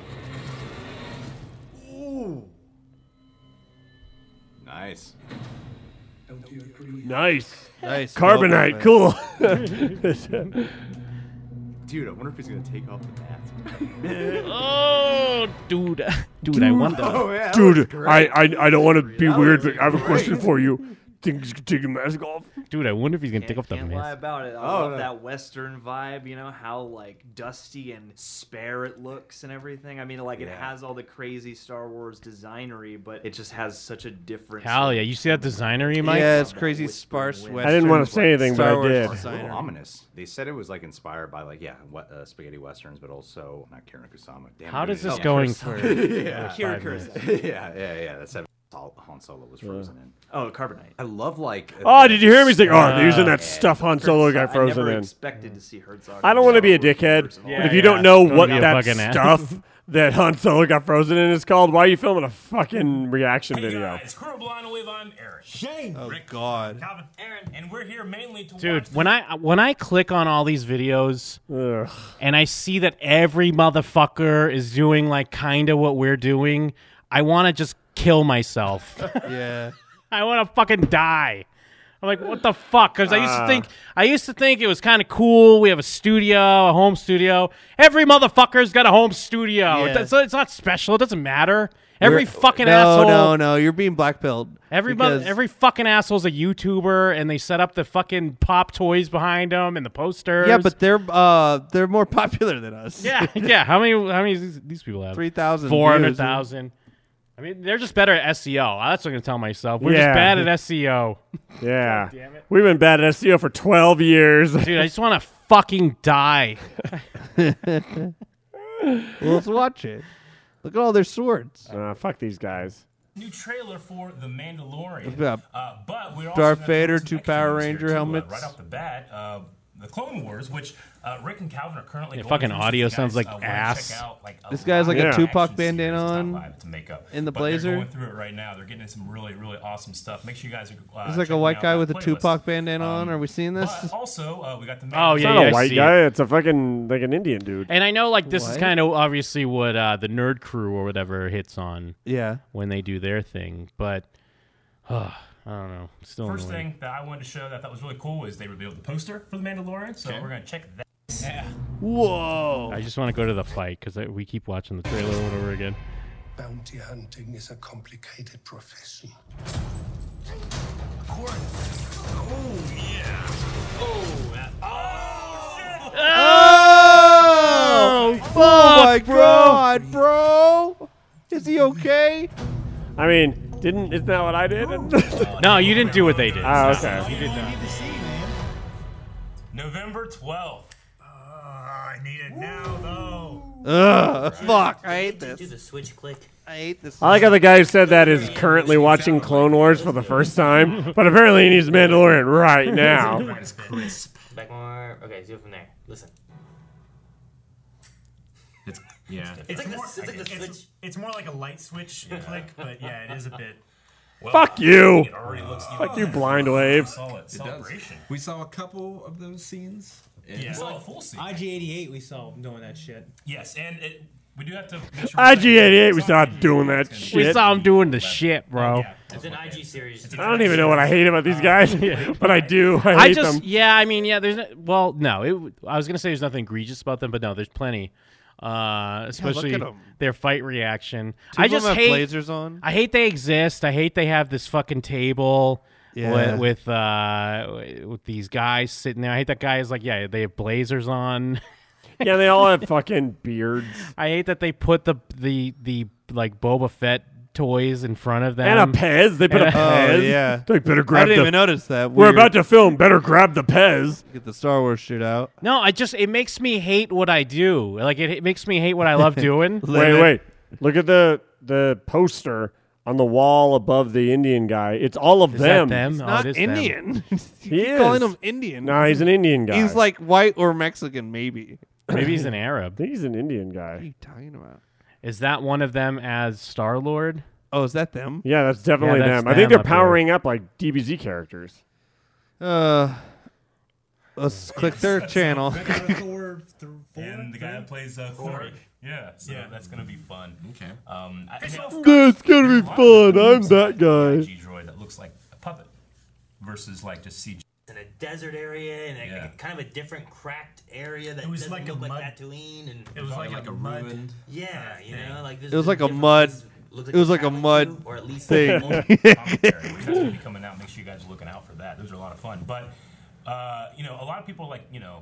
[SPEAKER 11] Nice.
[SPEAKER 7] Don't you agree?
[SPEAKER 3] Nice.
[SPEAKER 4] nice.
[SPEAKER 3] Carbonite,
[SPEAKER 4] Boba Fett.
[SPEAKER 3] cool.
[SPEAKER 11] Dude, I wonder if he's gonna take off the mask.
[SPEAKER 5] Oh, dude. Dude, I wonder.
[SPEAKER 11] Oh yeah, that was
[SPEAKER 3] Dude,
[SPEAKER 11] great.
[SPEAKER 3] I, I I don't want to be
[SPEAKER 11] That
[SPEAKER 3] weird,
[SPEAKER 11] was
[SPEAKER 3] but I have a
[SPEAKER 11] great.
[SPEAKER 3] question for you. Think you can take your mask off?
[SPEAKER 5] Dude, I wonder if he's going to
[SPEAKER 11] Can't,
[SPEAKER 5] take off the
[SPEAKER 11] can't lie
[SPEAKER 5] mask.
[SPEAKER 11] about it. I
[SPEAKER 4] Oh,
[SPEAKER 11] love
[SPEAKER 4] no.
[SPEAKER 11] that Western vibe. You know how like dusty and spare it looks and everything. I mean, like it has all the crazy Star Wars designery, but it just has such a different.
[SPEAKER 5] Hell yeah. You see that designer you might?
[SPEAKER 4] Yeah, it's
[SPEAKER 11] That
[SPEAKER 4] crazy
[SPEAKER 11] whisper
[SPEAKER 4] sparse
[SPEAKER 11] wind.
[SPEAKER 4] Western.
[SPEAKER 11] I
[SPEAKER 3] I didn't want to
[SPEAKER 4] like,
[SPEAKER 3] say anything, but
[SPEAKER 4] Star
[SPEAKER 3] I
[SPEAKER 4] Wars
[SPEAKER 3] did.
[SPEAKER 11] It's a
[SPEAKER 4] designer.
[SPEAKER 11] little
[SPEAKER 12] ominous. They said it was like inspired by like yeah, what, uh, spaghetti westerns, but also not Kieran Kusama. Damn,
[SPEAKER 5] How
[SPEAKER 12] dude,
[SPEAKER 5] does this
[SPEAKER 12] yeah.
[SPEAKER 5] going for.
[SPEAKER 12] yeah.
[SPEAKER 11] Kira
[SPEAKER 5] Five minutes.
[SPEAKER 11] Kurosawa.
[SPEAKER 12] yeah, yeah, yeah. That's how Sol- Han Solo was frozen in.
[SPEAKER 11] Oh, Carbonite.
[SPEAKER 12] I love like.
[SPEAKER 3] Oh, did you hear me? He's like, oh, they're using that
[SPEAKER 12] Yeah.
[SPEAKER 3] stuff Han Solo got
[SPEAKER 11] I
[SPEAKER 3] frozen
[SPEAKER 11] never
[SPEAKER 3] in.
[SPEAKER 11] expected to see Herzog.
[SPEAKER 3] I don't want to be a dickhead,
[SPEAKER 5] Yeah,
[SPEAKER 3] but if you
[SPEAKER 5] yeah.
[SPEAKER 3] don't know
[SPEAKER 5] Don't
[SPEAKER 3] what
[SPEAKER 5] be a
[SPEAKER 3] that
[SPEAKER 5] fucking ass.
[SPEAKER 3] stuff that Han Solo got frozen in is called, why are you filming a fucking reaction video?
[SPEAKER 2] Colonel Blind Wave, I'm Aaron. Shane!
[SPEAKER 4] Oh God.
[SPEAKER 2] Calvin, Aaron, and we're here mainly to
[SPEAKER 5] Dude, when I when I click on all these videos,
[SPEAKER 3] Ugh.
[SPEAKER 5] and I see that every motherfucker is doing like kind of what we're doing, I want to just kill myself.
[SPEAKER 4] Yeah.
[SPEAKER 5] I want to fucking die. I'm like, what the fuck? Because I used to
[SPEAKER 4] Uh.
[SPEAKER 3] Ah.
[SPEAKER 5] think I used to think it was kind of cool. We have a studio, a home studio. Every motherfucker's got a home studio.
[SPEAKER 4] Yeah.
[SPEAKER 5] It does- so it's not special. It doesn't matter. Every
[SPEAKER 4] We're- uh,
[SPEAKER 5] fucking
[SPEAKER 4] no,
[SPEAKER 5] asshole.
[SPEAKER 4] No, no, You're being blackpilled.
[SPEAKER 5] Every mo-
[SPEAKER 4] because-
[SPEAKER 5] every fucking asshole's a YouTuber, and they set up the fucking pop toys behind them and the posters.
[SPEAKER 4] Yeah, but they're uh they're more popular than us.
[SPEAKER 5] yeah, yeah. How many? How many these, these people have?
[SPEAKER 4] 3,000
[SPEAKER 5] Four hundred thousand. I mean, they're just better at SEO. That's what I'm gonna tell myself. We're
[SPEAKER 3] Yeah.
[SPEAKER 5] just bad at E SEO,
[SPEAKER 3] Yeah.
[SPEAKER 5] damn it.
[SPEAKER 3] We've been bad at SEO for 12 years.
[SPEAKER 5] dude. I just want to fucking die.
[SPEAKER 4] Well, let's watch it. Look at all their swords.
[SPEAKER 3] Uh, fuck these guys.
[SPEAKER 2] new trailer for The Mandalorian.
[SPEAKER 4] Yeah.
[SPEAKER 2] Uh, but we're also
[SPEAKER 4] Darth
[SPEAKER 2] gonna throw
[SPEAKER 4] Vader,
[SPEAKER 2] some
[SPEAKER 4] two
[SPEAKER 2] extra
[SPEAKER 4] Power
[SPEAKER 2] news here,
[SPEAKER 4] Ranger
[SPEAKER 2] too, uh,
[SPEAKER 4] helmets.
[SPEAKER 2] right off the bat, uh, the Clone Wars, which uh, Rick and Calvin are currently.
[SPEAKER 5] Yeah,
[SPEAKER 2] going
[SPEAKER 5] fucking
[SPEAKER 2] through, so if
[SPEAKER 5] audio
[SPEAKER 2] you guys,
[SPEAKER 5] sounds like
[SPEAKER 2] uh, wanna
[SPEAKER 5] ass.
[SPEAKER 2] check out, like, a
[SPEAKER 4] This guy's
[SPEAKER 2] lot
[SPEAKER 4] like a
[SPEAKER 2] of
[SPEAKER 4] Tupac
[SPEAKER 2] action scenes
[SPEAKER 4] bandana
[SPEAKER 2] in this top
[SPEAKER 4] on
[SPEAKER 2] five to make up.
[SPEAKER 4] in the
[SPEAKER 2] But they're
[SPEAKER 4] blazer.
[SPEAKER 2] going through it right now. They're getting some really, really awesome stuff. Make sure you guys are. Uh,
[SPEAKER 4] It's like a
[SPEAKER 2] checking
[SPEAKER 4] white
[SPEAKER 2] out
[SPEAKER 4] guy
[SPEAKER 2] that
[SPEAKER 4] with a
[SPEAKER 2] playlist.
[SPEAKER 4] Tupac bandana on.
[SPEAKER 2] Um,
[SPEAKER 4] Are we seeing this?
[SPEAKER 2] But also, uh, we got the.
[SPEAKER 5] Oh,
[SPEAKER 2] Mandalorian
[SPEAKER 5] yeah,
[SPEAKER 3] Not
[SPEAKER 5] yeah,
[SPEAKER 3] a
[SPEAKER 5] I
[SPEAKER 3] white
[SPEAKER 5] see
[SPEAKER 3] guy. It's a fucking, like an Indian dude.
[SPEAKER 5] And I know, like, this is
[SPEAKER 4] What?
[SPEAKER 5] kind of obviously what uh, the nerd crew or whatever hits on
[SPEAKER 4] Yeah.
[SPEAKER 5] when they do their thing, but uh, I don't know. Still
[SPEAKER 2] First
[SPEAKER 5] annoying.
[SPEAKER 2] thing that I wanted to show that I thought was really cool is they revealed the poster for The Mandalorian, so we're gonna check that.
[SPEAKER 4] Whoa.
[SPEAKER 5] I just want to go to the fight because we keep watching the trailer over and over again.
[SPEAKER 7] Bounty hunting is a complicated profession.
[SPEAKER 2] Oh yeah. Oh. That, oh. Shit.
[SPEAKER 4] Oh, fuck, my
[SPEAKER 5] bro.
[SPEAKER 4] god, bro. Is he okay?
[SPEAKER 3] I mean, didn't, isn't that what I did?
[SPEAKER 5] No, you didn't do what they did.
[SPEAKER 3] oh,
[SPEAKER 2] All
[SPEAKER 3] okay.
[SPEAKER 2] you really need to see, man. November twelfth. Oh, I need it now though.
[SPEAKER 4] Ugh. Fuck. I hate this.
[SPEAKER 2] the switch click.
[SPEAKER 4] I hate this.
[SPEAKER 3] I like how the guy who said that is currently watching Clone Wars for the first time, but apparently he needs Mandalorian right now.
[SPEAKER 2] It's crisp.
[SPEAKER 12] Back more. Okay, do it from there. Listen.
[SPEAKER 9] It's, yeah.
[SPEAKER 2] It's, more, it's, it's more like a light switch click, but yeah, it is a bit.
[SPEAKER 3] Fuck you.
[SPEAKER 13] It already looks even
[SPEAKER 3] Fuck you,
[SPEAKER 13] better.
[SPEAKER 3] Blind Wave.
[SPEAKER 13] It does. We saw a couple of those scenes. and
[SPEAKER 14] Yeah.
[SPEAKER 13] We saw a full scene.
[SPEAKER 14] IG88, we saw him doing that shit.
[SPEAKER 13] Yes, and it, we do have to.
[SPEAKER 3] IG88, we saw him doing that shit.
[SPEAKER 5] We saw him doing the shit, bro.
[SPEAKER 14] It's an IG series.
[SPEAKER 3] I don't even know what I hate about these guys, but I do. I, hate
[SPEAKER 5] just,
[SPEAKER 3] them.
[SPEAKER 5] yeah, I mean, yeah, there's, no, well, no, it, w- I was gonna say there's nothing egregious about them, but no, there's plenty. Uh, especially
[SPEAKER 4] at 'em.
[SPEAKER 5] their fight reaction.
[SPEAKER 4] Two
[SPEAKER 5] I
[SPEAKER 4] of 'em
[SPEAKER 5] just
[SPEAKER 4] have
[SPEAKER 5] hate
[SPEAKER 4] blazers on.
[SPEAKER 5] I hate they exist. I hate they have this fucking table
[SPEAKER 4] Yeah.
[SPEAKER 5] with with, uh, with these guys sitting there. I hate that guy is like, yeah, they have blazers on.
[SPEAKER 3] Yeah, they all have fucking beards.
[SPEAKER 5] I hate that they put the the the like Boba Fett toys in front of them
[SPEAKER 3] And a Pez. They put
[SPEAKER 5] Um, And
[SPEAKER 4] Oh,
[SPEAKER 3] a Pez. They better grab
[SPEAKER 4] I didn't
[SPEAKER 3] the-
[SPEAKER 4] even notice that.
[SPEAKER 3] We're about to film. Better grab the Pez.
[SPEAKER 4] Get the Star Wars shit out.
[SPEAKER 5] No, I just it makes me hate what I do. Like it, it makes me hate what I love doing.
[SPEAKER 3] Wait, wait. Look at the the poster on the wall above the Indian guy. It's all of
[SPEAKER 5] Is
[SPEAKER 3] them.
[SPEAKER 5] that them? It's Oh, not it is them.
[SPEAKER 4] Indian.
[SPEAKER 3] he
[SPEAKER 4] Keep
[SPEAKER 3] is.
[SPEAKER 4] calling him Indian.
[SPEAKER 3] No, he's an Indian guy.
[SPEAKER 4] He's like white or Mexican, maybe.
[SPEAKER 5] Maybe he's an Arab. I
[SPEAKER 3] think he's an Indian guy. What are
[SPEAKER 4] you talking about?
[SPEAKER 5] Is that one of them as Star Lord?
[SPEAKER 4] Oh, is that them?
[SPEAKER 3] Yeah, that's definitely them. I think they're powering up like DBZ characters.
[SPEAKER 4] Uh, let's click their channel.
[SPEAKER 13] and the guy that plays uh, Corey. Yeah, so that's gonna be fun. Okay. Um, I,
[SPEAKER 3] That's gonna be fun. I'm that guy.
[SPEAKER 13] droid that looks like a puppet versus like just CG.
[SPEAKER 14] In a desert area, in a, kind of a different cracked area that doesn't look like Tatooine, and
[SPEAKER 13] It was like, a, mud.
[SPEAKER 14] yeah, you know, like this.
[SPEAKER 4] It was like a
[SPEAKER 14] different
[SPEAKER 4] mud.
[SPEAKER 14] places look
[SPEAKER 4] It was like a
[SPEAKER 14] travel
[SPEAKER 4] mud
[SPEAKER 14] to, or at least
[SPEAKER 4] thing.
[SPEAKER 13] commentary, which that's gonna be coming out. Make sure you guys are looking out for that. Those are a lot of fun. But uh, you know, a lot of people like you know,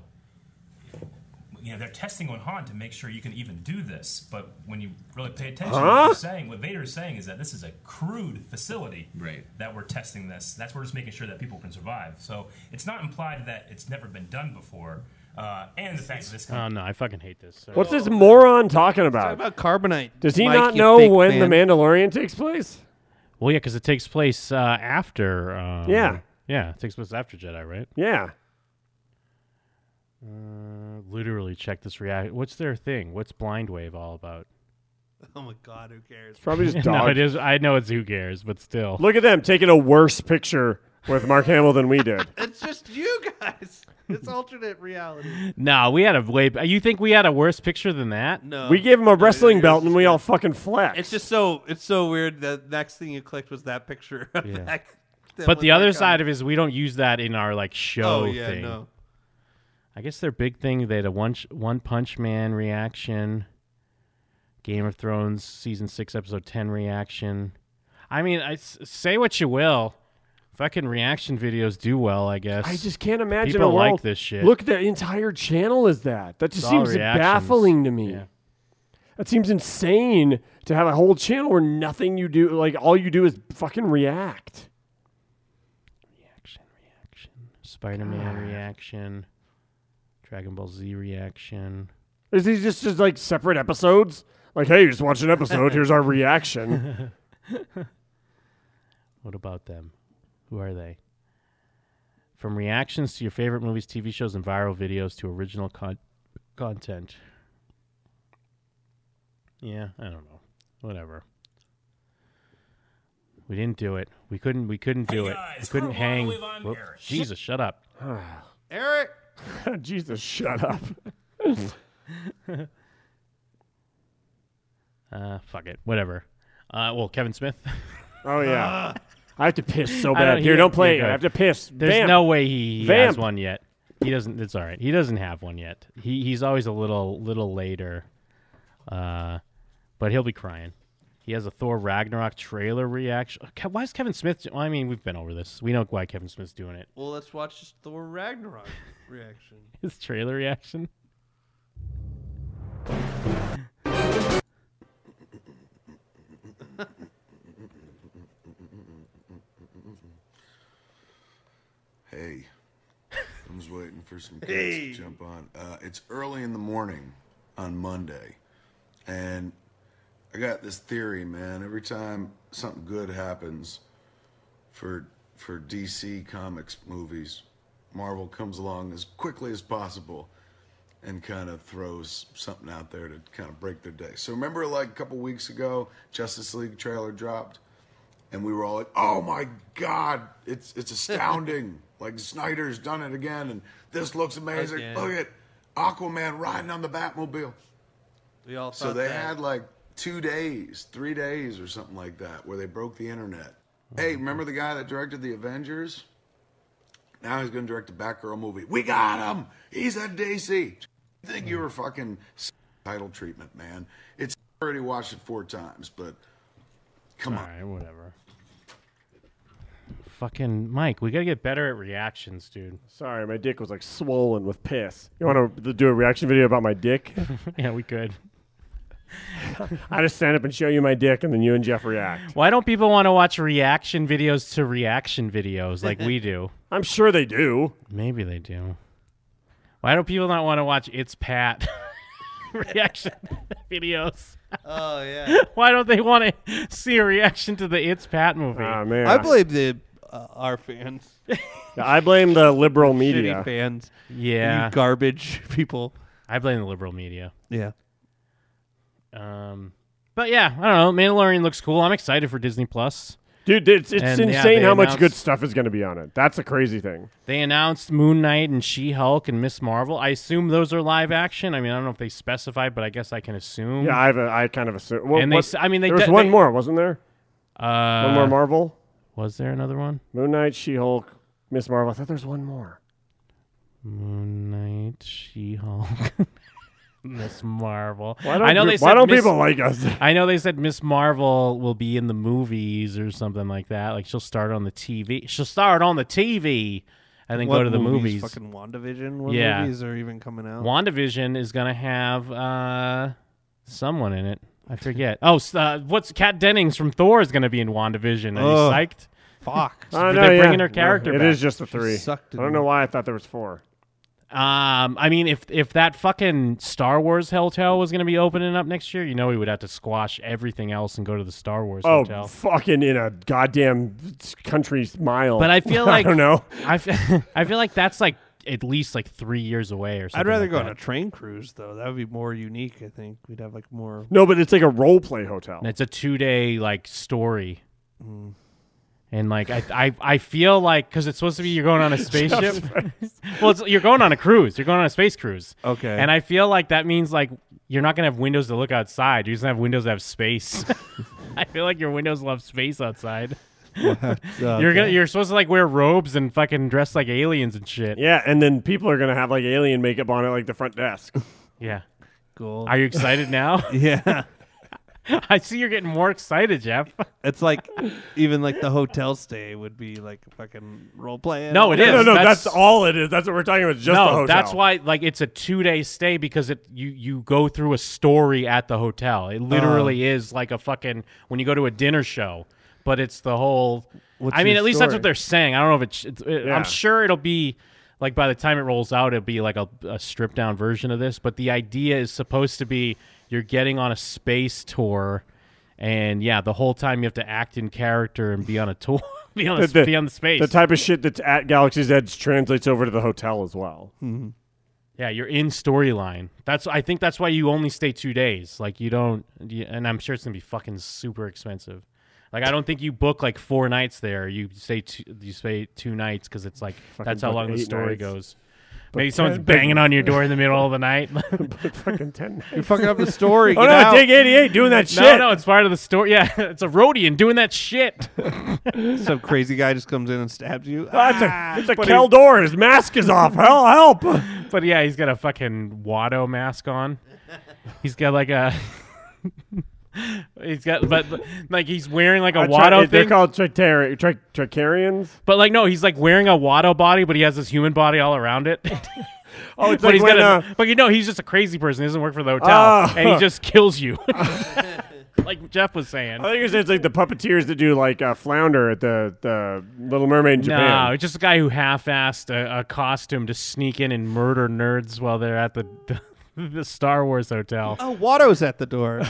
[SPEAKER 13] you know, they're testing on Han to make sure you can even do this. But when you really pay attention, to what
[SPEAKER 3] Huh?
[SPEAKER 13] you're saying what Vader's saying is that this is a crude facility
[SPEAKER 12] Right.
[SPEAKER 13] that we're testing this. That's we're just making sure that people can survive. So it's not implied that it's never been done before. Uh, and the fact that this
[SPEAKER 5] Oh no, I fucking hate this. Sorry.
[SPEAKER 3] What's this moron talking about?
[SPEAKER 4] about carbonite.
[SPEAKER 3] Does he
[SPEAKER 4] Mike,
[SPEAKER 3] not
[SPEAKER 4] you
[SPEAKER 3] know
[SPEAKER 4] fake
[SPEAKER 3] when the
[SPEAKER 4] fan.
[SPEAKER 3] Mandalorian takes place?
[SPEAKER 5] Well, yeah, because it takes place uh, after. Um,
[SPEAKER 3] Yeah.
[SPEAKER 5] yeah, it takes place after Jedi, right?
[SPEAKER 3] Yeah.
[SPEAKER 5] Uh, literally, check this react. What's their thing? What's Blind Wave all about?
[SPEAKER 4] Oh my god, who cares? It's
[SPEAKER 3] probably just
[SPEAKER 5] no,
[SPEAKER 3] dog-
[SPEAKER 5] it is. I know it's who cares, but still.
[SPEAKER 3] Look at them taking a worse picture with Mark Hamill than we did.
[SPEAKER 4] It's just you guys. It's alternate reality.
[SPEAKER 5] No, we had a way. You think we had a worse picture than that?
[SPEAKER 4] No.
[SPEAKER 3] We gave him a wrestling belt and we all fucking flexed.
[SPEAKER 4] It's just so. It's so weird. The next thing you clicked was that picture. Of
[SPEAKER 5] Yeah.
[SPEAKER 4] that, that
[SPEAKER 5] But
[SPEAKER 4] was
[SPEAKER 5] the other
[SPEAKER 4] like on-
[SPEAKER 5] side of it is we don't use that in our like show
[SPEAKER 4] Oh, yeah,
[SPEAKER 5] thing.
[SPEAKER 4] no.
[SPEAKER 5] I guess their big thing they had a one one Punch Man reaction, Game of Thrones season six episode ten reaction. I mean, I s- say what you will, fucking reaction videos do well. I guess
[SPEAKER 3] I just can't imagine
[SPEAKER 5] people
[SPEAKER 3] a world.
[SPEAKER 5] like this shit.
[SPEAKER 3] Look, the entire channel is that. That just
[SPEAKER 5] It's all
[SPEAKER 3] seems
[SPEAKER 5] reactions.
[SPEAKER 3] baffling to me. That seems insane to have a whole channel where nothing you do, like all you do is fucking react.
[SPEAKER 5] Spider Man reaction, Dragon Ball Z reaction.
[SPEAKER 3] Is these just, just like separate episodes? Like, hey, you just watched an episode. here's our reaction.
[SPEAKER 5] What about them? Who are they? From reactions to your favorite movies, TV shows, and viral videos to original con- content. Yeah, I don't know. Whatever. We didn't do it. We couldn't. We couldn't do
[SPEAKER 13] Hey,
[SPEAKER 5] it. We
[SPEAKER 13] guys,
[SPEAKER 5] couldn't
[SPEAKER 13] we're
[SPEAKER 5] hang.
[SPEAKER 13] live on
[SPEAKER 5] Whoop.
[SPEAKER 13] air.
[SPEAKER 5] Jesus, shut up.
[SPEAKER 4] Eric.
[SPEAKER 3] Jesus, shut up.
[SPEAKER 5] Uh, fuck it. Whatever. Uh, well, Kevin Smith.
[SPEAKER 3] oh yeah, I have to piss so
[SPEAKER 5] I don't-
[SPEAKER 3] bad.
[SPEAKER 5] he
[SPEAKER 3] Here, don't
[SPEAKER 5] doesn't-
[SPEAKER 3] play.
[SPEAKER 5] you're
[SPEAKER 3] it. I
[SPEAKER 5] good.
[SPEAKER 3] have to piss.
[SPEAKER 5] There's
[SPEAKER 3] Vamp.
[SPEAKER 5] no way he has
[SPEAKER 3] Vamp.
[SPEAKER 5] one yet. He doesn't. It's all right. He doesn't have one yet. He he's always a little little later, uh, but he'll be crying. He has a Thor Ragnarok trailer reaction. Uh, Ke- Why is Kevin Smith? do- Well, I mean, we've been over this. We know why Kevin Smith's doing it.
[SPEAKER 4] Well, let's watch this Thor Ragnarok reaction.
[SPEAKER 5] His trailer reaction.
[SPEAKER 15] Hey, I was waiting for some kids
[SPEAKER 4] Hey.
[SPEAKER 15] to jump on. Uh, it's early in the morning on Monday, and I got this theory, man. Every time something good happens for for DC comics movies, Marvel comes along as quickly as possible and kind of throws something out there to kind of break their day. So remember, like a couple weeks ago, Justice League trailer dropped. and we were all like, "Oh my God, it's it's astounding! like Snyder's done it again, and this looks amazing.
[SPEAKER 4] Again.
[SPEAKER 15] Look at Aquaman riding on the Batmobile."
[SPEAKER 4] We all
[SPEAKER 15] So
[SPEAKER 4] thought
[SPEAKER 15] they
[SPEAKER 4] that.
[SPEAKER 15] had like two days, three days, or something like that, where they broke the internet. Hey,
[SPEAKER 3] Mm-hmm.
[SPEAKER 15] remember the guy that directed the Avengers? Now he's going to direct a Batgirl movie. We got him. He's at DC. I think
[SPEAKER 3] Mm.
[SPEAKER 15] you were fucking s- title treatment, man. It's I already watched it four times, but come on,
[SPEAKER 5] whatever. Fucking Mike, we gotta get better at reactions, dude.
[SPEAKER 3] Sorry, my dick was like swollen with piss. You want to do a reaction video about my dick?
[SPEAKER 5] yeah, we could.
[SPEAKER 3] I just stand up and show you my dick, and then you and Jeff react.
[SPEAKER 5] Why don't people want to watch reaction videos to reaction videos like we do?
[SPEAKER 3] I'm sure they do.
[SPEAKER 5] Maybe they do. Why do people not want to watch It's Pat reaction videos?
[SPEAKER 4] Oh yeah.
[SPEAKER 5] Why don't they want to see a reaction to the It's Pat movie?
[SPEAKER 3] Ah, man.
[SPEAKER 4] I blame the uh, our fans.
[SPEAKER 3] Yeah, I blame the liberal media.
[SPEAKER 4] Shitty fans.
[SPEAKER 5] Yeah.
[SPEAKER 4] You garbage people.
[SPEAKER 5] I blame the liberal media.
[SPEAKER 4] Yeah.
[SPEAKER 5] Um, but yeah, I don't know. Mandalorian looks cool. I'm excited for Disney Plus.
[SPEAKER 3] Dude, it's it's
[SPEAKER 5] And, yeah,
[SPEAKER 3] insane
[SPEAKER 5] they
[SPEAKER 3] how much
[SPEAKER 5] announced-
[SPEAKER 3] good stuff is going to be on it. That's a crazy thing.
[SPEAKER 5] They announced Moon Knight and She Hulk and Miss Marvel. I assume those are live action. I mean, I don't know if they specify, but I guess I can assume.
[SPEAKER 3] Yeah, I have a, I kind of assume. Well,
[SPEAKER 5] and they,
[SPEAKER 3] what-
[SPEAKER 5] s- I mean, they
[SPEAKER 3] there was
[SPEAKER 5] de-
[SPEAKER 3] one
[SPEAKER 5] they-
[SPEAKER 3] more, wasn't there?
[SPEAKER 5] Uh,
[SPEAKER 3] one more Marvel.
[SPEAKER 5] Was there another one?
[SPEAKER 3] Moon Knight, She Hulk, Miss Marvel. I thought there's one more.
[SPEAKER 5] Moon Knight, She Hulk, Miss Marvel.
[SPEAKER 3] Why don't
[SPEAKER 5] I know
[SPEAKER 3] you-
[SPEAKER 5] they
[SPEAKER 3] why
[SPEAKER 5] said
[SPEAKER 3] don't
[SPEAKER 5] Miss-
[SPEAKER 3] people like us?
[SPEAKER 5] I know they said Miss Marvel will be in the movies or something like that. Like she'll start on the TV. She'll start on the TV and then
[SPEAKER 4] What
[SPEAKER 5] go to the
[SPEAKER 4] movies?
[SPEAKER 5] movies.
[SPEAKER 4] Fucking WandaVision? What movies are even coming out?
[SPEAKER 5] WandaVision is gonna have uh, someone in it. I forget. oh, s- uh, what's Kat Dennings from Thor is gonna be in WandaVision? Are
[SPEAKER 4] Ugh.
[SPEAKER 5] you psyched?
[SPEAKER 4] Fuck.
[SPEAKER 5] They're
[SPEAKER 3] I know, yeah.
[SPEAKER 5] bringing her character.
[SPEAKER 3] It
[SPEAKER 5] back.
[SPEAKER 3] is just the three.
[SPEAKER 4] sucked
[SPEAKER 3] I don't
[SPEAKER 4] in-
[SPEAKER 3] know why I thought there was four.
[SPEAKER 5] Um, I mean, if if that fucking Star Wars hotel was going to be opening up next year, you know, we would have to squash everything else and go to the Star Wars
[SPEAKER 3] Oh,
[SPEAKER 5] hotel.
[SPEAKER 3] fucking in a goddamn country's mile.
[SPEAKER 5] But I feel like
[SPEAKER 3] I don't know.
[SPEAKER 5] I f- I feel like that's like at least like three years away or something.
[SPEAKER 4] I'd rather
[SPEAKER 5] like
[SPEAKER 4] go on
[SPEAKER 5] that.
[SPEAKER 4] a train cruise though. That would be more unique. I think we'd have like more.
[SPEAKER 3] No, but it's like a role play hotel.
[SPEAKER 5] And it's a two day like story.
[SPEAKER 4] Mm.
[SPEAKER 5] And like I, I, I feel like because it's supposed to be you're going on a spaceship. well, it's, you're going on a cruise. You're going on a space cruise.
[SPEAKER 4] Okay.
[SPEAKER 5] And I feel like that means like you're not gonna have windows to look outside. You're just gonna have windows that have space. I feel like your windows will have space outside.
[SPEAKER 4] What?
[SPEAKER 5] You're gonna
[SPEAKER 3] Okay.
[SPEAKER 5] you're supposed to like wear robes and fucking dress like aliens and shit.
[SPEAKER 3] Yeah, and then people are gonna have like alien makeup on at like the front desk.
[SPEAKER 5] Yeah.
[SPEAKER 4] Cool.
[SPEAKER 5] Are you excited now?
[SPEAKER 4] yeah.
[SPEAKER 5] I see you're getting more excited, Jeff.
[SPEAKER 4] It's like even like the hotel stay would be like fucking role playing.
[SPEAKER 5] No, it is.
[SPEAKER 3] No, no, that's, all it is. That's what we're talking about. It's Just the
[SPEAKER 5] no,
[SPEAKER 3] hotel.
[SPEAKER 5] that's why like it's a two day stay because it you you go through a story at the hotel. It literally is like a fucking when you go to a dinner show, but it's the whole.
[SPEAKER 4] What's
[SPEAKER 5] I mean,
[SPEAKER 4] your
[SPEAKER 5] at least that's
[SPEAKER 4] story?
[SPEAKER 5] what they're saying. I don't know if it's. it's it,
[SPEAKER 4] Yeah.
[SPEAKER 5] I'm sure it'll be like by the time it rolls out, it'll be like a, a stripped down version of this. But the idea is supposed to be you're getting on a space tour, and yeah, the whole time you have to act in character and be on a tour, be on a, be on the space.
[SPEAKER 3] The type of shit that's at Galaxy's Edge translates over to the hotel as well.
[SPEAKER 5] Yeah, you're in storyline. That's I think that's why you only stay two days. Like you don't, you, and I'm sure it's gonna be fucking super expensive. Like I don't think you book like four nights there. You stay two, you stay two nights because it's like that's how
[SPEAKER 3] book
[SPEAKER 5] long the
[SPEAKER 3] eight
[SPEAKER 5] story
[SPEAKER 3] nights.
[SPEAKER 5] goes.
[SPEAKER 3] Book
[SPEAKER 5] Maybe someone's
[SPEAKER 3] 10
[SPEAKER 5] banging on your door in the middle of the night.
[SPEAKER 3] fucking ten.
[SPEAKER 4] You're fucking up the story.
[SPEAKER 5] Oh
[SPEAKER 4] Get
[SPEAKER 5] no,
[SPEAKER 4] out.
[SPEAKER 5] take 88
[SPEAKER 3] doing that
[SPEAKER 5] No,
[SPEAKER 3] shit.
[SPEAKER 5] no, it's part of the story. Yeah, it's a Rhodian doing that shit.
[SPEAKER 4] Some crazy guy just comes in and stabs you.
[SPEAKER 3] Oh, it's a it's a
[SPEAKER 5] But
[SPEAKER 3] Keldor. His mask is off. Hell, help!
[SPEAKER 5] But yeah, he's got a fucking Watto mask on. He's got like a. he's got, but like he's wearing like a
[SPEAKER 3] I
[SPEAKER 5] Watto
[SPEAKER 3] try-
[SPEAKER 5] thing.
[SPEAKER 3] They're called Tricari- Tri- Tricarians.
[SPEAKER 5] But like, no, he's like wearing a Watto body, but he has his human body all around it.
[SPEAKER 3] Oh, it's
[SPEAKER 5] but
[SPEAKER 3] like
[SPEAKER 5] he's
[SPEAKER 3] when,
[SPEAKER 5] got
[SPEAKER 3] uh,
[SPEAKER 5] a, but you know, he's just a crazy person. He doesn't work for the hotel,
[SPEAKER 3] Oh.
[SPEAKER 5] and he just kills you, like Jeff was saying.
[SPEAKER 3] I think it's, it's like the puppeteers that do like uh, flounder at the, the Little Mermaid in
[SPEAKER 5] No,
[SPEAKER 3] Japan.
[SPEAKER 5] it's just a guy who half-assed a, a costume to sneak in and murder nerds while they're at the the, Star Wars hotel.
[SPEAKER 4] Oh, Watto's at the door.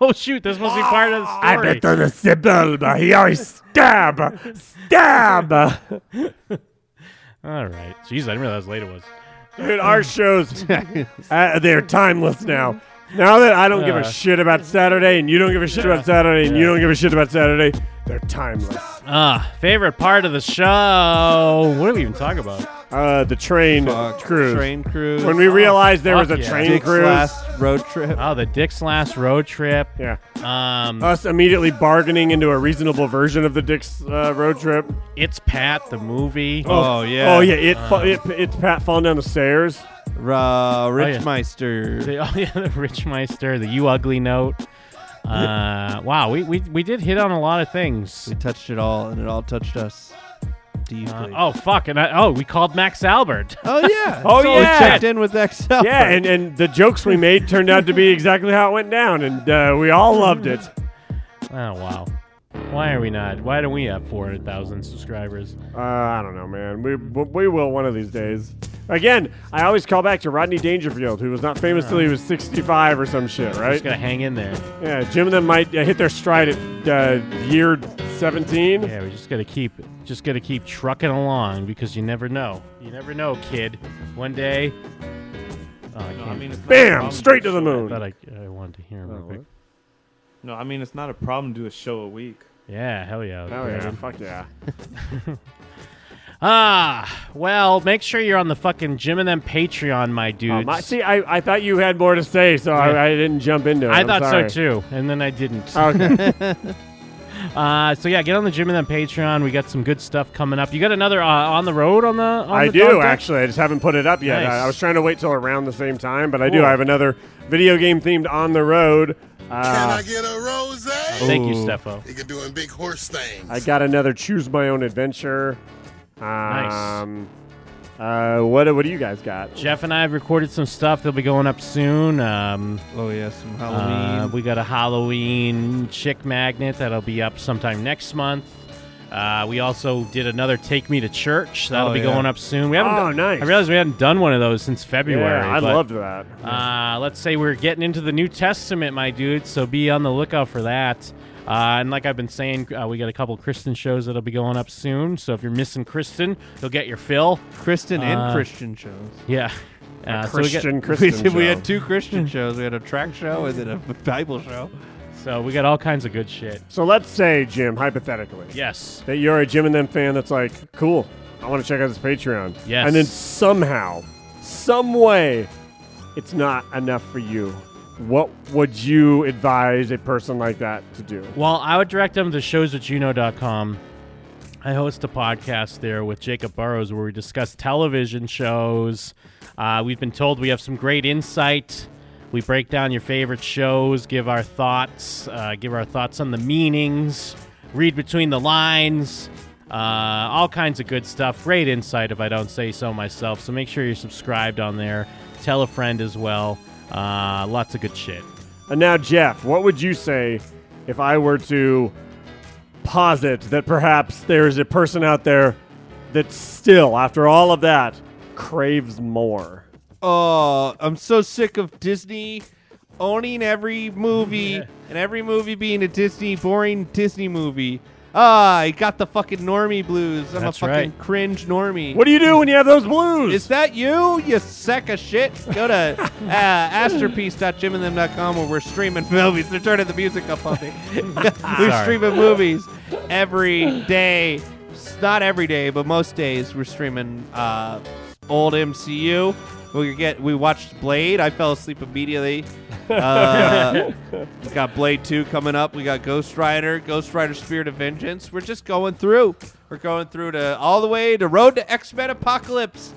[SPEAKER 5] oh shoot, this must be part of the
[SPEAKER 3] I
[SPEAKER 5] story.
[SPEAKER 3] bet they're the Sibyl, but he always stab, stab.
[SPEAKER 5] All right, jeez, I didn't realize how late it was.
[SPEAKER 3] Dude, our shows uh, they're timeless now. Now that I don't give
[SPEAKER 5] Uh.
[SPEAKER 3] a shit about Saturday, and you don't give a shit about Saturday, and you don't give a shit about Saturday, They're timeless.
[SPEAKER 5] Ah, favorite part of the show. What are we even talking about?
[SPEAKER 3] Uh, the train cruise.
[SPEAKER 5] Train cruise.
[SPEAKER 3] When we
[SPEAKER 5] Oh,
[SPEAKER 3] realized there
[SPEAKER 5] fuck
[SPEAKER 3] was a
[SPEAKER 5] yeah.
[SPEAKER 3] train cruise,
[SPEAKER 4] road trip.
[SPEAKER 5] Oh, the Dick's last road trip.
[SPEAKER 3] Yeah.
[SPEAKER 5] Um,
[SPEAKER 3] us immediately bargaining into a reasonable version of the Dick's uh, road trip.
[SPEAKER 5] It's Pat the movie.
[SPEAKER 4] Oh, yeah.
[SPEAKER 3] Oh yeah. It, fa-
[SPEAKER 5] Um,
[SPEAKER 3] it it's Pat falling down the stairs.
[SPEAKER 4] Uh,
[SPEAKER 5] Oh, yeah.
[SPEAKER 4] Richmeister.
[SPEAKER 5] The- Oh yeah, the Richmeister, the You Ugly Note. Uh, wow, we, we we did hit on a lot of things. We
[SPEAKER 4] touched it all, and it all touched us.
[SPEAKER 5] Uh, oh fuck, and I, oh we called Max Albert.
[SPEAKER 4] Oh yeah.
[SPEAKER 3] Oh
[SPEAKER 4] So
[SPEAKER 3] yeah.
[SPEAKER 4] we checked in with XL.
[SPEAKER 3] Yeah, and, and the jokes we made turned out to be exactly how it went down, and uh, we all loved it.
[SPEAKER 5] Oh wow. Why are we not? Why don't we have four hundred thousand subscribers?
[SPEAKER 3] Uh, I don't know, man. We we will one of these days. Again, I always call back to Rodney Dangerfield, who was not famous till he was 65 or some shit, right?
[SPEAKER 5] Just gotta hang in there.
[SPEAKER 3] Yeah, Jim and them might uh, hit their stride at uh, year 17.
[SPEAKER 5] Yeah, we just gotta keep just gotta keep trucking along because you never know. You never know, kid. One day. Oh, I can't.
[SPEAKER 16] I mean, it's not a
[SPEAKER 3] Bam!
[SPEAKER 16] problem
[SPEAKER 3] Straight
[SPEAKER 16] to
[SPEAKER 3] to the
[SPEAKER 16] show it.
[SPEAKER 3] moon.
[SPEAKER 5] I thought I, I wanted to hear him real quick.
[SPEAKER 16] No, I mean it's not a problem to do a show a week.
[SPEAKER 5] Yeah, hell yeah.
[SPEAKER 3] Oh, yeah.
[SPEAKER 5] Brandon.
[SPEAKER 3] Fuck yeah.
[SPEAKER 5] Ah, well, make sure you're on the fucking Jim and them Patreon, my dudes.
[SPEAKER 3] Um, I, see, I, I thought you had more to say, so
[SPEAKER 5] Yeah.
[SPEAKER 3] I, I didn't jump into it.
[SPEAKER 5] I
[SPEAKER 3] I'm
[SPEAKER 5] thought
[SPEAKER 3] sorry.
[SPEAKER 5] so too, and then I didn't.
[SPEAKER 3] Okay.
[SPEAKER 5] uh, so yeah, get on the Jim and them Patreon. We got some good stuff coming up. You got another uh, on the road on the. On
[SPEAKER 3] I
[SPEAKER 5] the
[SPEAKER 3] do
[SPEAKER 5] dog day?
[SPEAKER 3] actually. I just haven't put it up yet.
[SPEAKER 5] Nice.
[SPEAKER 3] I, I was trying to wait till around the same time, but I do.
[SPEAKER 5] Cool.
[SPEAKER 3] I have another video game themed on the road. Uh,
[SPEAKER 17] Can I get a rose?
[SPEAKER 5] Thank you, Steffo.
[SPEAKER 17] You can doing big horse things.
[SPEAKER 3] I got another choose my own adventure. Um, Uh, what what do you guys got?
[SPEAKER 5] Jeff and I have recorded some stuff that'll be going up soon. Um,
[SPEAKER 4] oh yeah, some
[SPEAKER 3] Halloween.
[SPEAKER 5] Uh, we got a Halloween chick magnet that'll be up sometime next month. Uh, we also did another Take Me to Church that'll
[SPEAKER 3] Oh,
[SPEAKER 5] be
[SPEAKER 3] yeah.
[SPEAKER 5] going up soon. We haven't.
[SPEAKER 3] Oh,
[SPEAKER 5] done-
[SPEAKER 3] nice.
[SPEAKER 5] I realized we hadn't done one of those since February.
[SPEAKER 3] Yeah, I
[SPEAKER 5] but,
[SPEAKER 3] loved that.
[SPEAKER 5] Uh, let's say we're getting into the New Testament, my dude. So be on the lookout for that. Uh, and like I've been saying, uh, we got a couple Kristen shows that'll be going up soon. So if you're missing Kristen, you'll get your fill.
[SPEAKER 4] Kristen and
[SPEAKER 5] Uh,
[SPEAKER 4] Christian shows.
[SPEAKER 5] Yeah.
[SPEAKER 4] A
[SPEAKER 5] Uh, so we got-
[SPEAKER 4] Christian Kristen We did- we had show. two Christian shows. We had a track show and then a Bible show.
[SPEAKER 5] So we got all kinds of good shit.
[SPEAKER 3] So let's say, Jim, hypothetically,
[SPEAKER 5] yes,
[SPEAKER 3] that you're a Jim and them fan that's like, cool, I want to check out this Patreon.
[SPEAKER 5] Yes.
[SPEAKER 3] and then somehow, some way, it's not enough for you. What would you advise a person like that to do?
[SPEAKER 5] Well, I would direct them to showswithjuno.com. I host a podcast there with Jacob Burrows where we discuss television shows. Uh, we've been told we have some great insight. We break down your favorite shows, give our thoughts, uh, give our thoughts on the meanings, read between the lines, uh, all kinds of good stuff. Great insight, if I don't say so myself. So make sure you're subscribed on there. Tell a friend as well. Uh, lots of good shit.
[SPEAKER 3] And now, Jeff, what would you say if I were to posit that perhaps there is a person out there that still, after all of that, craves more?
[SPEAKER 4] Oh, I'm so sick of Disney owning every movie and every movie being a Disney boring Disney movie. Ah, I got the fucking normie blues. I'm
[SPEAKER 5] That's
[SPEAKER 4] a fucking
[SPEAKER 5] right.
[SPEAKER 4] cringe normie.
[SPEAKER 3] What do you do when you have those blues?
[SPEAKER 4] Is that you, you sack of shit? Go to uh, masterpiece.jimandthem.com where we're streaming movies. They're turning the music up on me. we're
[SPEAKER 5] Sorry.
[SPEAKER 4] streaming movies every day. S- Not every day, but most days we're streaming uh, old MCU. We get we watched Blade. I fell asleep immediately. Uh, we got Blade Two coming up. We got Ghost Rider, Ghost Rider: Spirit of Vengeance. We're just going through. We're going through to all the way to Road to X Men Apocalypse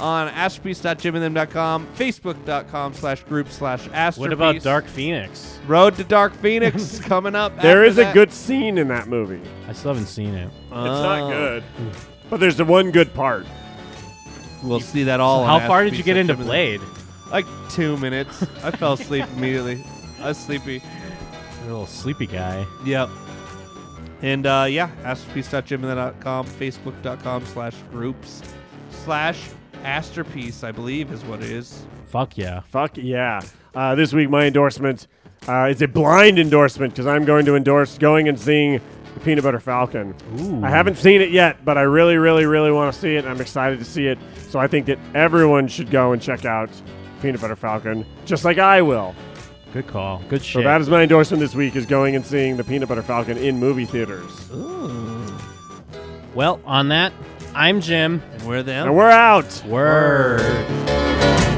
[SPEAKER 4] on astropiece.jimandthem.com, facebook.com slash group slash astropiece.
[SPEAKER 5] What about Dark Phoenix?
[SPEAKER 4] Road to Dark Phoenix coming up.
[SPEAKER 3] There
[SPEAKER 4] after
[SPEAKER 3] is a
[SPEAKER 4] that.
[SPEAKER 3] good scene in that movie.
[SPEAKER 5] I still haven't seen it.
[SPEAKER 3] It's not good, but there's the one good part.
[SPEAKER 4] We'll see that
[SPEAKER 3] Oh,
[SPEAKER 4] all.
[SPEAKER 5] How
[SPEAKER 4] on
[SPEAKER 5] far did you get into
[SPEAKER 4] astropiece.jimandthem.
[SPEAKER 5] Blade?
[SPEAKER 4] Like two minutes. I fell asleep immediately. I was sleepy.
[SPEAKER 5] A little sleepy guy.
[SPEAKER 4] Yep. And uh, yeah, astropiece.jimandthem.com, facebook.com slash groups slash astropiece, I believe is what it is.
[SPEAKER 5] Fuck yeah.
[SPEAKER 3] Fuck yeah. Uh, this week, my endorsement uh, is a blind endorsement because I'm going to endorse going and seeing the Peanut Butter Falcon.
[SPEAKER 5] Ooh.
[SPEAKER 3] I haven't seen it yet, but I really, really, really want to see it. and I'm excited to see it. So I think that everyone should go and check out Peanut Butter Falcon, just like I will.
[SPEAKER 5] Good call. Good
[SPEAKER 3] So
[SPEAKER 5] shit.
[SPEAKER 3] that is my endorsement this week: is going and seeing the Peanut Butter Falcon in movie theaters.
[SPEAKER 5] Well, on that, I'm Jim. And
[SPEAKER 4] we're them.
[SPEAKER 3] And we're out.
[SPEAKER 5] Word.